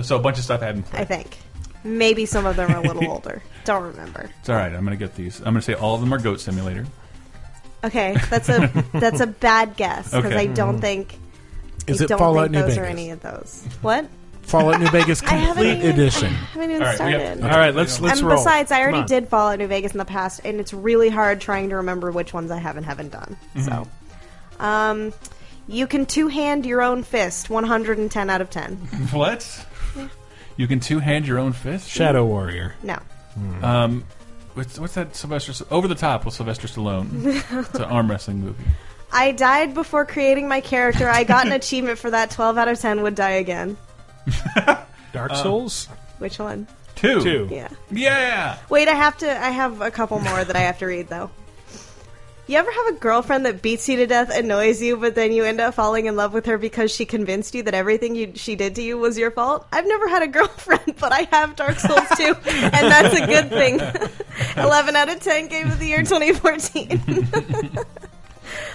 [SPEAKER 2] So a bunch of stuff I haven't played.
[SPEAKER 3] I think maybe some of them are a
[SPEAKER 4] <laughs>
[SPEAKER 3] little older. Don't remember.
[SPEAKER 2] It's all right. I'm going to get these. I'm going to say all of them are Goat Simulator. <laughs>
[SPEAKER 3] Okay, that's a that's a bad guess because
[SPEAKER 2] Okay.
[SPEAKER 3] I don't
[SPEAKER 4] Mm-hmm.
[SPEAKER 2] Mm.
[SPEAKER 3] think.
[SPEAKER 4] Is
[SPEAKER 3] I
[SPEAKER 4] it
[SPEAKER 3] don't
[SPEAKER 4] Fallout
[SPEAKER 3] think
[SPEAKER 4] New
[SPEAKER 3] those are
[SPEAKER 4] Vegas?
[SPEAKER 3] any of those. What?
[SPEAKER 4] Fallout New Vegas
[SPEAKER 3] I haven't
[SPEAKER 4] Complete
[SPEAKER 3] even-
[SPEAKER 4] Edition.
[SPEAKER 3] I haven't even
[SPEAKER 4] All right, we have-
[SPEAKER 3] started.
[SPEAKER 4] okay. All right, let's- let's
[SPEAKER 3] um, and
[SPEAKER 4] roll.
[SPEAKER 3] besides, I
[SPEAKER 4] Come
[SPEAKER 3] already
[SPEAKER 4] on.
[SPEAKER 3] did follow New Vegas in the past, and it's really hard trying to remember which ones I have and haven't done.
[SPEAKER 4] Mm-hmm.
[SPEAKER 3] So, um, you can two hand your own fist. One hundred and ten out of
[SPEAKER 4] <laughs>
[SPEAKER 3] ten.
[SPEAKER 2] What? You can two hand your own fist.
[SPEAKER 1] Shadow Warrior.
[SPEAKER 3] No.
[SPEAKER 2] Um, what's, what's that? Sylvester over the top with Sylvester Stallone. it's an arm wrestling movie.
[SPEAKER 3] I died before creating my character. I
[SPEAKER 4] <laughs>
[SPEAKER 3] got an achievement for that. Twelve out of ten would die again.
[SPEAKER 1] Dark Souls.
[SPEAKER 3] Which one?
[SPEAKER 2] Two.
[SPEAKER 1] Two.
[SPEAKER 3] Uh, Yeah.
[SPEAKER 2] Yeah.
[SPEAKER 3] Wait, I have to. I have a couple more that I have to read though. You ever have a girlfriend that beats you to death, annoys you, but then you end up falling in love with her because she convinced you that everything you, she did to you was your fault? I've never had a <laughs> girlfriend, but I have Dark Souls 2, and that's a good thing. <laughs> 11 out of 10 game of the year 2014.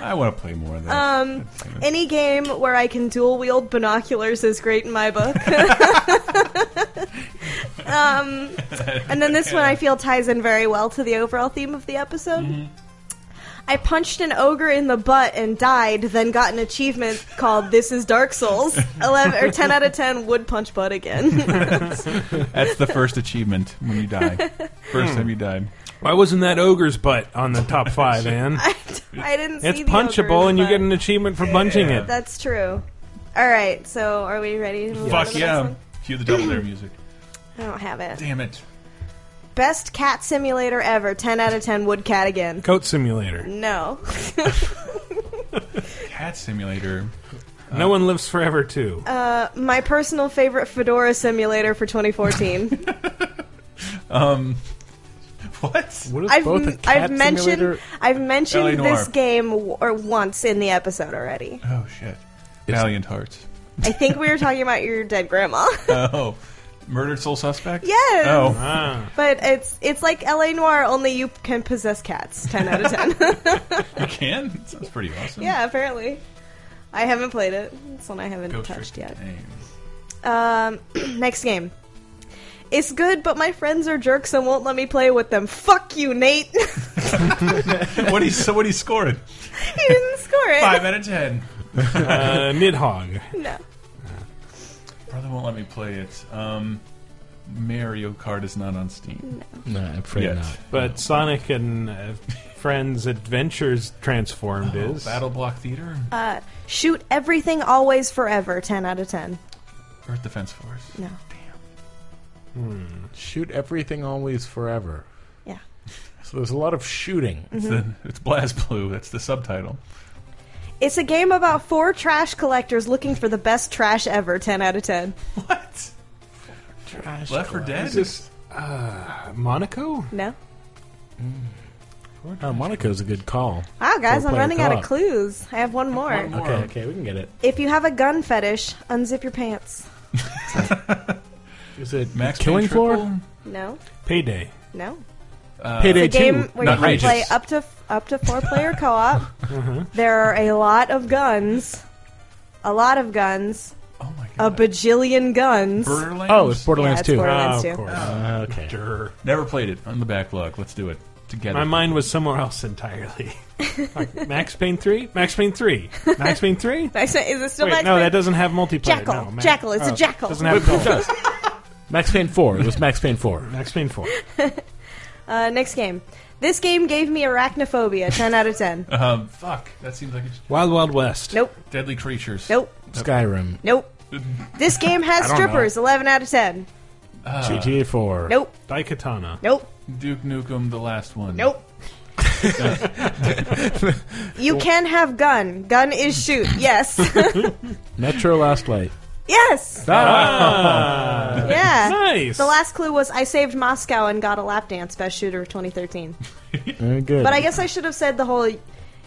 [SPEAKER 2] I want to play more of that.
[SPEAKER 3] um, any game where I can dual wield binoculars is great in my book. um, and then this one I feel ties in very well to the overall theme of the episode. I punched an ogre in the butt and died, then got an achievement called "This is Dark Souls." Eleven or ten out of ten would punch butt again. <laughs>
[SPEAKER 2] That's the first achievement when you die. First time you died.
[SPEAKER 1] Why wasn't that ogre's butt on the
[SPEAKER 3] <laughs>
[SPEAKER 1] top five, Anne?
[SPEAKER 3] I didn't. See
[SPEAKER 1] It's
[SPEAKER 3] the
[SPEAKER 1] punchable,
[SPEAKER 3] ogre,
[SPEAKER 1] and you
[SPEAKER 3] but-
[SPEAKER 1] get an achievement for punching it.
[SPEAKER 3] That's true. All right, so are we ready? To move on to
[SPEAKER 2] Fuck
[SPEAKER 3] the next
[SPEAKER 2] yeah!
[SPEAKER 3] one?
[SPEAKER 2] Cue the double dare music.
[SPEAKER 3] I don't have it.
[SPEAKER 2] Damn it!
[SPEAKER 3] Best cat simulator ever. Ten out of ten. Would cat again?
[SPEAKER 1] Coat simulator.
[SPEAKER 3] No.
[SPEAKER 2] Cat simulator.
[SPEAKER 1] no one lives forever, too.
[SPEAKER 3] Uh, my personal favorite fedora simulator for 2014.
[SPEAKER 2] Um, what?
[SPEAKER 1] What
[SPEAKER 3] I've, m- I've mentioned I've mentioned
[SPEAKER 2] LA Noire.
[SPEAKER 3] this game w- or once in the episode already.
[SPEAKER 2] Oh shit! Valiant Hearts.
[SPEAKER 3] I think we were talking about your dead grandma. <laughs>
[SPEAKER 2] Oh, murdered soul suspect.
[SPEAKER 3] Yes.
[SPEAKER 2] Oh.
[SPEAKER 3] But it's it's like LA Noir, only you can possess cats. Ten out of ten. <laughs>
[SPEAKER 2] You can? That sounds pretty awesome.
[SPEAKER 3] yeah, apparently. I haven't played it. It's one I haven't
[SPEAKER 2] Go
[SPEAKER 3] touched
[SPEAKER 2] trick
[SPEAKER 3] yet.
[SPEAKER 2] game.
[SPEAKER 3] Um, <clears throat> next game. It's good, but my friends are jerks and won't let me play with them. Fuck you, Nate. <laughs> he
[SPEAKER 2] what he so what he scored?
[SPEAKER 3] didn't score
[SPEAKER 2] <laughs>
[SPEAKER 3] it.
[SPEAKER 2] Five out of ten.
[SPEAKER 1] Uh, Nidhogg.
[SPEAKER 3] No.
[SPEAKER 2] Brother won't let me play it. Um, Mario Kart is not on Steam.
[SPEAKER 1] No, I'm
[SPEAKER 2] afraid Yet.
[SPEAKER 1] not. But Sonic and uh, Friends Adventures Transformed
[SPEAKER 2] Oh,
[SPEAKER 1] is
[SPEAKER 2] Battle Block Theater,
[SPEAKER 3] Uh, shoot everything, always, forever. Ten out of ten.
[SPEAKER 2] Earth Defense Force.
[SPEAKER 3] No.
[SPEAKER 4] Hmm. Shoot everything always forever.
[SPEAKER 3] Yeah.
[SPEAKER 4] So there's a lot of shooting.
[SPEAKER 3] It's Mhm.
[SPEAKER 2] the- it's Blaz Blue. That's the subtitle.
[SPEAKER 3] It's a game about four trash collectors looking for the best trash ever. Ten out of ten.
[SPEAKER 1] Trash
[SPEAKER 2] Left 4
[SPEAKER 1] Club.
[SPEAKER 2] Dead.
[SPEAKER 1] Is this, uh, Monaco?
[SPEAKER 3] No.
[SPEAKER 4] Oh, Monaco's a good call.
[SPEAKER 3] Wow, Ah, guys,
[SPEAKER 4] For a
[SPEAKER 3] I'm
[SPEAKER 4] player
[SPEAKER 3] running out of
[SPEAKER 4] co-op.
[SPEAKER 3] clues. I have one more.
[SPEAKER 4] Okay, okay, we can get it.
[SPEAKER 3] If you have a gun fetish, unzip your pants.
[SPEAKER 4] Is it
[SPEAKER 2] Max
[SPEAKER 4] Killing
[SPEAKER 2] Payne
[SPEAKER 4] Floor?
[SPEAKER 3] No.
[SPEAKER 1] Payday.
[SPEAKER 3] No.
[SPEAKER 2] Uh,
[SPEAKER 4] Payday
[SPEAKER 3] it's a game where you can
[SPEAKER 4] outrageous.
[SPEAKER 3] play up to up to four player co op.
[SPEAKER 4] Mhm.
[SPEAKER 3] There are a lot of guns, a lot of guns.
[SPEAKER 2] Oh my
[SPEAKER 3] god! A bajillion guns.
[SPEAKER 4] Oh, it's Borderlands
[SPEAKER 3] yeah, it's
[SPEAKER 4] 2.
[SPEAKER 1] Ah,
[SPEAKER 3] Borderlands 2.
[SPEAKER 4] okay.
[SPEAKER 2] Never played it on the backlog. Let's do it together.
[SPEAKER 1] My mind was somewhere else entirely. <laughs> Max Payne 3? Max Payne 3. Max Payne
[SPEAKER 3] <laughs>
[SPEAKER 1] 3?
[SPEAKER 3] I say- is it still
[SPEAKER 1] Wait,
[SPEAKER 3] Max
[SPEAKER 1] no,
[SPEAKER 3] Payne?
[SPEAKER 1] that doesn't have multiplayer.
[SPEAKER 3] Jackal.
[SPEAKER 1] No, Max-
[SPEAKER 3] Jackal. It's a
[SPEAKER 1] oh,
[SPEAKER 3] jackal.
[SPEAKER 1] Doesn't have
[SPEAKER 4] Wait, it
[SPEAKER 1] gold.
[SPEAKER 4] Max Payne 4. It was Max Payne 4.
[SPEAKER 1] Max Payne 4.
[SPEAKER 3] Uh, next game. This game gave me arachnophobia. 10 out of 10.
[SPEAKER 2] Um, fuck. That seems like it's
[SPEAKER 1] <laughs> Wild Wild West.
[SPEAKER 3] Nope.
[SPEAKER 2] Deadly Creatures.
[SPEAKER 3] Nope.
[SPEAKER 4] Skyrim.
[SPEAKER 3] Nope. This game
[SPEAKER 2] I
[SPEAKER 3] has
[SPEAKER 2] don't
[SPEAKER 3] strippers. 11 out of 10.
[SPEAKER 2] Uh,
[SPEAKER 4] GTA 4.
[SPEAKER 3] Nope.
[SPEAKER 1] Daikatana.
[SPEAKER 3] Nope.
[SPEAKER 2] Duke Nukem, the last one.
[SPEAKER 3] Nope. You can have gun. Gun is shoot. Yes. <laughs>
[SPEAKER 4] Metro Last Light.
[SPEAKER 3] yes.
[SPEAKER 4] Ah.
[SPEAKER 3] Yeah.
[SPEAKER 4] Nice.
[SPEAKER 3] The last clue was I saved Moscow and got a lap dance. Best shooter of 2013.
[SPEAKER 4] Very good.
[SPEAKER 3] But I guess I should have said the whole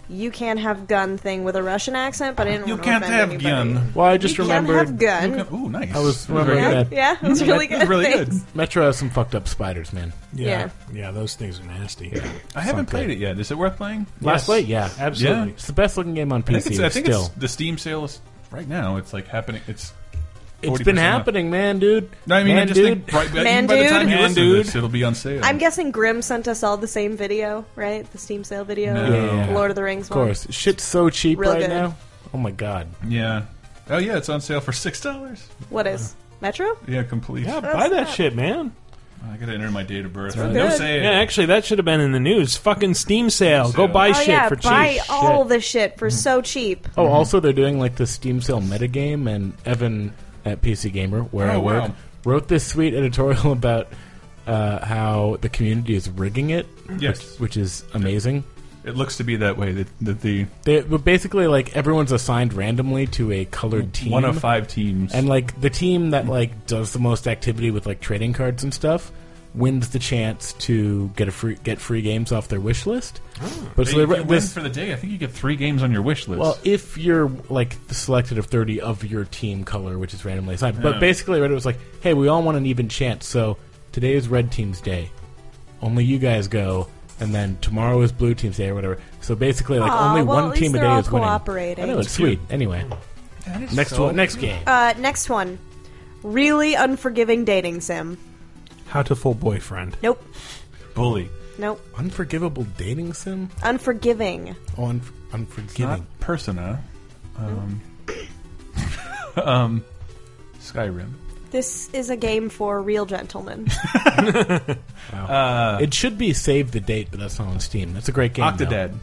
[SPEAKER 3] you can't have gun thing with a Russian accent, but I didn't
[SPEAKER 2] You
[SPEAKER 3] want to
[SPEAKER 2] can't
[SPEAKER 3] offend
[SPEAKER 2] have
[SPEAKER 3] anybody.
[SPEAKER 2] gun.
[SPEAKER 4] Well, I just
[SPEAKER 3] You can't
[SPEAKER 4] remembered.
[SPEAKER 3] have gun.
[SPEAKER 2] You can- ooh, nice.
[SPEAKER 4] I was
[SPEAKER 2] That was very
[SPEAKER 4] remembering that.
[SPEAKER 2] good. Yeah, that was really good. Really good.
[SPEAKER 4] Metro has some fucked up spiders, man.
[SPEAKER 3] Yeah.
[SPEAKER 1] Yeah, those things are nasty.
[SPEAKER 2] I haven't
[SPEAKER 4] Something.
[SPEAKER 2] played it yet. Is it worth playing?
[SPEAKER 4] Last Light, yeah,
[SPEAKER 2] absolutely.
[SPEAKER 4] It's the best looking game on
[SPEAKER 2] I
[SPEAKER 4] PC.
[SPEAKER 2] think, it's, I think
[SPEAKER 4] still,
[SPEAKER 2] it's the Steam sale is right now. It's like happening. It's
[SPEAKER 4] it's been
[SPEAKER 2] 40% up.
[SPEAKER 4] happening, man, dude.
[SPEAKER 2] No, I mean,
[SPEAKER 4] man,
[SPEAKER 2] I just
[SPEAKER 4] dude.
[SPEAKER 2] think right,
[SPEAKER 3] Man,
[SPEAKER 2] even by the time
[SPEAKER 3] dude.
[SPEAKER 2] you
[SPEAKER 3] Man,
[SPEAKER 2] listen to this,
[SPEAKER 4] dude.
[SPEAKER 2] it'll be on sale.
[SPEAKER 3] I'm guessing Grimm sent us all the same video, right? The Steam sale video,
[SPEAKER 2] No.
[SPEAKER 3] the
[SPEAKER 2] Yeah.
[SPEAKER 3] Lord of the Rings
[SPEAKER 4] Of course, shit's so cheap
[SPEAKER 3] Real
[SPEAKER 4] right
[SPEAKER 3] good.
[SPEAKER 4] now. Oh my god.
[SPEAKER 2] yeah. Oh yeah, it's on sale for six dollars.
[SPEAKER 3] one. What is Metro?
[SPEAKER 2] Yeah, complete.
[SPEAKER 1] Yeah, buy that shit, man.
[SPEAKER 2] I gotta enter my date of birth.
[SPEAKER 1] That's
[SPEAKER 2] No
[SPEAKER 1] good.
[SPEAKER 2] sale.
[SPEAKER 1] Yeah, actually, that should have been in the news. Fucking Steam sale. Go buy
[SPEAKER 3] oh
[SPEAKER 1] shit
[SPEAKER 3] yeah,
[SPEAKER 1] for
[SPEAKER 3] buy
[SPEAKER 1] cheap.
[SPEAKER 3] all the shit for so cheap.
[SPEAKER 4] Oh, also they're doing like the Steam Sale metagame, and Evan at PC Gamer, where I
[SPEAKER 3] Oh,
[SPEAKER 4] work,
[SPEAKER 3] wow.
[SPEAKER 4] wrote this sweet editorial <laughs> about uh, how the community is rigging it.
[SPEAKER 2] Yes.
[SPEAKER 4] which, which is amazing.
[SPEAKER 2] It looks to be that way. That, that the
[SPEAKER 4] They, but basically, like everyone's assigned randomly to a colored team.
[SPEAKER 2] One of five teams.
[SPEAKER 4] and like the team that like does the most activity with like trading cards and stuff wins the chance to get a free get free games off their wish list.
[SPEAKER 2] But
[SPEAKER 4] they
[SPEAKER 2] if Oh, you
[SPEAKER 4] re-
[SPEAKER 2] win for the day, I think you get three games on your wish list.
[SPEAKER 4] well, if you're like selected of thirty of your team color, which is randomly assigned, but
[SPEAKER 2] Yeah.
[SPEAKER 4] basically, right, it was like, hey, we all want an even chance, so today is red team's day. Only you guys go, and then tomorrow is blue team's day or whatever. So basically, like
[SPEAKER 3] Aw,
[SPEAKER 4] only
[SPEAKER 3] well,
[SPEAKER 4] one
[SPEAKER 3] at
[SPEAKER 4] team
[SPEAKER 3] least
[SPEAKER 4] a
[SPEAKER 3] they're
[SPEAKER 4] day
[SPEAKER 3] all
[SPEAKER 4] is winning.
[SPEAKER 3] cooperating.
[SPEAKER 4] I know it's
[SPEAKER 3] That's
[SPEAKER 4] sweet.
[SPEAKER 3] cute.
[SPEAKER 4] Anyway, next
[SPEAKER 2] so
[SPEAKER 4] one, next game.
[SPEAKER 3] Uh, next one, really unforgiving dating sim.
[SPEAKER 1] How to full boyfriend.
[SPEAKER 3] Nope.
[SPEAKER 1] Bully.
[SPEAKER 3] Nope.
[SPEAKER 4] Unforgivable dating sim.
[SPEAKER 3] Unforgiving.
[SPEAKER 4] Oh, unf-
[SPEAKER 2] It's
[SPEAKER 4] unforgiving.
[SPEAKER 2] not Persona. Um, <laughs> um, Skyrim.
[SPEAKER 3] This is a game for
[SPEAKER 2] <laughs>
[SPEAKER 3] real gentlemen.
[SPEAKER 4] it should be Save the Date, but that's not on Steam. That's a great game. though.
[SPEAKER 2] uh, Octodad.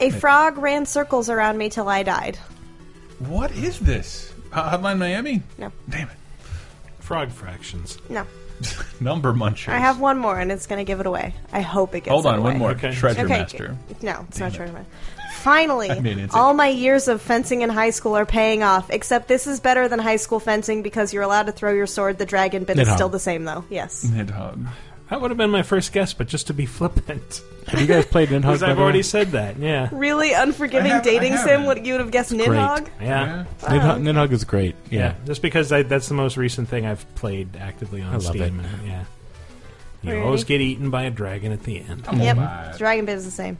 [SPEAKER 3] a frog ran circles around me till I died.
[SPEAKER 2] What is this? Hot- Hotline Miami?
[SPEAKER 3] No.
[SPEAKER 2] Damn it.
[SPEAKER 1] Frog fractions.
[SPEAKER 3] No.
[SPEAKER 2] Number munchers.
[SPEAKER 3] I have one more, and it's going to give it away. I hope it gets.
[SPEAKER 2] Hold
[SPEAKER 3] it
[SPEAKER 2] on, one
[SPEAKER 3] away.
[SPEAKER 2] more. Okay. Treasure Master.
[SPEAKER 3] No, it's
[SPEAKER 2] Damn
[SPEAKER 3] not
[SPEAKER 2] it.
[SPEAKER 3] treasure master.
[SPEAKER 2] <laughs>
[SPEAKER 3] Finally,
[SPEAKER 2] I made it.
[SPEAKER 3] all my years of fencing in high school are paying off. Except this is better than high school fencing because you're allowed to throw your sword. The dragon bit is
[SPEAKER 1] Nidhogg.
[SPEAKER 3] still the same, though.
[SPEAKER 2] Mm.
[SPEAKER 3] Yes.
[SPEAKER 2] Nidhogg.
[SPEAKER 1] That would have been my first guess, but just to be flippant.
[SPEAKER 4] Have you guys
[SPEAKER 3] <laughs>
[SPEAKER 4] played Nidhogg?
[SPEAKER 1] Because
[SPEAKER 4] by
[SPEAKER 1] I've
[SPEAKER 4] the way?
[SPEAKER 1] already said that. Yeah.
[SPEAKER 3] Really
[SPEAKER 2] I
[SPEAKER 3] unforgiving
[SPEAKER 2] have- I
[SPEAKER 3] dating sim?
[SPEAKER 2] haven't.
[SPEAKER 3] What you would have guessed,
[SPEAKER 4] Great.
[SPEAKER 3] Nidhogg?
[SPEAKER 1] Yeah.
[SPEAKER 4] Nidhogg, Nidhogg is great. Yeah.
[SPEAKER 1] Yeah, just because I, that's the most recent thing I've played actively on
[SPEAKER 4] I love
[SPEAKER 1] Steam.
[SPEAKER 4] it.
[SPEAKER 1] and- yeah, you
[SPEAKER 3] Alrighty.
[SPEAKER 1] always get eaten by a dragon at the end.
[SPEAKER 4] Oh
[SPEAKER 3] Yep. Dragon bit is the same.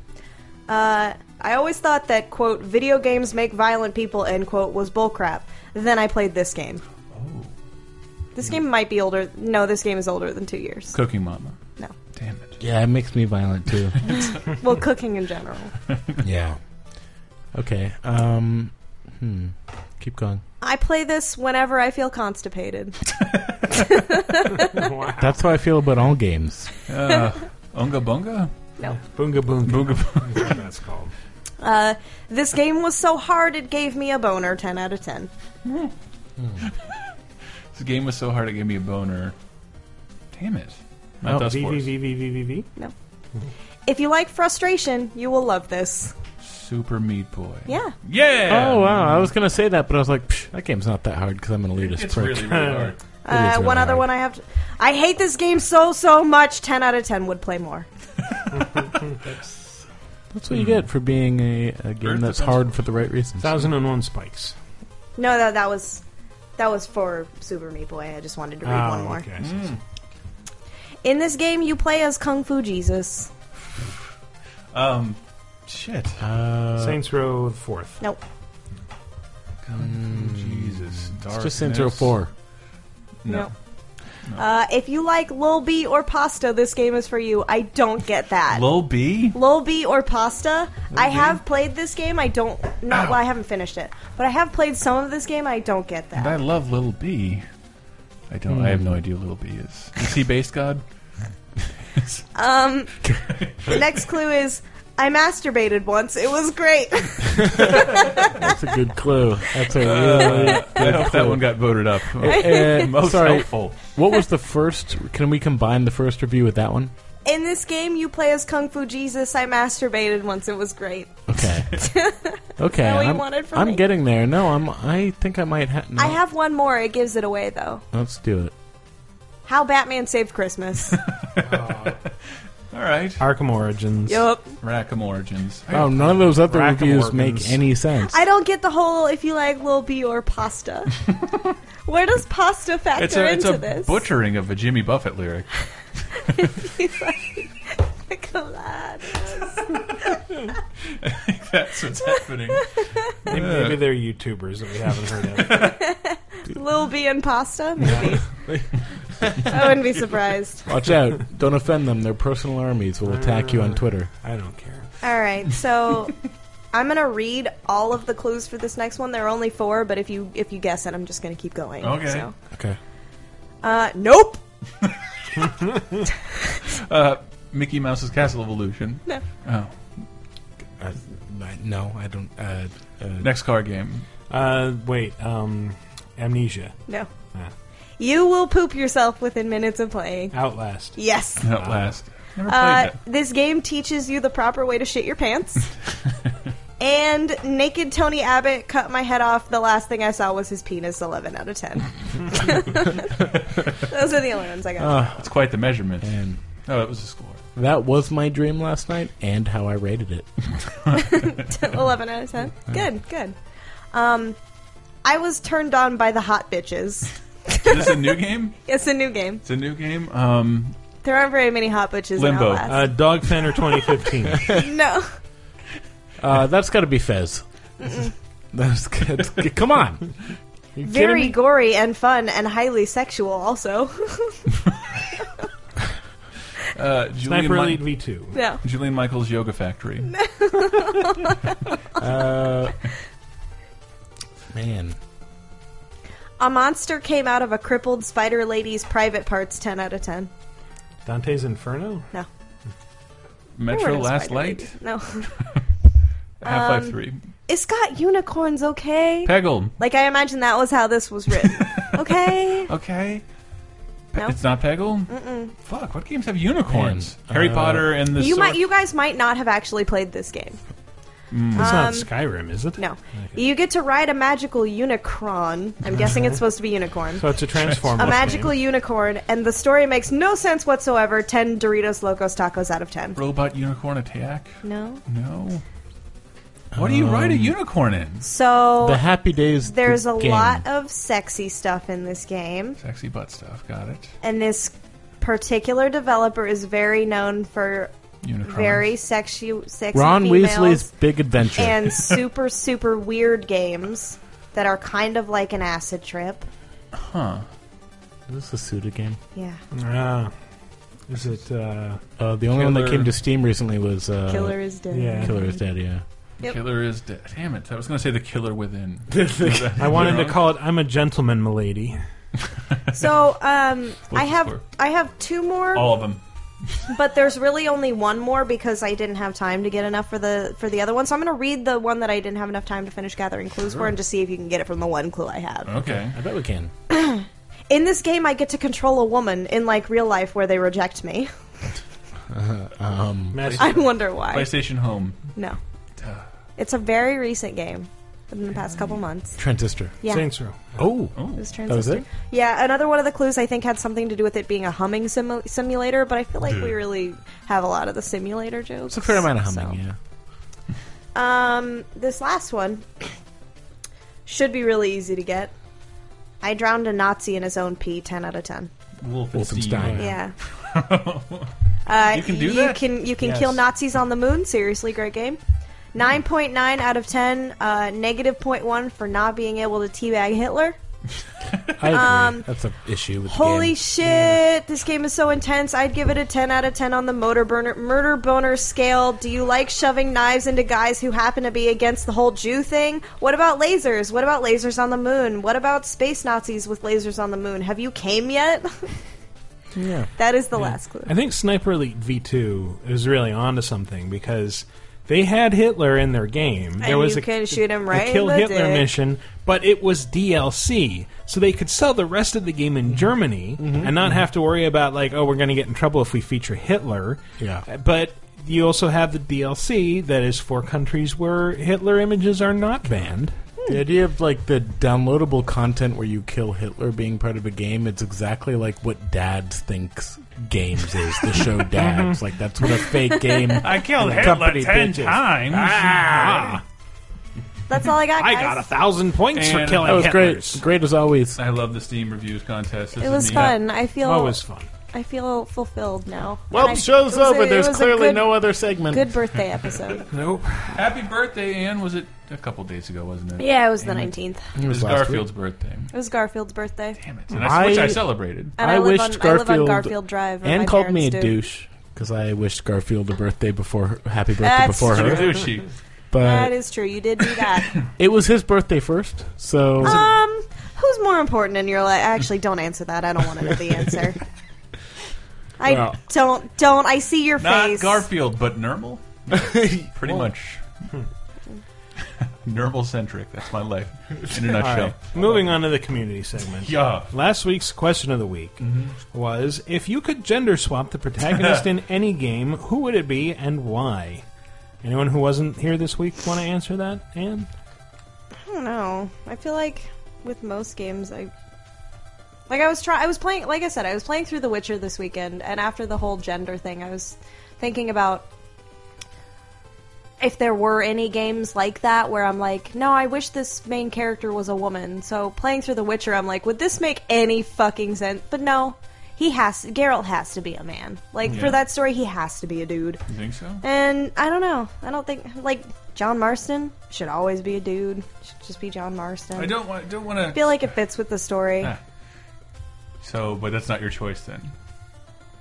[SPEAKER 3] Uh, I always thought that quote video
[SPEAKER 4] Oh.
[SPEAKER 3] games make violent people end quote was bullcrap. Then I played this game. This game might be older. No, this game is older than two years.
[SPEAKER 2] Cooking Mama.
[SPEAKER 3] No.
[SPEAKER 2] Damn
[SPEAKER 3] <laughs>
[SPEAKER 4] Yeah, it makes me
[SPEAKER 2] <laughs>
[SPEAKER 4] violent too.
[SPEAKER 3] well, cooking in general.
[SPEAKER 4] yeah. Okay. Um. Hmm. Keep going.
[SPEAKER 3] I play this whenever I feel constipated.
[SPEAKER 4] That's how I feel about all games.
[SPEAKER 2] Uh, Unga Bunga?
[SPEAKER 3] No.
[SPEAKER 4] Boonga boonga.
[SPEAKER 2] Boonga
[SPEAKER 4] boonga.
[SPEAKER 1] That's called.
[SPEAKER 3] Uh, this game was so hard it gave me a boner. Ten out of ten.
[SPEAKER 2] <laughs> This game was so hard it gave me a boner. Damn it. Not
[SPEAKER 1] Oh,
[SPEAKER 2] Dust
[SPEAKER 1] V,
[SPEAKER 2] Wars.
[SPEAKER 1] V, V, V, V, V.
[SPEAKER 3] No. If you like frustration, you will love this.
[SPEAKER 2] Super Meat Boy.
[SPEAKER 3] Yeah.
[SPEAKER 2] Yeah.
[SPEAKER 4] Oh wow! I was gonna say that, but I was like, Psh, that game's not that hard because I'm an elitist
[SPEAKER 2] It's
[SPEAKER 4] prick.
[SPEAKER 2] really, really hard.
[SPEAKER 4] It
[SPEAKER 3] Uh,
[SPEAKER 4] is really
[SPEAKER 3] one other
[SPEAKER 4] hard.
[SPEAKER 3] one I have. To, I hate this game so so much. Ten out of ten would play more.
[SPEAKER 4] That's what you get for being a, a game that's hard for the right reasons.
[SPEAKER 1] Thousand and One Spikes.
[SPEAKER 3] No, that that was that was for Super Meat Boy. I just wanted to read
[SPEAKER 2] Ah,
[SPEAKER 1] Oh,
[SPEAKER 3] one more.
[SPEAKER 1] okay, I see, I see.
[SPEAKER 3] In this game, you play as Kung Fu Jesus.
[SPEAKER 2] Um, shit.
[SPEAKER 4] Uh,
[SPEAKER 1] Saints Row the Fourth.
[SPEAKER 3] Nope.
[SPEAKER 2] Jesus.
[SPEAKER 4] It's just Saints Row
[SPEAKER 2] darkness.
[SPEAKER 4] Four.
[SPEAKER 2] No.
[SPEAKER 3] Uh, if you like lil b or pasta, this game is for you. I don't get that.
[SPEAKER 2] Low B?
[SPEAKER 3] Lil B or pasta. I
[SPEAKER 2] B?
[SPEAKER 3] have played this game. I don't. Not well. I haven't finished it, but I have played some of this game. I don't get that.
[SPEAKER 2] And I love Little B. I don't. I have no idea who Little B is. Is he base god?
[SPEAKER 3] Um, the next clue is I masturbated once. It
[SPEAKER 2] <laughs>
[SPEAKER 3] was great.
[SPEAKER 4] That's a good clue. That's a
[SPEAKER 2] <laughs>
[SPEAKER 4] really
[SPEAKER 2] Uh, I
[SPEAKER 4] good
[SPEAKER 2] hope
[SPEAKER 4] clue.
[SPEAKER 2] that one got voted <laughs> up.
[SPEAKER 4] Uh,
[SPEAKER 2] Most
[SPEAKER 4] sorry,
[SPEAKER 2] helpful.
[SPEAKER 4] What was the first? Can we combine the first review with that one?
[SPEAKER 3] In this game, you play as Kung Fu Jesus. I masturbated once. It was great. <laughs>
[SPEAKER 4] Okay. Okay.
[SPEAKER 3] That's what you
[SPEAKER 4] I'm,
[SPEAKER 3] wanted from
[SPEAKER 4] I'm
[SPEAKER 3] me.
[SPEAKER 4] getting there. No, I'm. I think I might have. No.
[SPEAKER 3] I have one more. It gives it away though.
[SPEAKER 4] Let's do it.
[SPEAKER 3] How Batman
[SPEAKER 2] <laughs>
[SPEAKER 3] saved Christmas.
[SPEAKER 2] All right.
[SPEAKER 1] Arkham Origins.
[SPEAKER 3] Yup.
[SPEAKER 2] Rackham Origins.
[SPEAKER 4] Oh, none of those other
[SPEAKER 1] Rack 'em
[SPEAKER 4] reviews make
[SPEAKER 1] organs.
[SPEAKER 4] any sense.
[SPEAKER 3] I don't get the whole if you like Lil B or
[SPEAKER 2] <laughs>
[SPEAKER 3] pasta. Where does pasta factor
[SPEAKER 2] It's a, it's
[SPEAKER 3] into
[SPEAKER 2] a
[SPEAKER 3] this?
[SPEAKER 2] butchering of a Jimmy Buffett lyric.
[SPEAKER 3] <laughs>
[SPEAKER 2] <laughs>
[SPEAKER 3] He's like, come on.
[SPEAKER 2] That's what's <laughs> happening.
[SPEAKER 1] Maybe, maybe they're YouTubers that we haven't heard of.
[SPEAKER 3] Lil B and pasta, maybe. I wouldn't
[SPEAKER 2] <laughs>
[SPEAKER 3] be surprised.
[SPEAKER 4] Watch out! Don't offend them. Their personal armies will attack you on Twitter.
[SPEAKER 1] I don't care.
[SPEAKER 3] All right, so I'm gonna read all of the clues for this next one. There are only four, but if you if you guess it, I'm just gonna keep going.
[SPEAKER 2] Okay.
[SPEAKER 3] So.
[SPEAKER 4] Okay.
[SPEAKER 3] Uh, nope.
[SPEAKER 2] Uh, Mickey Mouse's Castle of Illusion.
[SPEAKER 3] No.
[SPEAKER 2] Oh.
[SPEAKER 4] I, I- no, I don't. Uh, uh,
[SPEAKER 2] Next card game.
[SPEAKER 1] Uh, wait. Um, Amnesia.
[SPEAKER 3] No.
[SPEAKER 1] Ah.
[SPEAKER 3] You will poop yourself within minutes of playing.
[SPEAKER 1] Outlast.
[SPEAKER 3] Yes.
[SPEAKER 2] At last. Never played
[SPEAKER 3] Uh,
[SPEAKER 2] that.
[SPEAKER 3] this game teaches you the proper way to shit your pants. and naked Tony Abbott cut my head off. The last thing I saw was his penis. Eleven out of ten. Those are the only ones I got. <laughs>
[SPEAKER 2] It's quite the measurement.
[SPEAKER 4] And
[SPEAKER 2] Oh, that was a score.
[SPEAKER 4] that was my dream last night, and how I rated it.
[SPEAKER 3] 11 out of 10. Good, good. Um, I was turned on by the hot bitches.
[SPEAKER 2] Is this a <laughs> new game?
[SPEAKER 3] It's a new game.
[SPEAKER 2] It's a new game. Um,
[SPEAKER 3] There aren't very many hot bitches
[SPEAKER 2] Limbo.
[SPEAKER 3] in Outlast.
[SPEAKER 1] Uh, Dog Fenner 2015.
[SPEAKER 3] no.
[SPEAKER 4] Uh, <laughs> that's got to be Fez. <laughs> That's good. Come on. You kidding
[SPEAKER 3] Very
[SPEAKER 4] me?
[SPEAKER 3] gory and fun and highly sexual, also. <laughs>
[SPEAKER 2] uh, Julian
[SPEAKER 1] Sniper
[SPEAKER 2] Mi-
[SPEAKER 1] Elite V2.
[SPEAKER 3] no.
[SPEAKER 2] Julian Michaels Yoga <laughs> Factory.
[SPEAKER 4] Uh, man,
[SPEAKER 3] A monster came out of a crippled spider lady's private parts, 10 out of 10.
[SPEAKER 1] Dante's Inferno.
[SPEAKER 3] No. There
[SPEAKER 2] Metro
[SPEAKER 3] were no
[SPEAKER 2] Last
[SPEAKER 3] spider
[SPEAKER 2] Light.
[SPEAKER 3] ladies. No. <laughs>
[SPEAKER 2] Half Life
[SPEAKER 3] Um,
[SPEAKER 2] 3.
[SPEAKER 3] It's got unicorns, okay?
[SPEAKER 2] Peggle.
[SPEAKER 3] Like, I imagine that was how this was written. okay?
[SPEAKER 2] Okay. Pe-
[SPEAKER 3] No.
[SPEAKER 2] It's not Peggle?
[SPEAKER 3] Mm-mm.
[SPEAKER 2] Fuck, what games have unicorns?
[SPEAKER 4] Man,
[SPEAKER 2] Harry
[SPEAKER 4] uh,
[SPEAKER 2] Potter and the
[SPEAKER 3] You
[SPEAKER 2] sword-
[SPEAKER 3] might, you guys might not have actually played this game.
[SPEAKER 1] It's
[SPEAKER 3] Um,
[SPEAKER 1] not Skyrim, is it?
[SPEAKER 3] No. You get to ride a magical unicron. I'm guessing it's supposed to be unicorn.
[SPEAKER 1] So it's a Transformers.
[SPEAKER 3] a magical unicorn, and the story makes no sense whatsoever. 10 Doritos Locos Tacos out of 10.
[SPEAKER 2] Robot Unicorn Attack?
[SPEAKER 3] No.
[SPEAKER 2] No. What do you ride a
[SPEAKER 4] Um,
[SPEAKER 2] unicorn in?
[SPEAKER 4] the
[SPEAKER 3] So
[SPEAKER 4] Happy Days.
[SPEAKER 3] there's a
[SPEAKER 4] game.
[SPEAKER 3] lot of sexy stuff in this game,
[SPEAKER 2] Sexy butt stuff. Got it.
[SPEAKER 3] and this particular developer is very known for
[SPEAKER 2] Unicorn.
[SPEAKER 3] very sexy, sexy
[SPEAKER 4] Ron
[SPEAKER 3] females
[SPEAKER 4] Weasley's Big Adventure. <laughs>
[SPEAKER 3] and super, super weird games that are kind of like an acid trip.
[SPEAKER 2] Huh.
[SPEAKER 4] Is this a Suda game?
[SPEAKER 3] Yeah.
[SPEAKER 1] Ah. Is it uh,
[SPEAKER 4] Uh, the only one that
[SPEAKER 1] Killer-
[SPEAKER 4] came to Steam recently was uh,
[SPEAKER 3] Killer is Dead.
[SPEAKER 4] Yeah, Killer is Dead. Yeah.
[SPEAKER 3] Yep.
[SPEAKER 2] Killer is dead. Damn it! I was going to say the killer within.
[SPEAKER 1] I wanted to call it I'm a gentleman, milady.
[SPEAKER 3] <laughs> So um,
[SPEAKER 1] What's
[SPEAKER 3] I
[SPEAKER 1] the
[SPEAKER 3] have
[SPEAKER 1] score?
[SPEAKER 3] I have two more,
[SPEAKER 4] Oh.
[SPEAKER 1] All of them.
[SPEAKER 3] but there's really only one more because I didn't have time to get enough for the for the other one. So I'm going to read the one that I didn't have enough time to finish gathering clues for,
[SPEAKER 4] Sure. Uh.
[SPEAKER 3] and just see if you can get it from the one clue I had.
[SPEAKER 2] Okay.
[SPEAKER 4] I bet we can.
[SPEAKER 3] In this game, I get to control a woman in like real life where they reject me. <laughs>
[SPEAKER 4] Uh,
[SPEAKER 2] Mm.
[SPEAKER 4] um,
[SPEAKER 3] I wonder why.
[SPEAKER 2] PlayStation Home.
[SPEAKER 3] No, it's a very recent game within the past couple months.
[SPEAKER 4] Transistor.
[SPEAKER 3] Yeah. Saints Row. It
[SPEAKER 4] Oh.
[SPEAKER 3] was
[SPEAKER 4] That was
[SPEAKER 3] Transistor.
[SPEAKER 4] it?
[SPEAKER 3] Yeah, another one of the clues I think had something to do with it being a humming simu- simulator, but I feel like
[SPEAKER 4] Yeah.
[SPEAKER 3] we really have a lot of the simulator jokes.
[SPEAKER 4] It's a fair amount of humming, yeah.
[SPEAKER 3] Um, this last one <coughs> should be really easy to get. I drowned a Nazi in his own pee. Ten out of ten.
[SPEAKER 4] Wolfenstein.
[SPEAKER 3] Yeah. Uh,
[SPEAKER 4] You can do
[SPEAKER 3] you
[SPEAKER 4] that?
[SPEAKER 3] Can, you can
[SPEAKER 4] Yes.
[SPEAKER 3] kill Nazis on the moon. Seriously, great game. 9.9 out of 10, uh, negative 0.1 for not being able to teabag Hitler.
[SPEAKER 4] I agree.
[SPEAKER 3] Um,
[SPEAKER 4] That's an issue with
[SPEAKER 3] Holy
[SPEAKER 4] the game.
[SPEAKER 3] shit! This game is so intense. I'd give it a 10 out of 10 on the motor burner murder boner scale. Do you like shoving knives into guys who happen to be against the whole Jew thing? What about lasers? What about lasers on the moon? What about space Nazis with lasers on the moon? Have you came <laughs> yet?
[SPEAKER 1] Yeah.
[SPEAKER 3] that is the last clue.
[SPEAKER 1] I think Sniper Elite V2 is really onto something because they had Hitler in their game.
[SPEAKER 3] And
[SPEAKER 1] there was
[SPEAKER 3] you
[SPEAKER 1] a,
[SPEAKER 3] can shoot him right
[SPEAKER 1] a kill
[SPEAKER 3] in the
[SPEAKER 1] Hitler
[SPEAKER 3] dick.
[SPEAKER 1] mission, but it was DLC, so they could sell the rest of the game in Germany
[SPEAKER 2] Mm-hmm.
[SPEAKER 1] and not
[SPEAKER 4] mhm.
[SPEAKER 1] have to worry about like, oh, we're going to get in trouble if we feature Hitler.
[SPEAKER 4] Yeah.
[SPEAKER 1] Uh, But you also have the DLC that is for countries where Hitler images are not banned.
[SPEAKER 4] The idea of like the downloadable content where you kill Hitler being part of a game, it's exactly like what Dads thinks games is. The
[SPEAKER 3] <laughs>
[SPEAKER 4] show Dads, like that's what a fake <laughs> game.
[SPEAKER 2] I killed
[SPEAKER 4] and
[SPEAKER 2] Hitler
[SPEAKER 4] company
[SPEAKER 2] ten
[SPEAKER 4] bitches.
[SPEAKER 2] times.
[SPEAKER 1] Ah.
[SPEAKER 3] That's all I
[SPEAKER 4] <laughs>
[SPEAKER 3] got.
[SPEAKER 1] I
[SPEAKER 3] guys.
[SPEAKER 1] got a thousand points for
[SPEAKER 2] And-
[SPEAKER 1] killing
[SPEAKER 2] That was
[SPEAKER 1] Hitler.
[SPEAKER 4] Great, great as always.
[SPEAKER 2] I love the Steam reviews contest. This
[SPEAKER 3] It
[SPEAKER 2] is
[SPEAKER 3] was
[SPEAKER 2] neat.
[SPEAKER 3] fun. I feel
[SPEAKER 2] Always fun.
[SPEAKER 3] I feel fulfilled now.
[SPEAKER 4] Well,
[SPEAKER 3] And I-
[SPEAKER 4] show's
[SPEAKER 3] it was a-
[SPEAKER 4] over.
[SPEAKER 3] it
[SPEAKER 4] There's
[SPEAKER 3] was a
[SPEAKER 4] clearly
[SPEAKER 3] good-
[SPEAKER 4] no other segment.
[SPEAKER 3] Good birthday episode.
[SPEAKER 1] Nope.
[SPEAKER 2] Happy birthday, Anne. Was it a couple days ago? Wasn't it?
[SPEAKER 3] <laughs> Yeah, it was the
[SPEAKER 2] Damn
[SPEAKER 3] 19th.
[SPEAKER 2] It was Garfield's birthday.
[SPEAKER 3] It was Garfield's birthday.
[SPEAKER 2] Damn it! And I, which I celebrated.
[SPEAKER 3] And I, live on, I live on Garfield Drive. where
[SPEAKER 4] Anne
[SPEAKER 3] my
[SPEAKER 4] called me a
[SPEAKER 3] parents do.
[SPEAKER 4] douche because I wished Garfield a birthday before her, happy birthday
[SPEAKER 3] That's
[SPEAKER 4] before her.
[SPEAKER 2] true. Douchey.
[SPEAKER 3] That
[SPEAKER 4] But
[SPEAKER 3] is true. You did do
[SPEAKER 4] <laughs>
[SPEAKER 3] that.
[SPEAKER 4] it was his birthday first, so
[SPEAKER 3] um, who's more important in your life? Actually, don't answer that. I don't want to know
[SPEAKER 4] <laughs>
[SPEAKER 3] the answer. I
[SPEAKER 2] Well.
[SPEAKER 3] don't. Don't. I see your
[SPEAKER 2] Not
[SPEAKER 3] face.
[SPEAKER 2] Garfield, but Nermal. Pretty much. <laughs> Nermal centric. That's my life in a
[SPEAKER 1] All
[SPEAKER 2] nutshell.
[SPEAKER 1] right. Moving on to the community segment.
[SPEAKER 2] Yeah.
[SPEAKER 1] Last week's question of the week was if you could gender swap the <laughs> protagonist in any game, who would it be and why? Anyone who wasn't here this week want to answer that? Anne?
[SPEAKER 3] I don't know. I feel like with most games, I like I was trying. I was playing. Like I said, I was playing through The Witcher this weekend, and after the whole gender thing, I was thinking about if there were any games like that where I'm like, no, I wish this main character was a woman. So playing through The Witcher, I'm like, would this make any fucking sense? But no. He has Geralt has to be a man. Like
[SPEAKER 2] Yeah.
[SPEAKER 3] for that story, he has to be a dude.
[SPEAKER 2] You think so?
[SPEAKER 3] And I don't know. I don't think like John Marston should always be a dude. Should just be John Marston.
[SPEAKER 2] I don't want. Don't want
[SPEAKER 3] I
[SPEAKER 2] to.
[SPEAKER 3] feel like it fits with the story.
[SPEAKER 2] Ah. So, but that's not your choice then.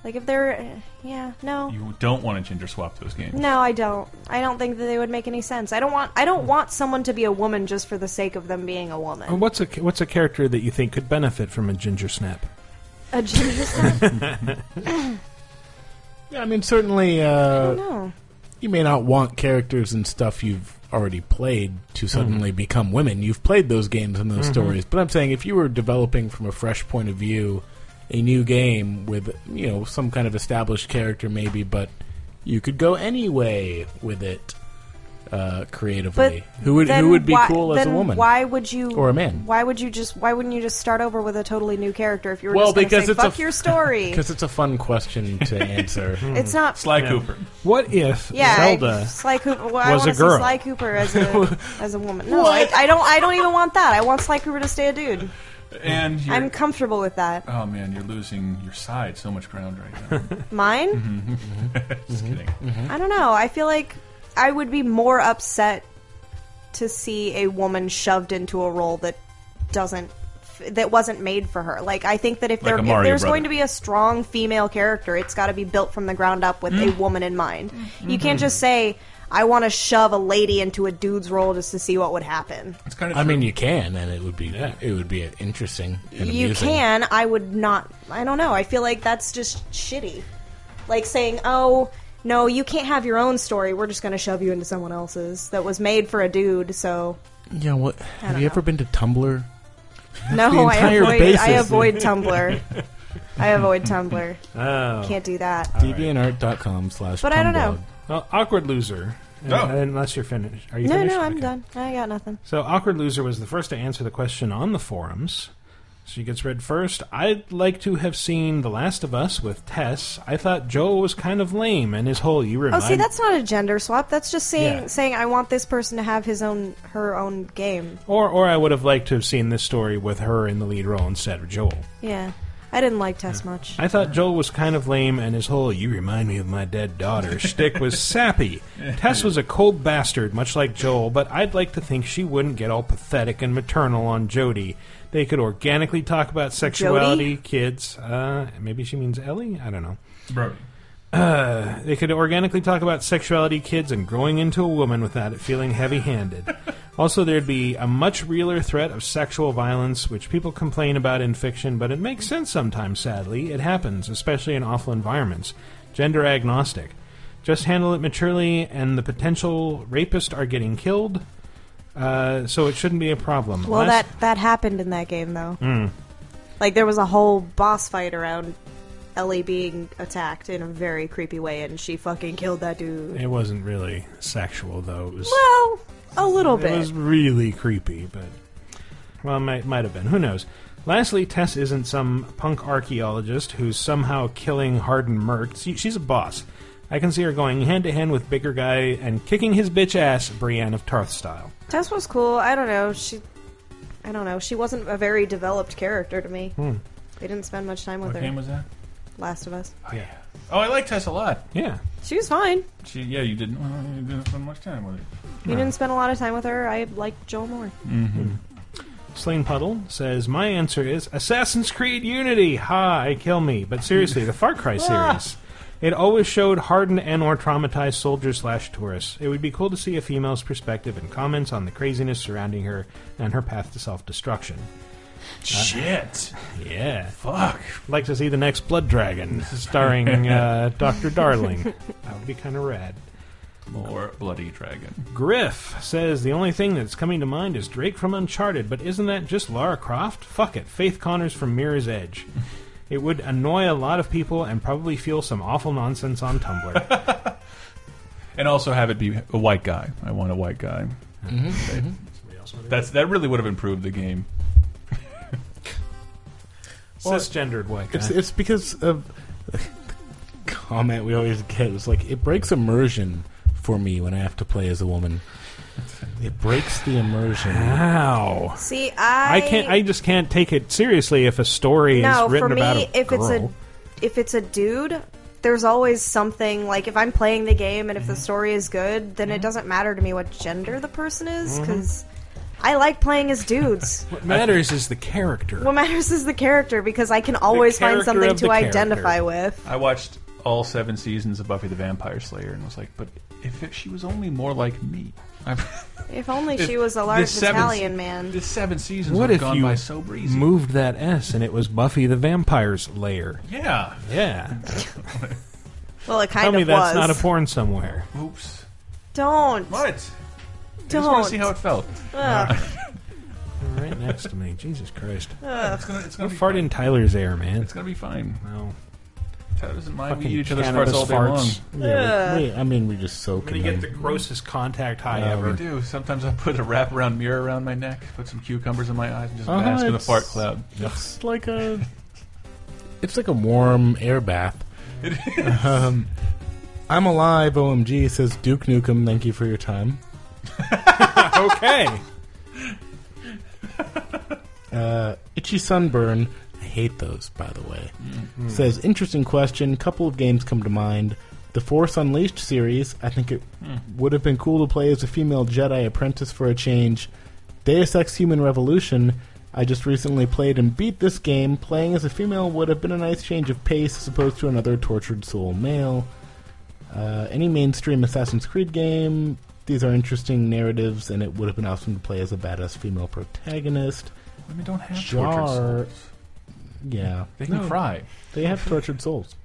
[SPEAKER 3] Like if they're, yeah, no,
[SPEAKER 2] You don't want to gender swap those games.
[SPEAKER 3] no, I don't. I don't think that they would make any sense. I don't want. I don't want someone to be a woman just for the sake of them being a woman.
[SPEAKER 1] What's a, what's a character that you think could benefit from a ginger snap?
[SPEAKER 4] Oh.
[SPEAKER 3] A ginger snap.
[SPEAKER 4] Yeah, I mean, certainly. Uh,
[SPEAKER 3] know.
[SPEAKER 4] You may not want characters and stuff you've already played to suddenly become women. You've played those games and those
[SPEAKER 1] Mhm.
[SPEAKER 4] stories, but I'm saying if you were developing from a fresh point of view, a new game with you know some kind of established character, maybe, but you could go any way with it uh, creatively. who would
[SPEAKER 3] then
[SPEAKER 4] who would be
[SPEAKER 3] why-
[SPEAKER 4] cool as a
[SPEAKER 3] then
[SPEAKER 4] woman?
[SPEAKER 3] Why would you
[SPEAKER 4] Or a man.
[SPEAKER 3] Why would you just? Why wouldn't you just start over with a totally new character if you were
[SPEAKER 4] Well,
[SPEAKER 3] just gonna
[SPEAKER 4] because
[SPEAKER 3] say,
[SPEAKER 4] it's a
[SPEAKER 3] fuck
[SPEAKER 4] f-
[SPEAKER 3] your
[SPEAKER 4] <laughs>
[SPEAKER 3] story?
[SPEAKER 4] Because it's a fun question
[SPEAKER 3] <laughs>
[SPEAKER 4] to answer.
[SPEAKER 3] It's not- Sly
[SPEAKER 2] Cooper.
[SPEAKER 1] What if
[SPEAKER 3] Yeah, I,
[SPEAKER 4] Zelda
[SPEAKER 3] Sly Cooper. Well, I
[SPEAKER 4] was
[SPEAKER 3] want
[SPEAKER 4] a
[SPEAKER 3] to see
[SPEAKER 4] girl.
[SPEAKER 3] Sly Cooper as
[SPEAKER 4] <laughs>
[SPEAKER 3] a as a woman. No, I,
[SPEAKER 2] What?
[SPEAKER 3] I don't. I don't even want that. I want Sly Cooper to stay a dude.
[SPEAKER 2] And you're,
[SPEAKER 3] I'm comfortable with that.
[SPEAKER 2] Oh man, you're losing your side so much ground right now.
[SPEAKER 3] Mine?
[SPEAKER 2] Mhm. <laughs> Just kidding.
[SPEAKER 3] I don't know. I feel like I would be more upset to see a woman shoved into a role that doesn't stuff that wasn't made for her. Like I think that if,
[SPEAKER 2] Like
[SPEAKER 3] there,
[SPEAKER 2] a
[SPEAKER 3] if
[SPEAKER 2] Mario
[SPEAKER 3] there's
[SPEAKER 2] brother.
[SPEAKER 3] going to be a strong female character, it's got to be built from the ground up with
[SPEAKER 2] Mm-hmm.
[SPEAKER 3] a woman in mind. You can't
[SPEAKER 4] Mhm.
[SPEAKER 3] just say I want to shove a lady into a dude's role just to see what would happen.
[SPEAKER 2] It's kind
[SPEAKER 4] I <laughs> mean, you can, and it would be it would be interesting. And
[SPEAKER 3] you
[SPEAKER 4] amusing.
[SPEAKER 3] can i would not i don't know i feel like that's just shitty like saying oh no you can't have your own story we're just going to shove you into someone else's that was made for a dude so
[SPEAKER 4] Yeah. What? Have you ever been to Tumblr?
[SPEAKER 3] no
[SPEAKER 4] The
[SPEAKER 3] I
[SPEAKER 4] entire
[SPEAKER 3] avoid, I
[SPEAKER 4] basis. <laughs>
[SPEAKER 3] avoid tumblr i avoid tumblr
[SPEAKER 1] Oh.
[SPEAKER 3] can't do that
[SPEAKER 4] DeviantArt.com slash.
[SPEAKER 3] But I don't know.
[SPEAKER 4] Tumblr.
[SPEAKER 1] Well, awkward loser.
[SPEAKER 3] No.
[SPEAKER 1] Uh, unless you're finished. Are you
[SPEAKER 3] no
[SPEAKER 1] finished?
[SPEAKER 3] no i'm done i got nothing
[SPEAKER 1] So awkward loser was the first to answer the question on the forums. She gets read first. I'd like to have seen The Last of Us with Tess. I thought Joe was kind of lame and his whole you
[SPEAKER 3] oh
[SPEAKER 1] remind
[SPEAKER 3] see that's not a gender swap that's just saying
[SPEAKER 1] Yeah.
[SPEAKER 3] saying i want this person to have his own her own game
[SPEAKER 1] or or I would have liked to have seen this story with her in the lead role instead of Joel.
[SPEAKER 3] yeah i didn't like tess much
[SPEAKER 1] I thought Joel was kind of lame, and his whole "you remind me of my dead daughter" shtick was sappy. Tess was a cold bastard, much like Joel, but I'd like to think she wouldn't get all pathetic and maternal on Jody. They could organically talk about sexuality, kids. Uh, maybe she means Ellie. I don't know.
[SPEAKER 2] Brody.
[SPEAKER 1] Uh, they could organically talk about sexuality, kids, and growing into a woman without it feeling heavy handed. also, there'd be a much realer threat of sexual violence, which people complain about in fiction, but it makes sense sometimes, sadly. It happens, especially in awful environments. Gender agnostic. Just handle it maturely, and the potential rapists are getting killed, uh, so it shouldn't be a problem.
[SPEAKER 3] Well,
[SPEAKER 1] Last-
[SPEAKER 3] that that happened in that game though.
[SPEAKER 1] Mm.
[SPEAKER 3] Like there was a whole boss fight around Ellie being attacked in a very creepy way, and she fucking killed that dude.
[SPEAKER 1] It wasn't really sexual, though. It was
[SPEAKER 3] Well, a little
[SPEAKER 1] It
[SPEAKER 3] bit.
[SPEAKER 1] was really creepy, but well, it might might have been. Who knows? Lastly, Tess isn't some punk archaeologist who's somehow killing hardened mercs. She, she's a boss. I can see her going hand to hand with bigger guy and kicking his bitch ass, Brienne of Tarth style.
[SPEAKER 3] Tess was cool. I don't know. She, I don't know. She wasn't a very developed character to me.
[SPEAKER 1] Hmm.
[SPEAKER 3] They didn't spend much time with
[SPEAKER 2] What
[SPEAKER 3] her.
[SPEAKER 2] game was that?
[SPEAKER 3] Last of Us.
[SPEAKER 1] yeah.
[SPEAKER 2] Oh, I like Tess a lot.
[SPEAKER 1] Yeah.
[SPEAKER 3] She was fine.
[SPEAKER 2] She, yeah, you didn't. Well, you didn't spend much time with it.
[SPEAKER 3] You didn't spend a lot of time with her. I liked Joel more.
[SPEAKER 2] Mm-hmm.
[SPEAKER 1] Slain Puddle says, My answer is Assassin's Creed Unity. Hi, kill me. But seriously, the Far Cry series. It always showed hardened and or traumatized soldiers slash tourists. It would be cool to see a female's perspective and comments on the craziness surrounding her and her path to self destruction.
[SPEAKER 2] Shit.
[SPEAKER 1] Yeah.
[SPEAKER 2] Fuck.
[SPEAKER 1] Like to see the next Blood Dragon starring uh, Dr. Darling. That would be kind of rad.
[SPEAKER 2] More bloody dragon.
[SPEAKER 1] Griff says the only thing that's coming to mind is Drake from Uncharted, but isn't that just Lara Croft? Fuck it, Faith Connors from Mirror's Edge. It would annoy a lot of people and probably fuel some awful nonsense on
[SPEAKER 2] <laughs>
[SPEAKER 1] Tumblr.
[SPEAKER 2] And also have it be a white guy. I want a white guy.
[SPEAKER 1] Mhm,
[SPEAKER 2] Okay.
[SPEAKER 1] mhm.
[SPEAKER 2] That's that really would have improved the game.
[SPEAKER 1] Cisgendered white guy.
[SPEAKER 4] It's it's because of the comment we always get. It's like it breaks immersion for me when I have to play as a woman. It breaks
[SPEAKER 3] <laughs>
[SPEAKER 4] the immersion.
[SPEAKER 1] Wow.
[SPEAKER 3] See, I
[SPEAKER 1] I can't. I just can't take it seriously if a story
[SPEAKER 3] no,
[SPEAKER 1] is written
[SPEAKER 3] for me,
[SPEAKER 1] about a
[SPEAKER 3] if
[SPEAKER 1] girl.
[SPEAKER 3] it's a if it's a dude, there's always something like if I'm playing the game and if the
[SPEAKER 1] Mm-hmm.
[SPEAKER 3] story is good, then it doesn't matter to me what gender the person
[SPEAKER 1] Mm-hmm.
[SPEAKER 3] is because I like playing
[SPEAKER 1] <laughs>
[SPEAKER 3] as dudes.
[SPEAKER 1] what matters is the character.
[SPEAKER 3] what matters is the character because I can always find
[SPEAKER 1] character
[SPEAKER 3] something
[SPEAKER 1] of
[SPEAKER 3] to
[SPEAKER 1] the
[SPEAKER 3] identify
[SPEAKER 1] character.
[SPEAKER 3] with.
[SPEAKER 2] I watched all seven seasons of Buffy the Vampire Slayer and was like, but if it, she was only more like me. <laughs> I'm-
[SPEAKER 3] If only
[SPEAKER 2] If
[SPEAKER 3] she was a large
[SPEAKER 2] this seven-
[SPEAKER 3] Italian man.
[SPEAKER 2] This seven seasons
[SPEAKER 1] What
[SPEAKER 2] would
[SPEAKER 1] if
[SPEAKER 2] have gone
[SPEAKER 1] you
[SPEAKER 2] by so breezy.
[SPEAKER 1] moved that S and it was Buffy the Vampire's lair?
[SPEAKER 2] Yeah.
[SPEAKER 1] Yeah.
[SPEAKER 3] Well, it kind
[SPEAKER 1] Tell
[SPEAKER 3] of
[SPEAKER 1] me that's
[SPEAKER 3] was.
[SPEAKER 1] not a porn somewhere.
[SPEAKER 2] Oops.
[SPEAKER 3] Don't.
[SPEAKER 2] What? I just
[SPEAKER 3] Don't.
[SPEAKER 2] want to see how it felt.
[SPEAKER 3] Ugh.
[SPEAKER 1] right next to me. Jesus Christ.
[SPEAKER 3] Ugh.
[SPEAKER 2] It's gonna, it's
[SPEAKER 1] Go
[SPEAKER 3] Oh,
[SPEAKER 2] gonna be
[SPEAKER 1] fart in Tyler's air, man.
[SPEAKER 2] It's gonna be fine.
[SPEAKER 1] No.
[SPEAKER 2] Tyler doesn't mind. We
[SPEAKER 1] Fucking
[SPEAKER 2] eat each other's farts
[SPEAKER 1] cannabis
[SPEAKER 2] all day
[SPEAKER 1] farts.
[SPEAKER 2] long.
[SPEAKER 4] Yeah,
[SPEAKER 1] Ugh.
[SPEAKER 4] we, we- I mean, we just
[SPEAKER 1] I'm
[SPEAKER 4] soak.
[SPEAKER 1] gonna
[SPEAKER 4] in
[SPEAKER 1] get the
[SPEAKER 4] them.
[SPEAKER 1] grossest contact high
[SPEAKER 4] Um,
[SPEAKER 2] I
[SPEAKER 1] ever.
[SPEAKER 2] do. Sometimes I put a wraparound mirror around my neck, put some cucumbers in my eyes, and just
[SPEAKER 4] Uh-huh,
[SPEAKER 2] bask in the
[SPEAKER 4] it's-
[SPEAKER 2] fart cloud.
[SPEAKER 4] It's like a, <laughs> it's like a warm air bath.
[SPEAKER 2] It
[SPEAKER 4] Um, I'm alive. OMG says Duke Nukem. Thank you for your time.
[SPEAKER 1] <laughs> okay.
[SPEAKER 4] Uh, itchy sunburn. I hate those, by the way.
[SPEAKER 1] Mhm.
[SPEAKER 4] Says interesting question. Couple of games come to mind. The Force Unleashed series. I think it
[SPEAKER 1] Mm.
[SPEAKER 4] would have been cool to play as a female Jedi apprentice for a change. Deus Ex Human Revolution, I just recently played and beat this game. Playing as a female would have been a nice change of pace as opposed to another tortured soul male. Uh, any mainstream Assassin's Creed game, these are interesting narratives, and it would have been awesome to play as a badass female protagonist.
[SPEAKER 2] Women don't have
[SPEAKER 4] Jar-
[SPEAKER 2] tortured souls.
[SPEAKER 4] Yeah.
[SPEAKER 2] They can cry.
[SPEAKER 4] They have tortured souls.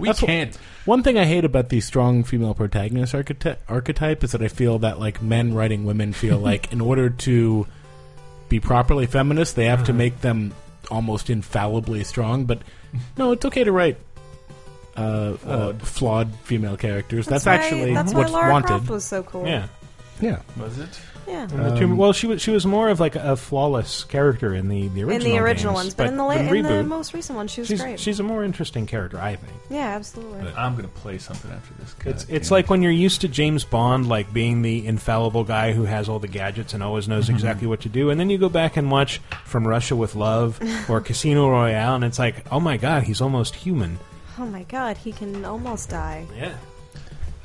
[SPEAKER 2] We
[SPEAKER 4] That's wh-
[SPEAKER 2] can't.
[SPEAKER 4] one thing I hate about the strong female protagonist archety- archetype is that I feel that like men writing
[SPEAKER 2] <laughs>
[SPEAKER 4] women feel like in order to be properly feminist, they have to
[SPEAKER 2] Uh-huh.
[SPEAKER 4] make them almost infallibly strong. But no, it's okay to write uh, flawed. Uh, flawed female characters. That's,
[SPEAKER 3] why-
[SPEAKER 4] actually
[SPEAKER 3] that's why
[SPEAKER 4] what's
[SPEAKER 3] Lara
[SPEAKER 4] wanted.
[SPEAKER 3] Croft was so cool.
[SPEAKER 1] Yeah.
[SPEAKER 4] Yeah.
[SPEAKER 2] Was it?
[SPEAKER 3] Yeah.
[SPEAKER 1] And the
[SPEAKER 2] Um,
[SPEAKER 1] two- well, she was she was more of like a flawless character in the the original
[SPEAKER 3] in the original
[SPEAKER 1] games,
[SPEAKER 3] ones, but, in the la-
[SPEAKER 1] the
[SPEAKER 3] in the
[SPEAKER 1] reboot,
[SPEAKER 3] most recent one, she was
[SPEAKER 1] she's
[SPEAKER 3] great.
[SPEAKER 1] she's a more interesting character, I think.
[SPEAKER 3] yeah, absolutely.
[SPEAKER 2] But I'm gonna play something after this. God
[SPEAKER 1] It's it's
[SPEAKER 2] damn
[SPEAKER 1] like when you're used to James Bond, like being the infallible guy who has all the gadgets and always
[SPEAKER 2] Mm-hmm.
[SPEAKER 1] knows exactly what to do, and then you go back and watch From Russia with
[SPEAKER 3] <laughs>
[SPEAKER 1] Love or Casino Royale, and it's like, oh my god, he's almost human.
[SPEAKER 3] Oh my god, he can almost die.
[SPEAKER 1] Yeah.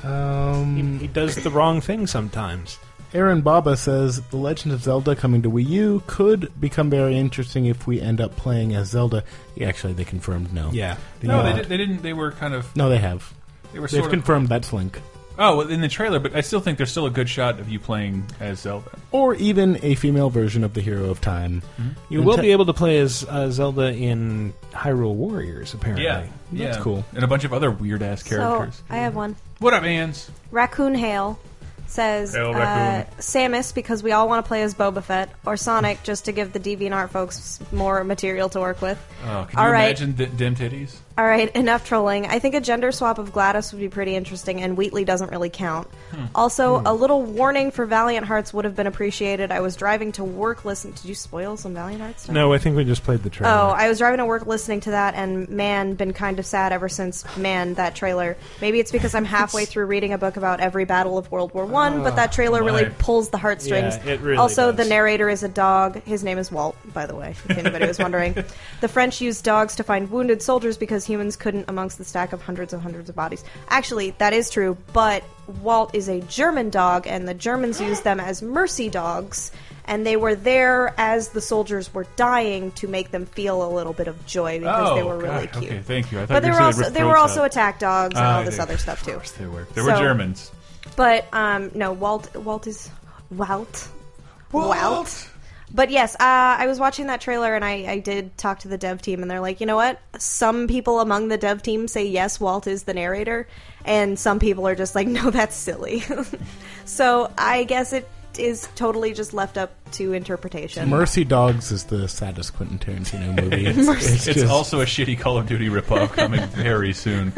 [SPEAKER 4] Um,
[SPEAKER 1] He does the wrong thing sometimes.
[SPEAKER 4] Aaron Baba says The Legend of Zelda coming to Wii U could become very interesting if we end up playing as Zelda. Yeah, actually, they confirmed no.
[SPEAKER 1] Yeah.
[SPEAKER 2] no, they,
[SPEAKER 4] not.
[SPEAKER 2] did, they didn't. They were kind of.
[SPEAKER 4] No, they have.
[SPEAKER 2] They were
[SPEAKER 4] They've
[SPEAKER 2] sort of-
[SPEAKER 4] confirmed that's Link.
[SPEAKER 2] Oh, well, in the trailer, but I still think there's still a good shot of you playing as Zelda.
[SPEAKER 4] Or even a female version of the Hero of Time.
[SPEAKER 1] You will be able to play as uh, Zelda in Hyrule Warriors, apparently.
[SPEAKER 2] Yeah,
[SPEAKER 1] That's
[SPEAKER 2] yeah.
[SPEAKER 1] cool.
[SPEAKER 2] And a bunch of other weird ass characters.
[SPEAKER 3] So I have one.
[SPEAKER 2] What up, Ans?
[SPEAKER 3] Raccoon Hale says
[SPEAKER 2] Hail,
[SPEAKER 3] uh,
[SPEAKER 2] Raccoon.
[SPEAKER 3] Samus because we all want to play as Boba Fett or Sonic just to give the DeviantArt folks more material to work with.
[SPEAKER 2] Oh, can
[SPEAKER 3] All
[SPEAKER 2] you
[SPEAKER 3] right.
[SPEAKER 2] imagine th- dim titties?
[SPEAKER 3] All right, enough trolling. I think a gender swap of Gladys would be pretty interesting, and Wheatley doesn't really count.
[SPEAKER 2] Hmm.
[SPEAKER 3] Also, a little warning for Valiant Hearts would have been appreciated. I was driving to work listening. Did you spoil some Valiant Hearts? stuff?
[SPEAKER 1] No, I think we just played the trailer.
[SPEAKER 3] Oh, I was driving to work listening to that, and man, been kind of sad ever since. Man, that trailer. Maybe it's because I'm halfway through reading a book about every battle of World War One, but that trailer really
[SPEAKER 1] Oh, my.
[SPEAKER 3] pulls the heartstrings.
[SPEAKER 1] Yeah, it really
[SPEAKER 3] also,
[SPEAKER 1] does.
[SPEAKER 3] the narrator is a dog. His name is Walt, by the way, if anybody was wondering. The French used dogs to find wounded soldiers because humans couldn't amongst the stack of hundreds and hundreds of bodies. Actually, that is true, but Walt is a German dog, and the Germans used them as mercy dogs, and they were there as the soldiers were dying to make them feel a little bit of joy because
[SPEAKER 2] oh,
[SPEAKER 3] they were really
[SPEAKER 2] God,
[SPEAKER 3] cute.
[SPEAKER 2] Okay, thank you. I thought
[SPEAKER 3] But
[SPEAKER 2] you
[SPEAKER 3] they were
[SPEAKER 2] said
[SPEAKER 3] also
[SPEAKER 2] ripped
[SPEAKER 3] they were
[SPEAKER 2] throats
[SPEAKER 3] also
[SPEAKER 2] out.
[SPEAKER 3] attack dogs and
[SPEAKER 2] Ah,
[SPEAKER 3] all this
[SPEAKER 2] they-
[SPEAKER 3] other stuff too.
[SPEAKER 2] They were. They were
[SPEAKER 3] So-
[SPEAKER 2] Germans.
[SPEAKER 3] But um, no, Walt Walt is Walt. Walt. But yes, uh, I was watching that trailer and I, I did talk to the dev team and they're like, you know what? Some people among the dev team say yes, Walt is the narrator, and some people are just like, no, <laughs> that's silly. so I guess it is totally just left up to interpretation.
[SPEAKER 4] Mercy Dogs is the saddest
[SPEAKER 1] <laughs>
[SPEAKER 4] Quentin Tarantino movie.
[SPEAKER 2] It's, it's
[SPEAKER 4] just-
[SPEAKER 2] also a shitty Call of Duty ripoff
[SPEAKER 3] <laughs>
[SPEAKER 2] coming very soon.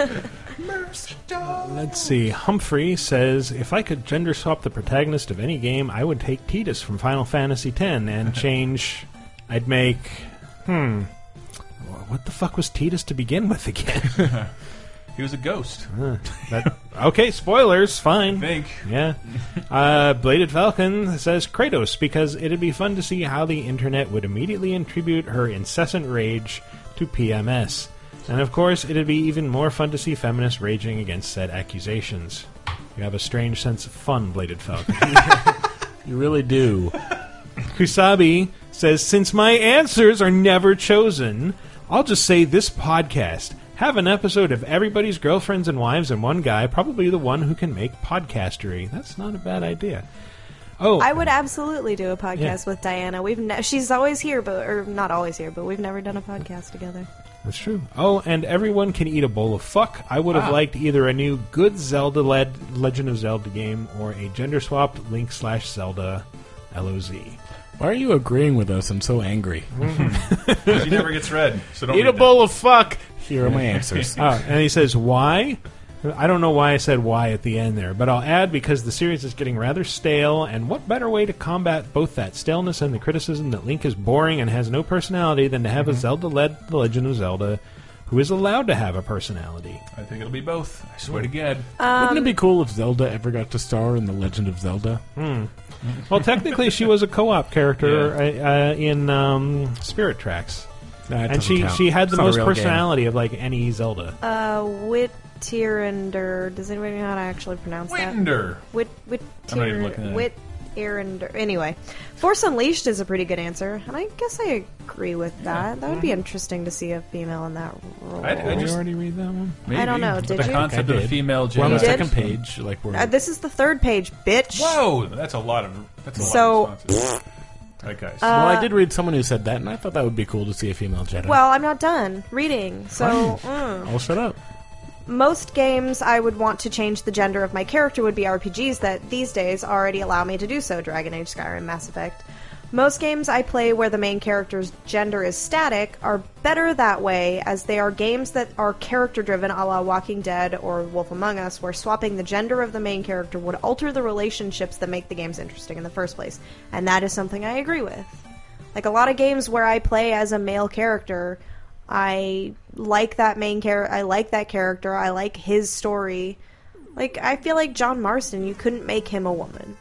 [SPEAKER 1] Let's see. Humphrey says, if I could gender swap the protagonist of any game, I would take Titus from Final Fantasy X and
[SPEAKER 2] <laughs>
[SPEAKER 1] change. I'd make. Hmm. wh- What the fuck was Titus to begin with
[SPEAKER 2] <laughs>
[SPEAKER 1] again?
[SPEAKER 2] He was a ghost.
[SPEAKER 1] Huh. That- okay, spoilers. Fine.
[SPEAKER 2] Think.
[SPEAKER 1] Yeah. Uh, Bladed Falcon says Kratos because it'd be fun to see how the internet would immediately attribute her incessant rage to PMS, and of course it'd be even more fun to see feminists raging against said accusations. You have a strange sense of fun, Bladed Falcon.
[SPEAKER 4] you really do.
[SPEAKER 1] Kusabi says, Since my answers are never chosen, I'll just say this podcast. Have an episode of everybody's girlfriends and wives and one guy, probably the one who can make podcastery. That's not a bad idea. Oh,
[SPEAKER 3] I would absolutely do a podcast
[SPEAKER 1] Yeah.
[SPEAKER 3] with Diana. We've ne- she's always here, but or not always here, but we've never done a podcast together.
[SPEAKER 1] That's true. Oh, and everyone can eat a bowl of fuck. I would have
[SPEAKER 3] Ah.
[SPEAKER 1] liked either a new good Zelda led Legend of Zelda game or a gender swapped Link slash Zelda LOZ.
[SPEAKER 4] Why are you agreeing with us? I'm so angry.
[SPEAKER 2] Because he never gets red. So don't
[SPEAKER 4] Eat
[SPEAKER 2] read
[SPEAKER 4] a
[SPEAKER 2] that.
[SPEAKER 4] bowl of fuck. Here are
[SPEAKER 1] <laughs>
[SPEAKER 4] my answers.
[SPEAKER 1] Oh, and he says, why? I don't know why I said why at the end there, but I'll add because the series is getting rather stale, and what better way to combat both that staleness and the criticism that Link is boring and has no personality than to have
[SPEAKER 4] Mm-hmm.
[SPEAKER 1] a Zelda led The Legend of Zelda who is allowed to have a personality?
[SPEAKER 2] I think it'll be both. I swear to God.
[SPEAKER 3] Uh,
[SPEAKER 1] Um,
[SPEAKER 4] Wouldn't it be cool if Zelda ever got to star in The Legend of Zelda?
[SPEAKER 1] Hmm. Well, technically, she was a co op character uh, uh, in um, Spirit Tracks.
[SPEAKER 4] Nah, it
[SPEAKER 1] and
[SPEAKER 4] doesn't
[SPEAKER 1] she,
[SPEAKER 4] count.
[SPEAKER 1] she had
[SPEAKER 4] It's
[SPEAKER 1] the
[SPEAKER 4] not a
[SPEAKER 1] most
[SPEAKER 4] real game.
[SPEAKER 1] personality of like any Zelda.
[SPEAKER 3] Uh, Wittierender. Does anybody know how to actually pronounce
[SPEAKER 2] Wittender.
[SPEAKER 3] that? Wittender. Wit,
[SPEAKER 2] I'm not even looking at
[SPEAKER 3] Wittier,
[SPEAKER 2] it.
[SPEAKER 3] Wit, Errand. Anyway, Force Unleashed is a pretty good answer, and I guess I agree with that. that would be interesting to see a female in that role.
[SPEAKER 2] Mm-hmm. I- I
[SPEAKER 4] Did
[SPEAKER 2] just-
[SPEAKER 4] you Oh, already read that one?
[SPEAKER 3] I don't know. Did
[SPEAKER 2] the
[SPEAKER 3] you?
[SPEAKER 2] concept
[SPEAKER 4] I
[SPEAKER 2] of a
[SPEAKER 4] did.
[SPEAKER 2] female Jedi.
[SPEAKER 4] We're on the
[SPEAKER 3] You did?
[SPEAKER 4] second page. Like we're
[SPEAKER 3] Uh, this is the third page, bitch.
[SPEAKER 2] Whoa, that's a lot of that's a
[SPEAKER 3] So-
[SPEAKER 2] lot of responses. That guy's
[SPEAKER 4] well, I
[SPEAKER 3] Uh,
[SPEAKER 4] did read someone who said that, and I thought that would be cool to see a female Jedi.
[SPEAKER 3] Well, I'm not done reading, so. mm.
[SPEAKER 4] I'll shut up.
[SPEAKER 3] most games I would want to change the gender of my character would be RPGs that these days already allow me to do so Dragon Age, Skyrim, Mass Effect. Most games I play where the main character's gender is static are better that way, as they are games that are character driven, a la Walking Dead or Wolf Among Us, where swapping the gender of the main character would alter the relationships that make the games interesting in the first place. And that is something I agree with. Like a lot of games where I play as a male character, I like that main character. I like that character. I like his story. Like I feel like John Marston, you couldn't make him a woman.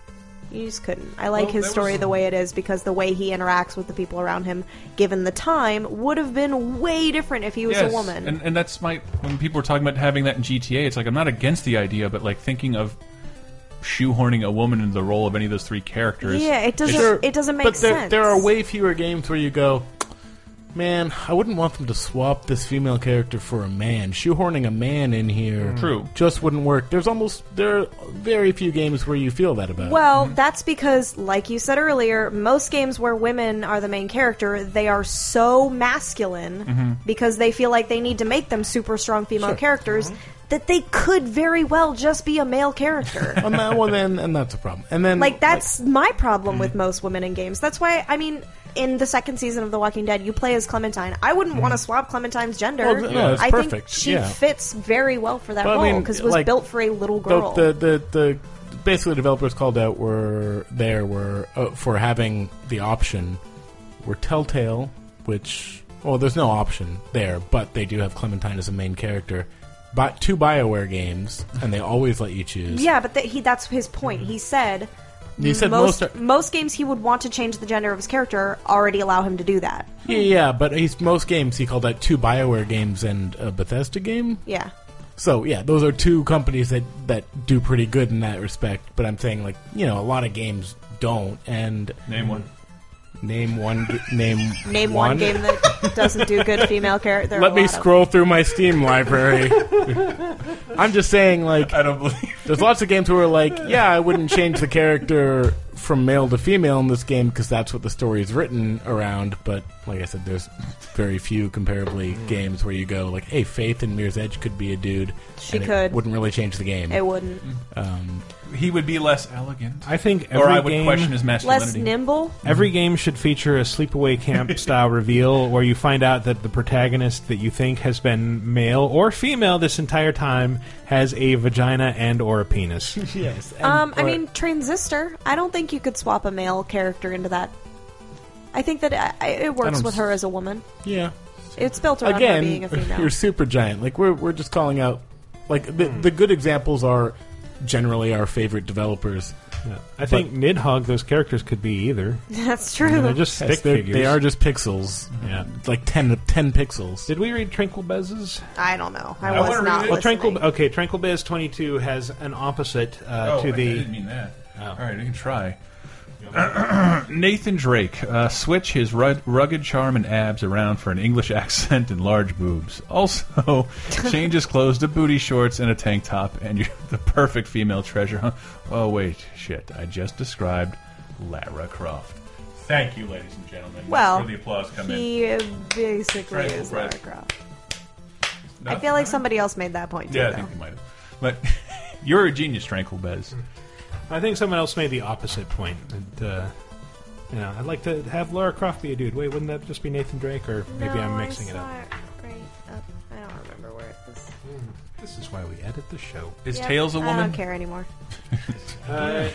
[SPEAKER 3] You just couldn't. I like
[SPEAKER 18] Well,
[SPEAKER 3] his
[SPEAKER 18] that
[SPEAKER 3] story
[SPEAKER 18] was-
[SPEAKER 3] the way it is because the way he interacts with the people around him, given the time, would have been way different if he was
[SPEAKER 2] yes,
[SPEAKER 3] a woman.
[SPEAKER 2] and, and that's my when people were talking about having that in GTA. It's like I'm not against the idea, but like thinking of shoehorning a woman into the role of any of those three characters.
[SPEAKER 3] yeah, it doesn't.
[SPEAKER 4] Sure,
[SPEAKER 3] it doesn't make
[SPEAKER 4] but there,
[SPEAKER 3] sense.
[SPEAKER 4] there are way fewer games where you go, man, I wouldn't want them to swap this female character for a man. Shoehorning a man in here,
[SPEAKER 2] Mm. True.
[SPEAKER 4] just wouldn't work. There's almost there are very few games where you feel that about. it.
[SPEAKER 3] Well, that's because, like you said earlier, most games where women are the main character, they are so masculine
[SPEAKER 18] Mhm.
[SPEAKER 3] because they feel like they need to make them super strong female
[SPEAKER 4] Mm-hmm. Sure.
[SPEAKER 3] characters that they could very well just be a male
[SPEAKER 4] <laughs>
[SPEAKER 3] character.
[SPEAKER 4] On that one, then, and that's a problem. And then,
[SPEAKER 3] like that's my problem
[SPEAKER 4] Mm-hmm.
[SPEAKER 3] with most women in games. That's why I mean, in the second season of The Walking Dead, you play as Clementine. I wouldn't want to swap Clementine's gender.
[SPEAKER 4] Mm-hmm. Well, th- no, it's
[SPEAKER 3] I think
[SPEAKER 4] perfect,
[SPEAKER 3] she
[SPEAKER 4] yeah.
[SPEAKER 3] fits very well for that
[SPEAKER 4] But, I
[SPEAKER 3] role
[SPEAKER 4] mean,
[SPEAKER 3] because it was
[SPEAKER 4] like,
[SPEAKER 3] built for a little
[SPEAKER 4] the-
[SPEAKER 3] girl.
[SPEAKER 4] The, the the basically developers called out were there were uh, for having the option were Telltale, which well, there's no option there, but they do have Clementine as a main character. But two Bioware games, and they always let you choose.
[SPEAKER 3] Yeah, but th- he, that's his point. He said,
[SPEAKER 4] He said
[SPEAKER 3] most,
[SPEAKER 4] most are-
[SPEAKER 3] most games he would want to change the gender of his character already allow him to do that.
[SPEAKER 4] yeah, yeah, But he's most games he called that two Bioware games and a Bethesda game.
[SPEAKER 3] Yeah.
[SPEAKER 4] So yeah, those are two companies that that do pretty good in that respect. But I'm saying like you know a lot of games don't. And
[SPEAKER 2] name one.
[SPEAKER 4] Name one. g- Name
[SPEAKER 3] Name one, game
[SPEAKER 4] <laughs>
[SPEAKER 3] that doesn't do good female character.
[SPEAKER 4] Let me scroll through my Steam library. <laughs> I'm just saying, like,
[SPEAKER 2] I don't believe.
[SPEAKER 4] There's lots of games where, like, yeah, I wouldn't change the character from male to female in this game because that's what the story is written around. But like I said, there's very few comparably games where you go, like, hey, Faith in Mirror's Edge could be a dude.
[SPEAKER 3] She
[SPEAKER 4] and it
[SPEAKER 3] could.
[SPEAKER 4] wouldn't really change the game.
[SPEAKER 3] It wouldn't.
[SPEAKER 2] Mm,
[SPEAKER 4] Um,
[SPEAKER 2] He would be less elegant.
[SPEAKER 1] I think
[SPEAKER 2] or
[SPEAKER 1] every
[SPEAKER 2] I would
[SPEAKER 1] game-
[SPEAKER 2] question his masculinity.
[SPEAKER 3] Less nimble.
[SPEAKER 1] Every game should feature a sleepaway
[SPEAKER 4] <laughs>
[SPEAKER 1] camp style reveal where you find out that the protagonist that you think has been male or female this entire time has a vagina and or a
[SPEAKER 4] <laughs>
[SPEAKER 1] penis.
[SPEAKER 4] yes.
[SPEAKER 3] um, I mean, Transistor. I don't think you could swap a male character into that. I think that uh, I, it
[SPEAKER 4] I
[SPEAKER 3] works
[SPEAKER 4] don't
[SPEAKER 3] with her as a woman.
[SPEAKER 4] Yeah.
[SPEAKER 3] It's built around her being a female.
[SPEAKER 4] <laughs>
[SPEAKER 3] Hmm.
[SPEAKER 4] you're super giant. Like we're we're just calling out. Like the the good examples are generally our favorite developers.
[SPEAKER 1] I think Nidhogg, those characters could be either.
[SPEAKER 4] <laughs>
[SPEAKER 3] That's
[SPEAKER 1] I mean,
[SPEAKER 3] <laughs>
[SPEAKER 1] they're just stick
[SPEAKER 4] Yes, they're-
[SPEAKER 1] figures.
[SPEAKER 4] They are just pixels.
[SPEAKER 1] Yeah.
[SPEAKER 4] like 10, 10 pixels.
[SPEAKER 1] Did we read Tranquil Bez's?
[SPEAKER 3] I don't know. I, was
[SPEAKER 1] wanna
[SPEAKER 3] not
[SPEAKER 1] read it. Well,
[SPEAKER 3] listening.
[SPEAKER 1] Tranquil, okay, Tranquil Bez 22 has an opposite uh,
[SPEAKER 2] Oh,
[SPEAKER 1] to
[SPEAKER 2] I
[SPEAKER 1] the.
[SPEAKER 2] didn't mean that.
[SPEAKER 3] Oh.
[SPEAKER 2] All right, we can try. <clears throat> Nathan Drake, uh, switch his rug rugged charm and abs around for an English <laughs> accent and large boobs.
[SPEAKER 3] <laughs>
[SPEAKER 2] Also, change his clothes to booty shorts and a tank top, and you're <laughs> the perfect female treasure hunt. Oh, wait, shit. I just described Lara Croft. Thank you, ladies and gentlemen.
[SPEAKER 3] Well,
[SPEAKER 2] Where the applause come in.
[SPEAKER 3] he basically
[SPEAKER 2] Right,
[SPEAKER 3] is
[SPEAKER 2] right.
[SPEAKER 3] Lara Croft. I
[SPEAKER 2] Nothing,
[SPEAKER 3] feel like somebody else made that point too.
[SPEAKER 2] Yeah, I
[SPEAKER 3] though.
[SPEAKER 2] think you might have. But <laughs> you're a genius, Tranquil Bez.
[SPEAKER 1] I think someone else made the opposite point. And, uh, you know, I'd like to have Laura Croft be a dude. Wait, wouldn't that just be Nathan Drake? Or maybe
[SPEAKER 3] No,
[SPEAKER 1] I'm
[SPEAKER 3] I
[SPEAKER 1] mixing it
[SPEAKER 3] saw
[SPEAKER 1] up.
[SPEAKER 3] right up. oh, I don't remember where it was.
[SPEAKER 1] This is why we edit the show.
[SPEAKER 2] Is Tails a
[SPEAKER 3] I
[SPEAKER 2] woman?
[SPEAKER 3] don't care anymore.
[SPEAKER 1] Uh,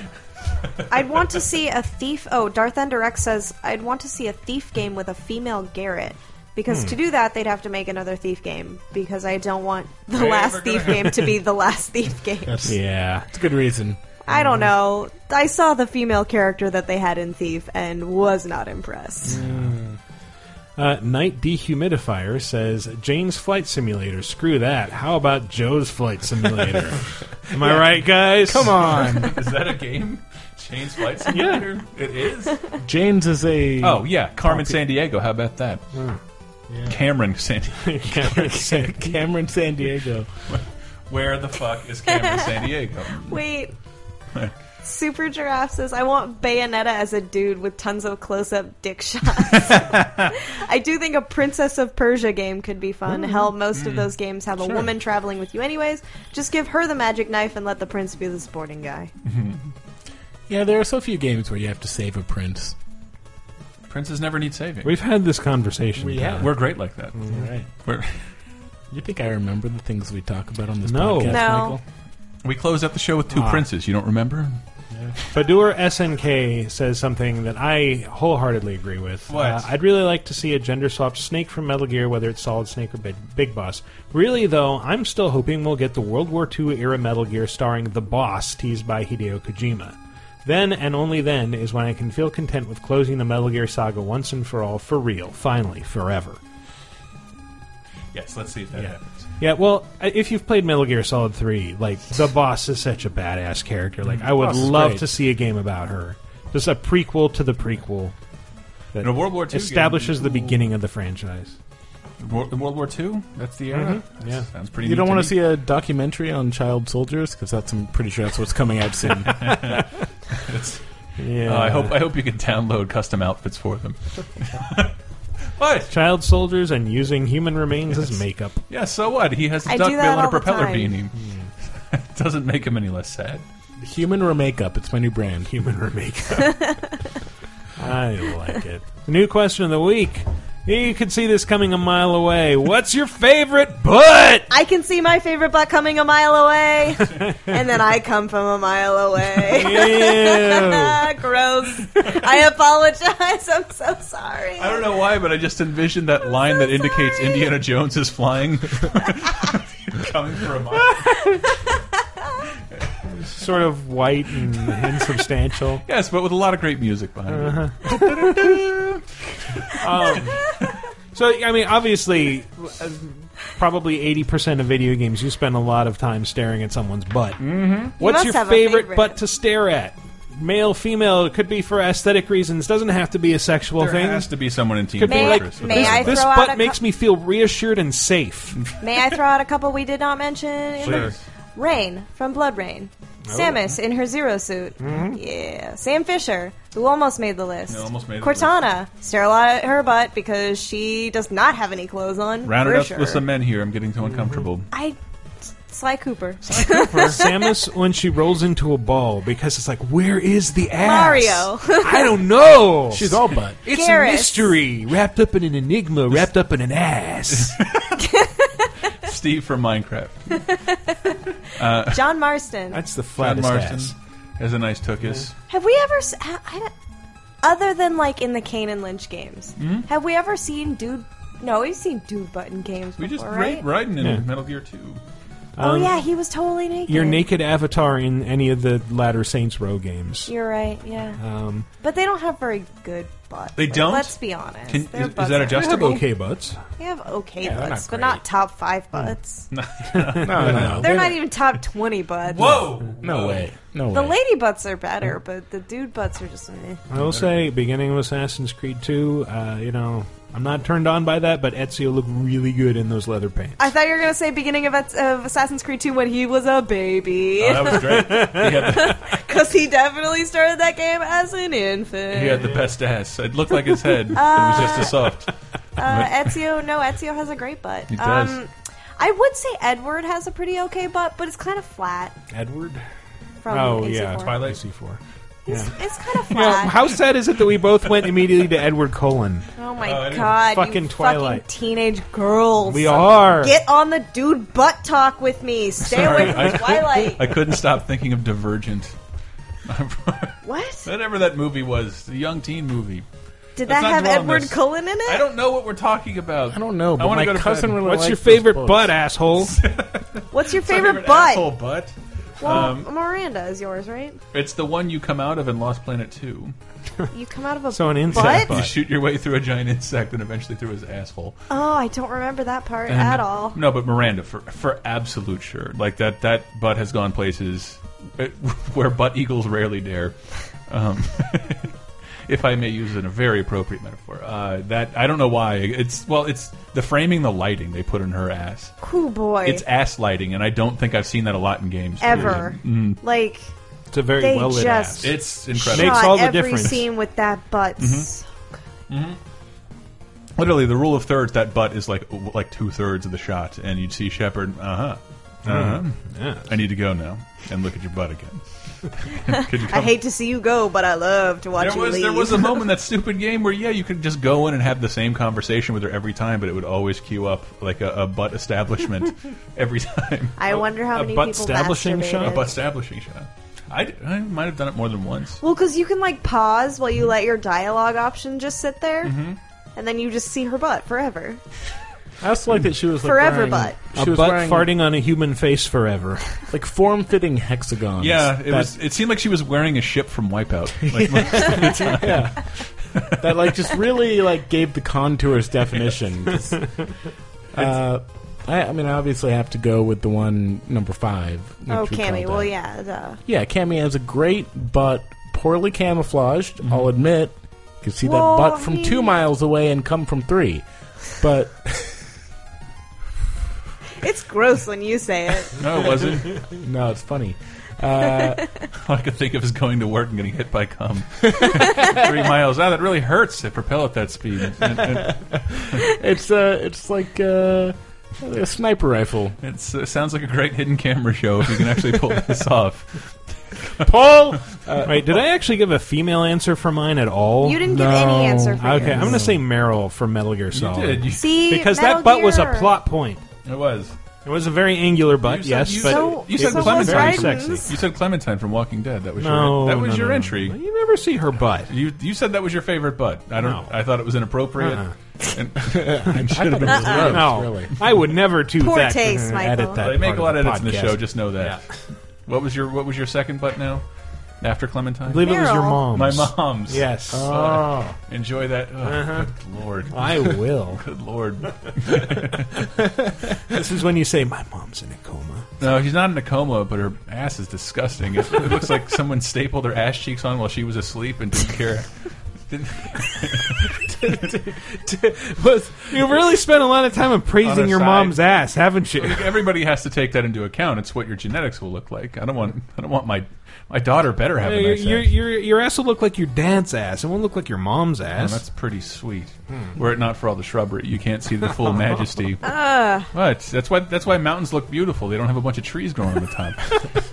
[SPEAKER 3] I'd want to see a thief. Oh, Darth Ender X says I'd want to see a thief game with a female Garrett. Because
[SPEAKER 18] Hmm.
[SPEAKER 3] to do that, they'd have to make another thief game. Because I don't want the
[SPEAKER 18] They ain't
[SPEAKER 3] last
[SPEAKER 18] never
[SPEAKER 3] thief
[SPEAKER 18] gonna-
[SPEAKER 3] game to be the last thief game.
[SPEAKER 4] That's,
[SPEAKER 1] yeah,
[SPEAKER 4] it's a good reason.
[SPEAKER 3] I don't know. I saw the female character that they had in Thief and was not impressed.
[SPEAKER 1] uh, Night Dehumidifier says Jane's Flight Simulator. Screw that. How about Joe's Flight Simulator? Am I
[SPEAKER 2] Yeah. <laughs>
[SPEAKER 1] right, guys?
[SPEAKER 2] Is that a game? Jane's flight simulator. It is.
[SPEAKER 4] Jane's is
[SPEAKER 1] <laughs>
[SPEAKER 4] a.
[SPEAKER 2] Oh yeah, Carmen
[SPEAKER 4] copy-
[SPEAKER 2] San Diego. How about that? Cameron San Diego.
[SPEAKER 4] Cameron, San, Cameron San Diego.
[SPEAKER 2] <laughs> Where the fuck is Cameron San Diego?
[SPEAKER 3] Wait. Super Giraffe says, I want Bayonetta as a dude with tons of close up
[SPEAKER 2] <laughs>
[SPEAKER 3] dick shots. I do think a Princess of Persia game could be fun.
[SPEAKER 18] Ooh.
[SPEAKER 3] Hell, most
[SPEAKER 18] Mm.
[SPEAKER 3] of those games have a
[SPEAKER 18] Sure.
[SPEAKER 3] woman traveling with you, anyways. Just give her the magic knife and let the prince be the sporting guy.
[SPEAKER 4] Yeah, there are so few games where you have to save a prince.
[SPEAKER 2] <laughs> Princes never need saving.
[SPEAKER 1] We've had this conversation.
[SPEAKER 4] We have.
[SPEAKER 2] We're great like that.
[SPEAKER 1] Mm-hmm.
[SPEAKER 4] All right.
[SPEAKER 2] We're
[SPEAKER 4] You think I remember the things we talk about on this
[SPEAKER 1] No.
[SPEAKER 4] podcast,
[SPEAKER 1] No.
[SPEAKER 4] Michael?
[SPEAKER 2] We close out the show with two
[SPEAKER 1] Ah.
[SPEAKER 2] princes. You don't remember?
[SPEAKER 1] Fadur SNK says something that I wholeheartedly agree with.
[SPEAKER 2] What?
[SPEAKER 1] Uh, I'd really like to see a gender swapped Snake from Metal Gear, whether it's Solid Snake or Big, Big Boss. Really, though, I'm still hoping we'll get the World War II era Metal Gear starring the boss teased by Hideo Kojima. Then and only then is when I can feel content with closing the Metal Gear saga once and for all, for real, finally, forever.
[SPEAKER 2] Yes. Let's see if that happens.
[SPEAKER 1] Yeah, well, I- if you've played Metal Gear Solid 3, like, the boss is such a badass character. Like, I would
[SPEAKER 2] Boss is
[SPEAKER 1] love
[SPEAKER 2] great.
[SPEAKER 1] to see a game about her. Just a prequel to the prequel that
[SPEAKER 2] And a World War II
[SPEAKER 1] establishes
[SPEAKER 2] game-
[SPEAKER 1] the beginning of the franchise.
[SPEAKER 2] Wor- World War II. That's the era.
[SPEAKER 1] Mhm.
[SPEAKER 2] That
[SPEAKER 1] Yeah.
[SPEAKER 2] Sounds pretty.
[SPEAKER 4] you
[SPEAKER 2] neat
[SPEAKER 4] don't
[SPEAKER 2] to
[SPEAKER 4] want
[SPEAKER 2] me.
[SPEAKER 4] to see a documentary on child soldiers because that's I'm pretty sure that's what's coming
[SPEAKER 1] <laughs>
[SPEAKER 4] out soon.
[SPEAKER 2] It's-
[SPEAKER 1] Yeah.
[SPEAKER 2] Uh, I hope I hope you can download custom outfits
[SPEAKER 1] <laughs>
[SPEAKER 2] for them. what?
[SPEAKER 1] Child soldiers and using human remains as makeup.
[SPEAKER 2] Yeah. So what? He has a
[SPEAKER 1] I do
[SPEAKER 2] duck bill
[SPEAKER 1] that
[SPEAKER 2] and a
[SPEAKER 1] all the
[SPEAKER 2] propeller
[SPEAKER 1] time.
[SPEAKER 2] beanie. <laughs> Doesn't make him any less sad.
[SPEAKER 4] Human Remakeup. It's my new brand.
[SPEAKER 1] Human Remakeup. I like it. New question of the week. You could see this coming a mile away. What's your favorite butt?
[SPEAKER 2] <laughs>
[SPEAKER 3] I can see my favorite butt coming a mile away, and then I come from a mile away.
[SPEAKER 2] Ew.
[SPEAKER 3] <laughs> Gross. I apologize. <laughs> I'm so sorry.
[SPEAKER 2] I don't know why, but I just envisioned that line that indicates Indiana Jones is flying.
[SPEAKER 3] <laughs>
[SPEAKER 2] <laughs> Coming for a mile.
[SPEAKER 1] Sort of white and insubstantial.
[SPEAKER 2] Yes, but with a lot of great music behind it.
[SPEAKER 1] um, so I mean, obviously, uh, probably eighty percent of video games, you spend a lot of time staring at someone's butt. Mm-hmm. What's
[SPEAKER 3] must
[SPEAKER 1] your
[SPEAKER 3] have a
[SPEAKER 1] favorite,
[SPEAKER 3] favorite.
[SPEAKER 1] butt to stare at? Male, female, it could be for aesthetic reasons. Doesn't have to be a sexual
[SPEAKER 2] there
[SPEAKER 1] thing.
[SPEAKER 2] has to be someone in Team
[SPEAKER 1] could be
[SPEAKER 3] May-
[SPEAKER 1] like
[SPEAKER 3] may
[SPEAKER 1] this,
[SPEAKER 3] I
[SPEAKER 1] this
[SPEAKER 3] throw out
[SPEAKER 1] butt
[SPEAKER 3] a cou-
[SPEAKER 1] makes me feel reassured and safe.
[SPEAKER 3] May I throw out a couple we did not mention? in
[SPEAKER 1] Sure.
[SPEAKER 3] the- Rain from Blood Rain.
[SPEAKER 1] Oh.
[SPEAKER 3] Samus in her zero suit. Yeah. Sam Fisher, who almost made the list.
[SPEAKER 2] Mm-hmm. Yeah, almost made the
[SPEAKER 3] Cortana, stare a lot at her butt because she does not have any clothes on.
[SPEAKER 2] Rounded
[SPEAKER 3] for
[SPEAKER 2] up
[SPEAKER 3] sure.
[SPEAKER 2] with some men here. I'm getting so uncomfortable.
[SPEAKER 3] I. Sly Cooper.
[SPEAKER 1] <laughs> Samus when she rolls into a ball because it's like, where is the ass?
[SPEAKER 2] <laughs>
[SPEAKER 3] Mario.
[SPEAKER 1] <laughs>
[SPEAKER 3] <laughs>
[SPEAKER 1] I don't know.
[SPEAKER 4] She's all butt.
[SPEAKER 1] It's
[SPEAKER 3] Garrus.
[SPEAKER 1] a mystery wrapped up in an enigma, wrapped up in an ass.
[SPEAKER 2] Steve from Minecraft. Uh,
[SPEAKER 3] John Marston.
[SPEAKER 1] That's the
[SPEAKER 2] John
[SPEAKER 1] flattest
[SPEAKER 2] Marston
[SPEAKER 1] ass.
[SPEAKER 2] has a nice tuchus.
[SPEAKER 3] Have we ever, s- ha- I don't- other than like in the Kane and Lynch games,
[SPEAKER 2] Mhm.
[SPEAKER 3] have we ever seen dude? No, we've seen dude button games.
[SPEAKER 2] We just
[SPEAKER 3] before,
[SPEAKER 2] right?
[SPEAKER 3] right?
[SPEAKER 2] riding in
[SPEAKER 1] Yeah.
[SPEAKER 2] Metal Gear 2.
[SPEAKER 3] Oh
[SPEAKER 1] Um,
[SPEAKER 3] yeah, he was totally naked.
[SPEAKER 1] Your naked avatar in any of the latter Saints Row games.
[SPEAKER 3] You're right. Yeah.
[SPEAKER 1] Um,
[SPEAKER 3] But they don't have very good butts.
[SPEAKER 1] They
[SPEAKER 3] Like,
[SPEAKER 1] don't?
[SPEAKER 3] Let's be honest.
[SPEAKER 1] Can-
[SPEAKER 3] Their
[SPEAKER 1] is- is
[SPEAKER 3] butts
[SPEAKER 1] that
[SPEAKER 3] are-
[SPEAKER 1] adjustable? They have okay butts.
[SPEAKER 3] They have okay
[SPEAKER 1] Yeah, they're
[SPEAKER 3] butts,
[SPEAKER 1] not
[SPEAKER 3] but not top five
[SPEAKER 1] <laughs>
[SPEAKER 3] butts.
[SPEAKER 2] no,
[SPEAKER 4] no, no.
[SPEAKER 3] They're not even top twenty butts.
[SPEAKER 2] Whoa!
[SPEAKER 1] Um,
[SPEAKER 4] No way. No
[SPEAKER 3] The
[SPEAKER 4] way.
[SPEAKER 3] lady butts are
[SPEAKER 1] Hmm.
[SPEAKER 3] better, but the dude butts are just. Meh.
[SPEAKER 1] I will say, beginning of Assassin's Creed 2, uh, you know, I'm not turned on by that, but Ezio looked really good in those leather pants.
[SPEAKER 3] I thought you were gonna say beginning of, Ats- of Assassin's Creed 2 when he was a baby.
[SPEAKER 1] Oh, that was great.
[SPEAKER 3] Because he definitely started that game as an infant.
[SPEAKER 2] He had
[SPEAKER 3] <laughs>
[SPEAKER 2] the best ass. It looked like his head. it was just as soft.
[SPEAKER 3] Uh, Ezio, no, Ezio has a great butt. Um,
[SPEAKER 2] He does.
[SPEAKER 3] I would say Edward has a pretty okay butt, but it's kind of flat.
[SPEAKER 1] Edward?
[SPEAKER 3] From
[SPEAKER 1] oh,
[SPEAKER 3] AC4.
[SPEAKER 1] yeah.
[SPEAKER 2] Twilight?
[SPEAKER 1] C4.
[SPEAKER 3] It's, it's kind of
[SPEAKER 1] You
[SPEAKER 3] flat.
[SPEAKER 1] know, how sad is it that we both went immediately to Edward
[SPEAKER 3] <laughs>
[SPEAKER 1] Cullen?
[SPEAKER 3] Oh my
[SPEAKER 1] Oh, it is.
[SPEAKER 3] god!
[SPEAKER 1] Fucking
[SPEAKER 3] you
[SPEAKER 1] Twilight.
[SPEAKER 3] fucking teenage girls.
[SPEAKER 1] We are.
[SPEAKER 3] Get on the dude butt talk with me. Stay away from
[SPEAKER 2] I,
[SPEAKER 3] Twilight.
[SPEAKER 2] <laughs> I couldn't stop thinking of Divergent. <laughs>
[SPEAKER 3] what?
[SPEAKER 2] Whatever that movie was, the young teen movie.
[SPEAKER 3] Did
[SPEAKER 2] Let's
[SPEAKER 3] that
[SPEAKER 2] not
[SPEAKER 3] have
[SPEAKER 2] dwell on
[SPEAKER 3] Edward
[SPEAKER 2] this.
[SPEAKER 3] Cullen in it?
[SPEAKER 2] I don't know what we're talking about. I
[SPEAKER 4] don't know.
[SPEAKER 2] I
[SPEAKER 4] But
[SPEAKER 2] want
[SPEAKER 4] my
[SPEAKER 2] to go to
[SPEAKER 4] cousin
[SPEAKER 2] bed.
[SPEAKER 4] really
[SPEAKER 1] What's your
[SPEAKER 4] liked those
[SPEAKER 1] favorite
[SPEAKER 4] books.
[SPEAKER 1] butt,
[SPEAKER 3] <laughs>
[SPEAKER 1] asshole?
[SPEAKER 3] What's your
[SPEAKER 2] My
[SPEAKER 3] favorite, butt?
[SPEAKER 2] Asshole butt.
[SPEAKER 3] Well,
[SPEAKER 2] Um,
[SPEAKER 3] Miranda is yours, right?
[SPEAKER 2] it's the one you come out of in Lost Planet Two.
[SPEAKER 3] You come out of a
[SPEAKER 1] So an
[SPEAKER 3] butt?
[SPEAKER 2] You shoot your way through a giant insect and eventually through his asshole.
[SPEAKER 3] Oh, I don't remember that part
[SPEAKER 2] And-
[SPEAKER 3] at all.
[SPEAKER 2] No, but Miranda for for absolute <laughs> sure. Like that that butt has gone places eh, where butt eagles rarely dare. Um, <laughs> if I may use it in a very appropriate metaphor, uh, that I don't know why it's well, it's the framing, the lighting they put in her ass.
[SPEAKER 3] Cool boy.
[SPEAKER 2] It's ass lighting, and I don't think I've seen that a lot in games
[SPEAKER 3] ever.
[SPEAKER 2] Mm.
[SPEAKER 3] Like
[SPEAKER 1] It's a very
[SPEAKER 3] they
[SPEAKER 1] well lit ass.
[SPEAKER 3] just
[SPEAKER 2] It's
[SPEAKER 3] shot
[SPEAKER 2] incredible. Makes all the
[SPEAKER 3] every
[SPEAKER 2] difference.
[SPEAKER 3] scene with that butt.
[SPEAKER 2] Mhm. Literally, the rule of thirds. That butt is like like two thirds of the shot, and you'd see Shepard. Uh huh. Uh huh.
[SPEAKER 1] Mm,
[SPEAKER 3] Mm-hmm.
[SPEAKER 1] yes.
[SPEAKER 2] I need to go now and look at your butt
[SPEAKER 3] <laughs>
[SPEAKER 2] again. Could you
[SPEAKER 3] I
[SPEAKER 2] come?
[SPEAKER 3] hate to see you go, but I love to
[SPEAKER 2] <laughs>
[SPEAKER 3] watch
[SPEAKER 2] there
[SPEAKER 3] you
[SPEAKER 2] was
[SPEAKER 3] leave.
[SPEAKER 2] there
[SPEAKER 3] <laughs>
[SPEAKER 2] was a moment in that stupid game where yeah, you could just go in and have the same conversation with her every time, but it would always queue up like a, a butt
[SPEAKER 3] <laughs>
[SPEAKER 2] establishment every time.
[SPEAKER 3] I wonder how
[SPEAKER 2] a
[SPEAKER 3] many
[SPEAKER 2] butt
[SPEAKER 3] people
[SPEAKER 2] establishing
[SPEAKER 3] masturbated.
[SPEAKER 2] shot. A butt establishing shot. I, d- I might have done it more than once.
[SPEAKER 3] Well, because you can like pause while you let your dialogue option just sit there,
[SPEAKER 2] Mhm.
[SPEAKER 3] and then you just see her butt forever.
[SPEAKER 4] I also like that she was like
[SPEAKER 3] Forever
[SPEAKER 4] wearing-
[SPEAKER 3] butt.
[SPEAKER 4] she
[SPEAKER 1] A
[SPEAKER 4] was
[SPEAKER 1] butt
[SPEAKER 4] wearing-
[SPEAKER 1] farting on a human face forever.
[SPEAKER 4] like form-fitting hexagons.
[SPEAKER 2] Yeah, it
[SPEAKER 4] <laughs> that,
[SPEAKER 2] was. It seemed like she was wearing a ship from Wipeout. Like,
[SPEAKER 3] <laughs>
[SPEAKER 2] most of the time.
[SPEAKER 4] Yeah. <laughs> that like just really like gave the contours
[SPEAKER 1] <laughs>
[SPEAKER 4] definition. 'Cause, uh, I, I mean, I obviously have to go with the one number five. which
[SPEAKER 3] oh,
[SPEAKER 4] we called
[SPEAKER 3] Cammy.
[SPEAKER 4] that.
[SPEAKER 3] Well, yeah. Duh.
[SPEAKER 4] Yeah, Cammy has a great but poorly camouflaged.
[SPEAKER 1] Mm-hmm.
[SPEAKER 4] I'll admit, you can see
[SPEAKER 3] Well,
[SPEAKER 4] that butt from
[SPEAKER 3] he-
[SPEAKER 4] two miles away and come from three, but <laughs>
[SPEAKER 3] It's gross when you say
[SPEAKER 2] <laughs>
[SPEAKER 3] it.
[SPEAKER 2] No, it wasn't.
[SPEAKER 4] no, it's funny.
[SPEAKER 3] <laughs>
[SPEAKER 4] Uh,
[SPEAKER 2] All I could think of is going to work and getting hit by cum. <laughs> Three miles. Ah, that really hurts. They propel at that speed. And- and-
[SPEAKER 4] it's uh, it's like uh, a sniper rifle.
[SPEAKER 2] it's- it sounds like a great hidden camera show if you can actually pull this off.
[SPEAKER 1] <laughs>
[SPEAKER 4] Paul,
[SPEAKER 1] right? Uh, Did I actually give a female answer for mine at all?
[SPEAKER 3] You didn't give any No. answer for
[SPEAKER 1] Okay,
[SPEAKER 3] yours.
[SPEAKER 1] I'm going to say Meryl for Metal Gear Solid.
[SPEAKER 2] did. You-
[SPEAKER 3] See,
[SPEAKER 1] because
[SPEAKER 3] Metal
[SPEAKER 1] that butt was a
[SPEAKER 3] Gear.
[SPEAKER 1] plot point.
[SPEAKER 2] It was.
[SPEAKER 1] It was a very angular butt,
[SPEAKER 2] You said-
[SPEAKER 1] yes,
[SPEAKER 2] you
[SPEAKER 1] but
[SPEAKER 2] said- you
[SPEAKER 1] it
[SPEAKER 2] said
[SPEAKER 1] was
[SPEAKER 2] Clementine.
[SPEAKER 1] very
[SPEAKER 2] from-
[SPEAKER 1] sexy.
[SPEAKER 2] You said Clementine from Walking Dead. That was
[SPEAKER 1] No,
[SPEAKER 2] your that was
[SPEAKER 1] no,
[SPEAKER 2] your
[SPEAKER 1] no, no.
[SPEAKER 2] entry.
[SPEAKER 1] You never see her butt.
[SPEAKER 2] You you said that was your favorite butt. I don't.
[SPEAKER 1] No.
[SPEAKER 2] I thought it was inappropriate.
[SPEAKER 1] Uh-uh.
[SPEAKER 2] <laughs> And
[SPEAKER 1] <laughs>
[SPEAKER 2] <laughs> Uh-uh.
[SPEAKER 1] I
[SPEAKER 2] it
[SPEAKER 1] thought
[SPEAKER 2] should have
[SPEAKER 1] it
[SPEAKER 2] been
[SPEAKER 1] was
[SPEAKER 2] gross,
[SPEAKER 1] no,
[SPEAKER 2] really.
[SPEAKER 1] I would never do
[SPEAKER 3] Poor
[SPEAKER 1] that.
[SPEAKER 3] taste,
[SPEAKER 1] uh,
[SPEAKER 3] Michael.
[SPEAKER 1] Edit that
[SPEAKER 2] they make
[SPEAKER 1] part
[SPEAKER 2] a lot of edits in the
[SPEAKER 1] podcast.
[SPEAKER 2] show. Just know that. What was your What was your second butt now? After Clementine,
[SPEAKER 1] I believe it was your
[SPEAKER 3] Meryl.
[SPEAKER 1] mom's.
[SPEAKER 2] My mom's.
[SPEAKER 1] Yes.
[SPEAKER 2] Uh,
[SPEAKER 1] Oh.
[SPEAKER 2] enjoy that. Oh,
[SPEAKER 1] Uh-huh.
[SPEAKER 2] Good lord.
[SPEAKER 1] I will.
[SPEAKER 2] good lord.
[SPEAKER 1] <laughs> this is when you say, "My mom's in a coma."
[SPEAKER 2] no, she's not in a coma, but her ass is disgusting. It, it looks like someone stapled her ass cheeks on while she was asleep and
[SPEAKER 1] <laughs>
[SPEAKER 2] didn't care. Didn't,
[SPEAKER 4] was
[SPEAKER 1] <laughs> You really spent a lot of time
[SPEAKER 2] On
[SPEAKER 1] appraising
[SPEAKER 2] her
[SPEAKER 1] your
[SPEAKER 2] side.
[SPEAKER 1] mom's ass, haven't you?
[SPEAKER 2] everybody has to take that into account. It's what your genetics will look like. I don't want. I don't want my my daughter better have a
[SPEAKER 1] Your,
[SPEAKER 2] nice
[SPEAKER 1] <laughs> your,
[SPEAKER 2] ass.
[SPEAKER 1] your, your ass will look like your dad's ass. It won't look like your mom's
[SPEAKER 2] Oh,
[SPEAKER 1] ass.
[SPEAKER 2] that's pretty sweet.
[SPEAKER 1] Hmm.
[SPEAKER 2] Were it not for all the shrubbery, you can't see
[SPEAKER 1] <laughs>
[SPEAKER 2] the full majesty.
[SPEAKER 3] Ugh.
[SPEAKER 2] What? That's why. That's why mountains look beautiful. They don't have a bunch of trees growing on the top.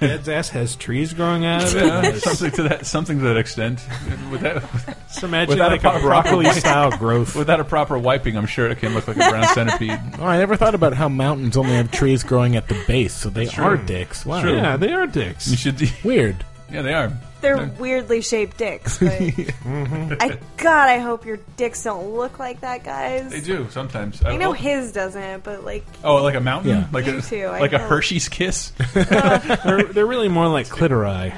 [SPEAKER 1] dad's ass has trees growing out of it.
[SPEAKER 2] Yeah, <laughs> something to that. Something to that extent. With that,
[SPEAKER 1] Just imagine
[SPEAKER 2] without
[SPEAKER 1] like
[SPEAKER 2] a
[SPEAKER 1] a,
[SPEAKER 2] proper-
[SPEAKER 1] broccoli style growth.
[SPEAKER 2] without a proper wiping, I'm sure it can look like a
[SPEAKER 3] <laughs>
[SPEAKER 2] brown centipede.
[SPEAKER 4] Oh, I never thought about how mountains only have trees growing at the base, so they
[SPEAKER 2] true.
[SPEAKER 4] are dicks. Wow.
[SPEAKER 2] True.
[SPEAKER 1] Yeah, they are dicks.
[SPEAKER 2] You should.
[SPEAKER 4] Weird.
[SPEAKER 2] Yeah, they are.
[SPEAKER 3] They're weirdly shaped dicks. But I God, I hope your dicks don't look like that, guys.
[SPEAKER 2] They do sometimes.
[SPEAKER 3] I know his doesn't, but like
[SPEAKER 2] Oh, like a mountain,
[SPEAKER 1] Yeah.
[SPEAKER 2] like
[SPEAKER 3] You
[SPEAKER 2] a
[SPEAKER 3] too, I
[SPEAKER 2] like a
[SPEAKER 3] know.
[SPEAKER 2] Hershey's kiss,
[SPEAKER 1] they're, they're really more like clitori.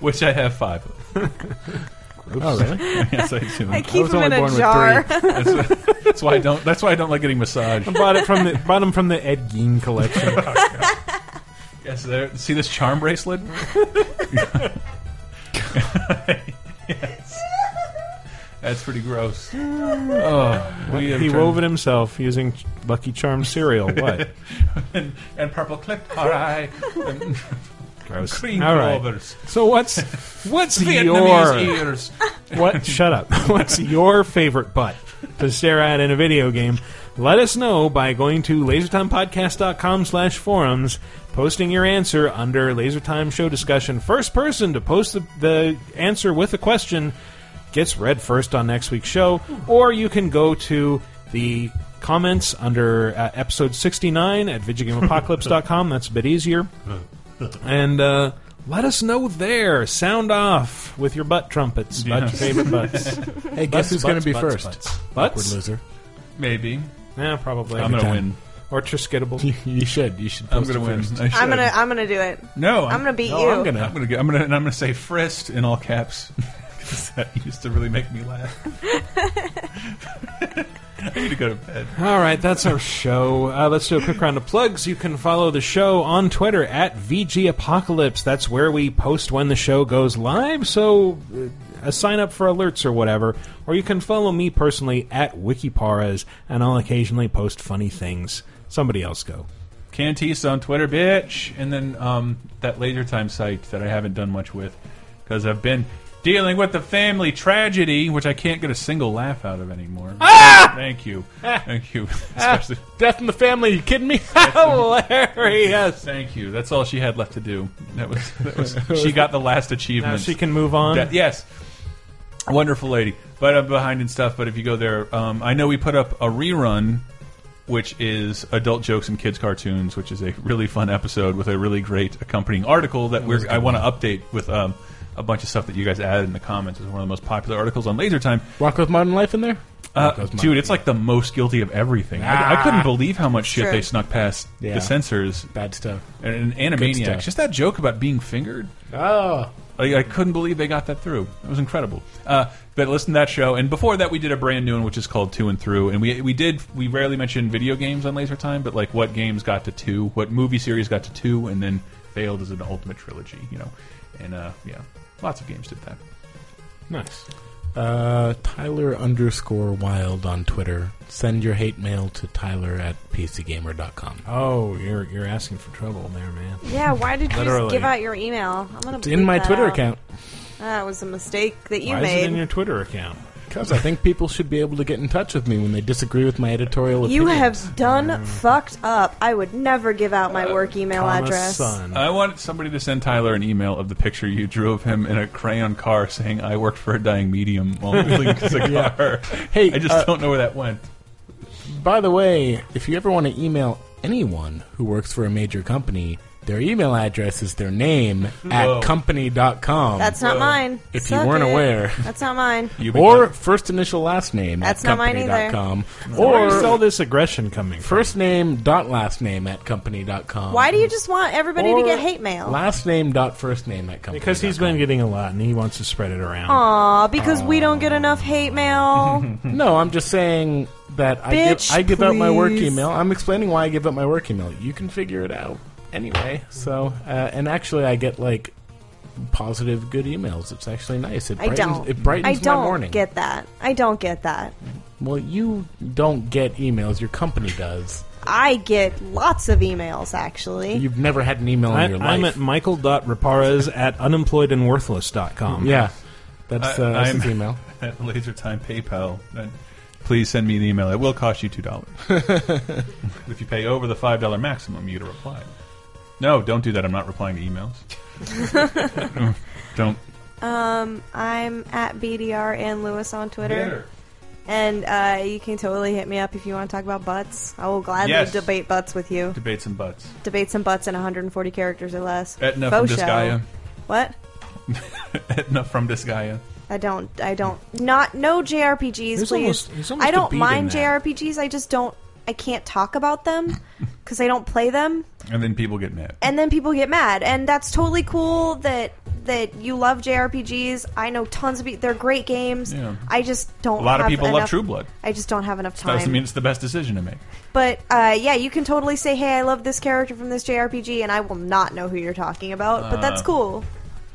[SPEAKER 2] which I have five. of. <laughs>
[SPEAKER 4] Oh, really?
[SPEAKER 2] yes, I do.
[SPEAKER 3] I keep
[SPEAKER 4] was
[SPEAKER 3] him
[SPEAKER 4] only
[SPEAKER 3] in a
[SPEAKER 4] born with
[SPEAKER 3] jar.
[SPEAKER 2] That's, why- that's why I don't. That's why I don't like getting massaged.
[SPEAKER 1] I bought it from the bought 'em from the Ed Gein collection.
[SPEAKER 2] Yes, there. See this charm bracelet? <laughs> yes. That's
[SPEAKER 1] <laughs>
[SPEAKER 2] pretty gross. Oh, we have
[SPEAKER 1] he
[SPEAKER 2] turned-
[SPEAKER 1] wove it himself using Ch- Lucky Charm cereal.
[SPEAKER 2] <laughs>
[SPEAKER 1] What?
[SPEAKER 2] and, and purple clip.
[SPEAKER 1] <laughs>
[SPEAKER 2] All right. And
[SPEAKER 1] Gross.
[SPEAKER 2] Cream
[SPEAKER 1] All right.
[SPEAKER 2] clovers.
[SPEAKER 1] So what's what's your
[SPEAKER 2] Vietnamese ears.
[SPEAKER 1] what? Shut up. <laughs> What's your favorite butt to stare at in a video game? Let us know by going to lasertimepodcast.com slash forums, posting your answer under Lasertime Show Discussion. First person to post the, the answer with a question gets read first on next week's show, or you can go to the comments under uh, episode 69 at videogameapocalypse.com. That's a bit easier. And uh, let us know there. Sound off with your butt trumpets about your
[SPEAKER 2] Yes.
[SPEAKER 1] favorite butts.
[SPEAKER 4] Hey, <laughs> guess who's going to be first?
[SPEAKER 1] Butts?
[SPEAKER 4] Awkward
[SPEAKER 1] butts?
[SPEAKER 4] loser. <laughs>
[SPEAKER 2] Maybe.
[SPEAKER 1] Yeah, probably.
[SPEAKER 2] I'm gonna
[SPEAKER 4] time.
[SPEAKER 2] win.
[SPEAKER 1] Or Triskettable.
[SPEAKER 4] You, you should. You should.
[SPEAKER 2] I'm
[SPEAKER 4] post
[SPEAKER 2] gonna
[SPEAKER 4] it
[SPEAKER 2] win. <laughs>
[SPEAKER 4] first.
[SPEAKER 2] I
[SPEAKER 3] <laughs> I'm
[SPEAKER 2] should.
[SPEAKER 3] gonna I'm gonna do it.
[SPEAKER 2] No,
[SPEAKER 3] I'm gonna beat
[SPEAKER 2] no,
[SPEAKER 3] you.
[SPEAKER 2] I'm gonna, I'm gonna, go- I'm gonna, and I'm gonna say frist in all <laughs> caps because that used to really make me laugh. need to go to bed.
[SPEAKER 1] All right, that's our show. Uh, let's do a quick round of plugs. You can follow the show on Twitter at VG Apocalypse. That's where we post when the show goes live, so uh, sign up for alerts or whatever. Or you can follow me personally at Wikiparas, and I'll occasionally post funny things. Somebody else go.
[SPEAKER 2] Cantice on Twitter, bitch, and then um, that Laser Time site that I haven't done much with because I've been dealing with the family tragedy, which I can't get a single laugh out of anymore. Ah! Thank you, thank you. <laughs> Especially
[SPEAKER 4] Death in the Family. you kidding me? <laughs> Hilarious.
[SPEAKER 2] Thank you. That's all she had left to do. That was. That was she got the last achievement.
[SPEAKER 1] Now she can move on.
[SPEAKER 2] That- yes. Wonderful lady. But I'm behind and stuff. But if you go there, um, I know we put up a rerun, which is adult jokes and kids cartoons, which is a really fun episode with a really great accompanying article that
[SPEAKER 12] was
[SPEAKER 2] we're,
[SPEAKER 12] a good
[SPEAKER 2] I want to
[SPEAKER 12] one.
[SPEAKER 2] update with um, a bunch of stuff that you guys added in the comments. It's one of the most popular articles on Laser Time.
[SPEAKER 4] Rock with Modern Life in there? Rock
[SPEAKER 2] Uh,
[SPEAKER 4] with
[SPEAKER 2] dude, it's like the most guilty of everything. I, I
[SPEAKER 4] Ah.
[SPEAKER 2] couldn't believe how much shit
[SPEAKER 4] True.
[SPEAKER 2] they snuck past
[SPEAKER 4] Yeah.
[SPEAKER 2] the censors.
[SPEAKER 4] Bad stuff.
[SPEAKER 2] And, and
[SPEAKER 4] Good
[SPEAKER 2] Animaniacs.
[SPEAKER 4] stuff.
[SPEAKER 2] Just that joke about being fingered.
[SPEAKER 4] Oh.
[SPEAKER 2] I, I couldn't believe they got that through. It was incredible. Uh, but listen to that show. And before that, we did a brand new one, which is called Two and Through. And we we did we rarely mention video games on Laser Time, but like what games got to two, what movie series got to two, and then failed as an ultimate trilogy. You know, and uh, yeah, lots of games did that.
[SPEAKER 1] Nice.
[SPEAKER 4] Uh, Tyler underscore wild on Twitter. Send your hate mail to Tyler at pcgamer.com.
[SPEAKER 1] Oh, you're you're asking for trouble there, man.
[SPEAKER 3] Yeah, why did you
[SPEAKER 4] Literally.
[SPEAKER 3] just give out your email? I'm gonna
[SPEAKER 4] It's in
[SPEAKER 3] bleep
[SPEAKER 4] my
[SPEAKER 3] that
[SPEAKER 4] Twitter
[SPEAKER 3] out.
[SPEAKER 4] account.
[SPEAKER 3] That was a mistake that you
[SPEAKER 1] Why
[SPEAKER 3] made.
[SPEAKER 1] is it in your Twitter account?
[SPEAKER 4] Because I think people should be able to get in touch with me when they disagree with my editorial
[SPEAKER 3] you
[SPEAKER 4] opinion.
[SPEAKER 3] have done fucked up. I would never give out my work email
[SPEAKER 4] Uh, comma
[SPEAKER 3] address.
[SPEAKER 4] Uh,
[SPEAKER 2] I want somebody to send Tyler an email of the picture you drew of him in a crayon car saying, I worked for a dying medium while moving
[SPEAKER 4] <laughs>
[SPEAKER 2] a
[SPEAKER 4] Yeah.
[SPEAKER 2] cigar.
[SPEAKER 4] Hey,
[SPEAKER 2] I just
[SPEAKER 4] uh,
[SPEAKER 2] don't know where that went.
[SPEAKER 4] By the way, if you ever want to email anyone who works for a major company, their email address is
[SPEAKER 3] <laughs>
[SPEAKER 4] their name
[SPEAKER 3] Whoa.
[SPEAKER 4] at company.com.
[SPEAKER 3] That's not mine.
[SPEAKER 4] If
[SPEAKER 3] Suck
[SPEAKER 4] you weren't
[SPEAKER 3] it.
[SPEAKER 4] aware.
[SPEAKER 3] <laughs> That's not
[SPEAKER 4] <laughs>
[SPEAKER 3] mine.
[SPEAKER 4] or first initial last name
[SPEAKER 3] That's
[SPEAKER 4] at
[SPEAKER 3] not mine
[SPEAKER 4] company.com.
[SPEAKER 3] either.
[SPEAKER 1] Where
[SPEAKER 4] Or
[SPEAKER 1] is all this aggression coming from?
[SPEAKER 4] First name dot last name at company.com.
[SPEAKER 3] Why do you just want everybody to
[SPEAKER 4] Or
[SPEAKER 3] get hate mail?
[SPEAKER 4] Last name dot first name at company.
[SPEAKER 1] Because he's been getting a lot, and he wants to spread it around.
[SPEAKER 3] Aw, because we don't get enough hate
[SPEAKER 4] <laughs>
[SPEAKER 3] mail.
[SPEAKER 4] no, I'm just saying that I give,
[SPEAKER 3] Bitch,
[SPEAKER 4] I give out my work
[SPEAKER 3] please.
[SPEAKER 4] email. I'm explaining why I give out my work email. You can figure it out anyway. So, uh, and actually, I get like positive good emails. It's actually nice. It
[SPEAKER 3] I
[SPEAKER 4] brightens,
[SPEAKER 3] don't.
[SPEAKER 4] It brightens
[SPEAKER 3] I don't
[SPEAKER 4] my morning.
[SPEAKER 3] get that. I don't get that.
[SPEAKER 4] well, you don't get emails. Your company does.
[SPEAKER 3] I get lots of emails actually.
[SPEAKER 4] You've never had an email in
[SPEAKER 1] I,
[SPEAKER 4] your life.
[SPEAKER 1] I'm at michael.raparez at unemployedandworthless.com.
[SPEAKER 4] Yeah. That's, uh, that's his email.
[SPEAKER 2] At <laughs> LaserTime PayPal. And please send me an email. It will cost you
[SPEAKER 4] <laughs>
[SPEAKER 2] $2. if you pay over the $5 maximum, you get a reply. No, don't do that. I'm not replying to
[SPEAKER 4] <laughs>
[SPEAKER 2] emails. don't.
[SPEAKER 3] Um, I'm at BDR and Lewis on Twitter.
[SPEAKER 2] Bitter.
[SPEAKER 3] And uh, you can totally hit me up if you want to talk about butts. I will gladly
[SPEAKER 2] Yes.
[SPEAKER 3] debate butts with you.
[SPEAKER 2] Debate some butts.
[SPEAKER 3] debate some butts in 140 characters or less.
[SPEAKER 2] Etna
[SPEAKER 3] Faux
[SPEAKER 2] from
[SPEAKER 3] show.
[SPEAKER 2] Disgaea.
[SPEAKER 3] What?
[SPEAKER 2] <laughs> Etna from Disgaea.
[SPEAKER 3] I don't. I don't. Not no JRPGs,
[SPEAKER 2] There's
[SPEAKER 3] please.
[SPEAKER 2] almost- there's almost
[SPEAKER 3] I
[SPEAKER 2] a
[SPEAKER 3] don't
[SPEAKER 2] beat in
[SPEAKER 3] mind
[SPEAKER 2] that.
[SPEAKER 3] JRPGs. I just don't. I can't talk
[SPEAKER 2] <laughs>
[SPEAKER 3] about them because I don't play them.
[SPEAKER 2] And then people get mad.
[SPEAKER 3] and then people get mad and that's totally cool that that you love jrpgs i know tons of people they're great games
[SPEAKER 2] Yeah.
[SPEAKER 3] i just don't
[SPEAKER 2] A lot of
[SPEAKER 3] have
[SPEAKER 2] people love
[SPEAKER 3] enough-
[SPEAKER 2] True Blood.
[SPEAKER 3] i just don't have enough
[SPEAKER 2] That doesn't
[SPEAKER 3] time
[SPEAKER 2] mean it's the best decision to make.
[SPEAKER 3] but uh, yeah you can totally say hey i love this character from this jrpg and i will not know who you're talking about but that's
[SPEAKER 2] Uh.
[SPEAKER 3] cool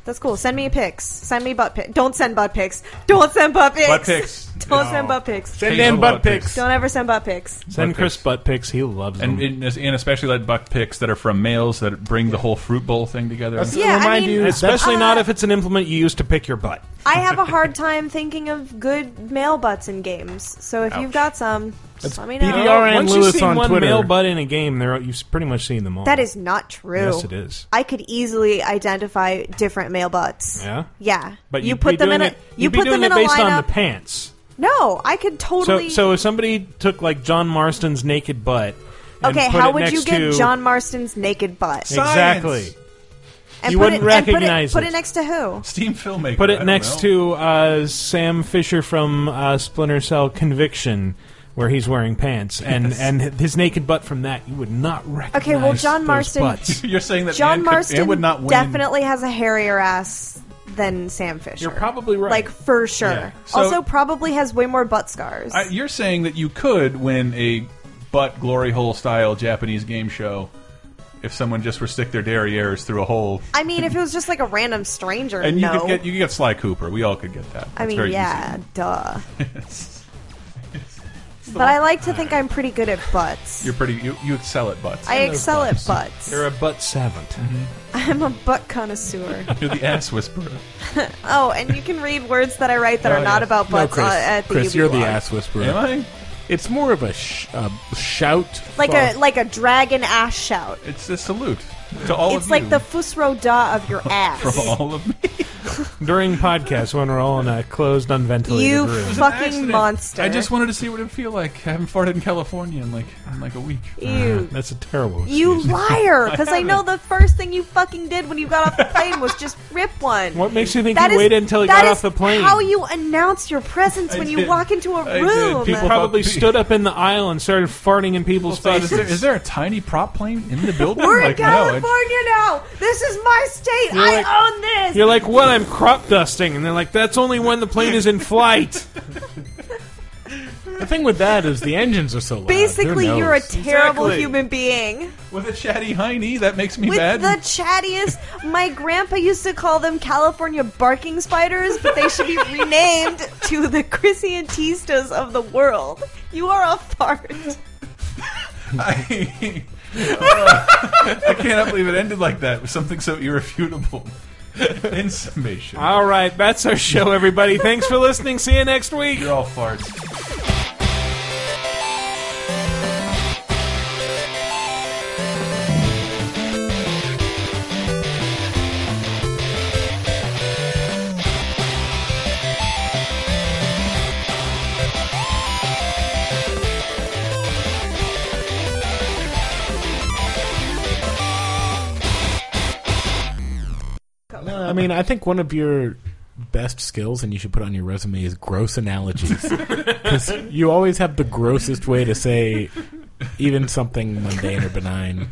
[SPEAKER 3] that's cool send me pics send me butt pics don't send butt pics don't send butt pics
[SPEAKER 2] Butt pics.
[SPEAKER 3] <laughs> don't
[SPEAKER 2] No.
[SPEAKER 3] send butt pics
[SPEAKER 2] Send Hate in butt butt pics. pics.
[SPEAKER 3] don't ever send butt pics
[SPEAKER 1] Send Chris butt pics. He loves
[SPEAKER 2] and,
[SPEAKER 1] them.
[SPEAKER 2] and, and especially like buck picks that are from males that bring the whole fruit bowl thing together.
[SPEAKER 3] That's- Yeah, I remind mean, you-
[SPEAKER 1] especially
[SPEAKER 3] uh,
[SPEAKER 1] not if it's an implement you use to pick your butt.
[SPEAKER 3] i have a hard time thinking of good male butts in games so if you've got some just let me know
[SPEAKER 1] Once
[SPEAKER 4] Lewis
[SPEAKER 1] you've seen
[SPEAKER 4] on
[SPEAKER 1] one
[SPEAKER 4] Twitter.
[SPEAKER 1] male butt in a game, there you've pretty much seen them all.
[SPEAKER 3] That is not true.
[SPEAKER 1] Yes, it is.
[SPEAKER 3] I could easily identify different male butts.
[SPEAKER 1] Yeah?
[SPEAKER 3] Yeah.
[SPEAKER 1] But
[SPEAKER 3] you
[SPEAKER 1] you'd be
[SPEAKER 3] put them
[SPEAKER 1] doing
[SPEAKER 3] in a
[SPEAKER 1] it,
[SPEAKER 3] you
[SPEAKER 1] you'd be
[SPEAKER 3] put
[SPEAKER 1] doing
[SPEAKER 3] them in
[SPEAKER 1] it
[SPEAKER 3] a
[SPEAKER 1] based
[SPEAKER 3] lineup.
[SPEAKER 1] on the pants.
[SPEAKER 3] No, I could totally.
[SPEAKER 1] So, so if somebody took like John Marston's naked butt. and
[SPEAKER 3] okay,
[SPEAKER 1] put
[SPEAKER 3] how
[SPEAKER 1] it
[SPEAKER 3] would
[SPEAKER 1] next
[SPEAKER 3] you get
[SPEAKER 1] to,
[SPEAKER 3] John Marston's naked butt?
[SPEAKER 1] Exactly.
[SPEAKER 3] And
[SPEAKER 1] You
[SPEAKER 3] put
[SPEAKER 1] wouldn't
[SPEAKER 3] it, and
[SPEAKER 1] recognize
[SPEAKER 3] put it,
[SPEAKER 1] it.
[SPEAKER 3] Put it next to who?
[SPEAKER 2] Steam filmmaker.
[SPEAKER 1] Put
[SPEAKER 2] I
[SPEAKER 1] it
[SPEAKER 2] don't
[SPEAKER 1] next to
[SPEAKER 2] know.
[SPEAKER 1] uh, Sam Fisher from uh, Splinter Cell Conviction, where he's wearing pants, and
[SPEAKER 2] Yes.
[SPEAKER 1] and his naked butt from that you would not recognize.
[SPEAKER 3] well, John
[SPEAKER 1] those
[SPEAKER 3] Marston- <laughs>
[SPEAKER 1] butts.
[SPEAKER 2] <laughs> You're saying that
[SPEAKER 3] John
[SPEAKER 2] Ann could- Ann
[SPEAKER 3] Marston
[SPEAKER 2] would not win.
[SPEAKER 3] definitely has a hairier ass than Sam Fisher.
[SPEAKER 2] You're probably right.
[SPEAKER 3] Like for sure.
[SPEAKER 2] Yeah. So-
[SPEAKER 3] also, probably has way more butt scars.
[SPEAKER 2] I, you're saying that you could win a butt glory hole style Japanese game show if someone just were stick their derrieres through a hole,
[SPEAKER 3] I mean, if it was just like a random stranger,
[SPEAKER 2] and you
[SPEAKER 3] no.
[SPEAKER 2] could get you could get Sly Cooper. We all could get that.
[SPEAKER 3] I
[SPEAKER 2] That's
[SPEAKER 3] mean,
[SPEAKER 2] very
[SPEAKER 3] yeah, duh.
[SPEAKER 2] easy. <laughs> It's-
[SPEAKER 3] But I like to think I'm pretty good at butts.
[SPEAKER 2] you're pretty. You, you excel at butts.
[SPEAKER 3] I excel at butts.
[SPEAKER 1] You're a butt savant.
[SPEAKER 3] <laughs> I'm a butt connoisseur.
[SPEAKER 2] You're the ass whisperer.
[SPEAKER 3] oh, and you can read words that I write that
[SPEAKER 4] Oh,
[SPEAKER 3] are not
[SPEAKER 4] yeah.
[SPEAKER 3] about
[SPEAKER 4] No,
[SPEAKER 3] butts
[SPEAKER 4] Chris,
[SPEAKER 3] uh, at the
[SPEAKER 4] Chris,
[SPEAKER 3] UB
[SPEAKER 4] you're the
[SPEAKER 3] blog.
[SPEAKER 4] ass whisperer.
[SPEAKER 2] Am I?
[SPEAKER 4] It's more of a, sh- a shout.
[SPEAKER 3] Like
[SPEAKER 4] fall-
[SPEAKER 3] a like a dragon ass shout.
[SPEAKER 2] It's a salute to all
[SPEAKER 3] it's
[SPEAKER 2] of
[SPEAKER 3] like
[SPEAKER 2] you.
[SPEAKER 3] the fusro da of your ass.
[SPEAKER 2] from all <laughs> of me.
[SPEAKER 1] During podcasts, when we're all in a closed, unventilated
[SPEAKER 3] You
[SPEAKER 1] room.
[SPEAKER 3] fucking Accident. monster.
[SPEAKER 2] I just wanted to see what it'd feel like. I haven't farted in California in like in like a week.
[SPEAKER 3] Ew.
[SPEAKER 1] That's a terrible. <laughs>
[SPEAKER 3] You liar! Because I,
[SPEAKER 2] haven't.
[SPEAKER 3] know the first thing you fucking did when you got off the plane was just rip one.
[SPEAKER 1] What makes you think
[SPEAKER 3] That
[SPEAKER 1] he
[SPEAKER 3] is-
[SPEAKER 1] waited until he
[SPEAKER 3] that
[SPEAKER 1] got
[SPEAKER 3] is
[SPEAKER 1] off the plane?
[SPEAKER 3] How you announce your presence
[SPEAKER 2] I
[SPEAKER 3] when you
[SPEAKER 2] did.
[SPEAKER 3] walk into a
[SPEAKER 2] I did.
[SPEAKER 3] room?
[SPEAKER 1] People <laughs> probably stood up in the aisle and started farting in people's
[SPEAKER 2] So is,
[SPEAKER 1] faces.
[SPEAKER 2] there, is there a tiny prop plane in
[SPEAKER 3] <laughs>
[SPEAKER 2] the building?
[SPEAKER 3] We're in
[SPEAKER 2] like, no,
[SPEAKER 3] California
[SPEAKER 2] it-
[SPEAKER 3] now. This is my state.
[SPEAKER 1] You're
[SPEAKER 3] I
[SPEAKER 1] like-
[SPEAKER 3] own this.
[SPEAKER 1] You're like, well, I'm crop dusting, and they're like, that's only when the plane is in flight.
[SPEAKER 4] the thing with that is the engines are so loud.
[SPEAKER 3] Basically,
[SPEAKER 4] Who
[SPEAKER 3] you're a
[SPEAKER 4] knows?
[SPEAKER 3] terrible
[SPEAKER 2] Exactly.
[SPEAKER 3] human being.
[SPEAKER 2] with a chatty hiney, that makes me
[SPEAKER 3] With
[SPEAKER 2] mad.
[SPEAKER 3] the chattiest, my grandpa used to call them California barking spiders, but they should be renamed to the Chrissy and Tistas of the world. You are a fart.
[SPEAKER 2] I, I cannot believe it ended like that with something so irrefutable. In summation,
[SPEAKER 1] All right, that's our show, everybody. Thanks for listening. See you next week.
[SPEAKER 2] you're all farts.
[SPEAKER 4] No, I mean, I think one of your best skills, and you should put on your resume, is gross <laughs> analogies. Because you always have the grossest way to say even something mundane or benign.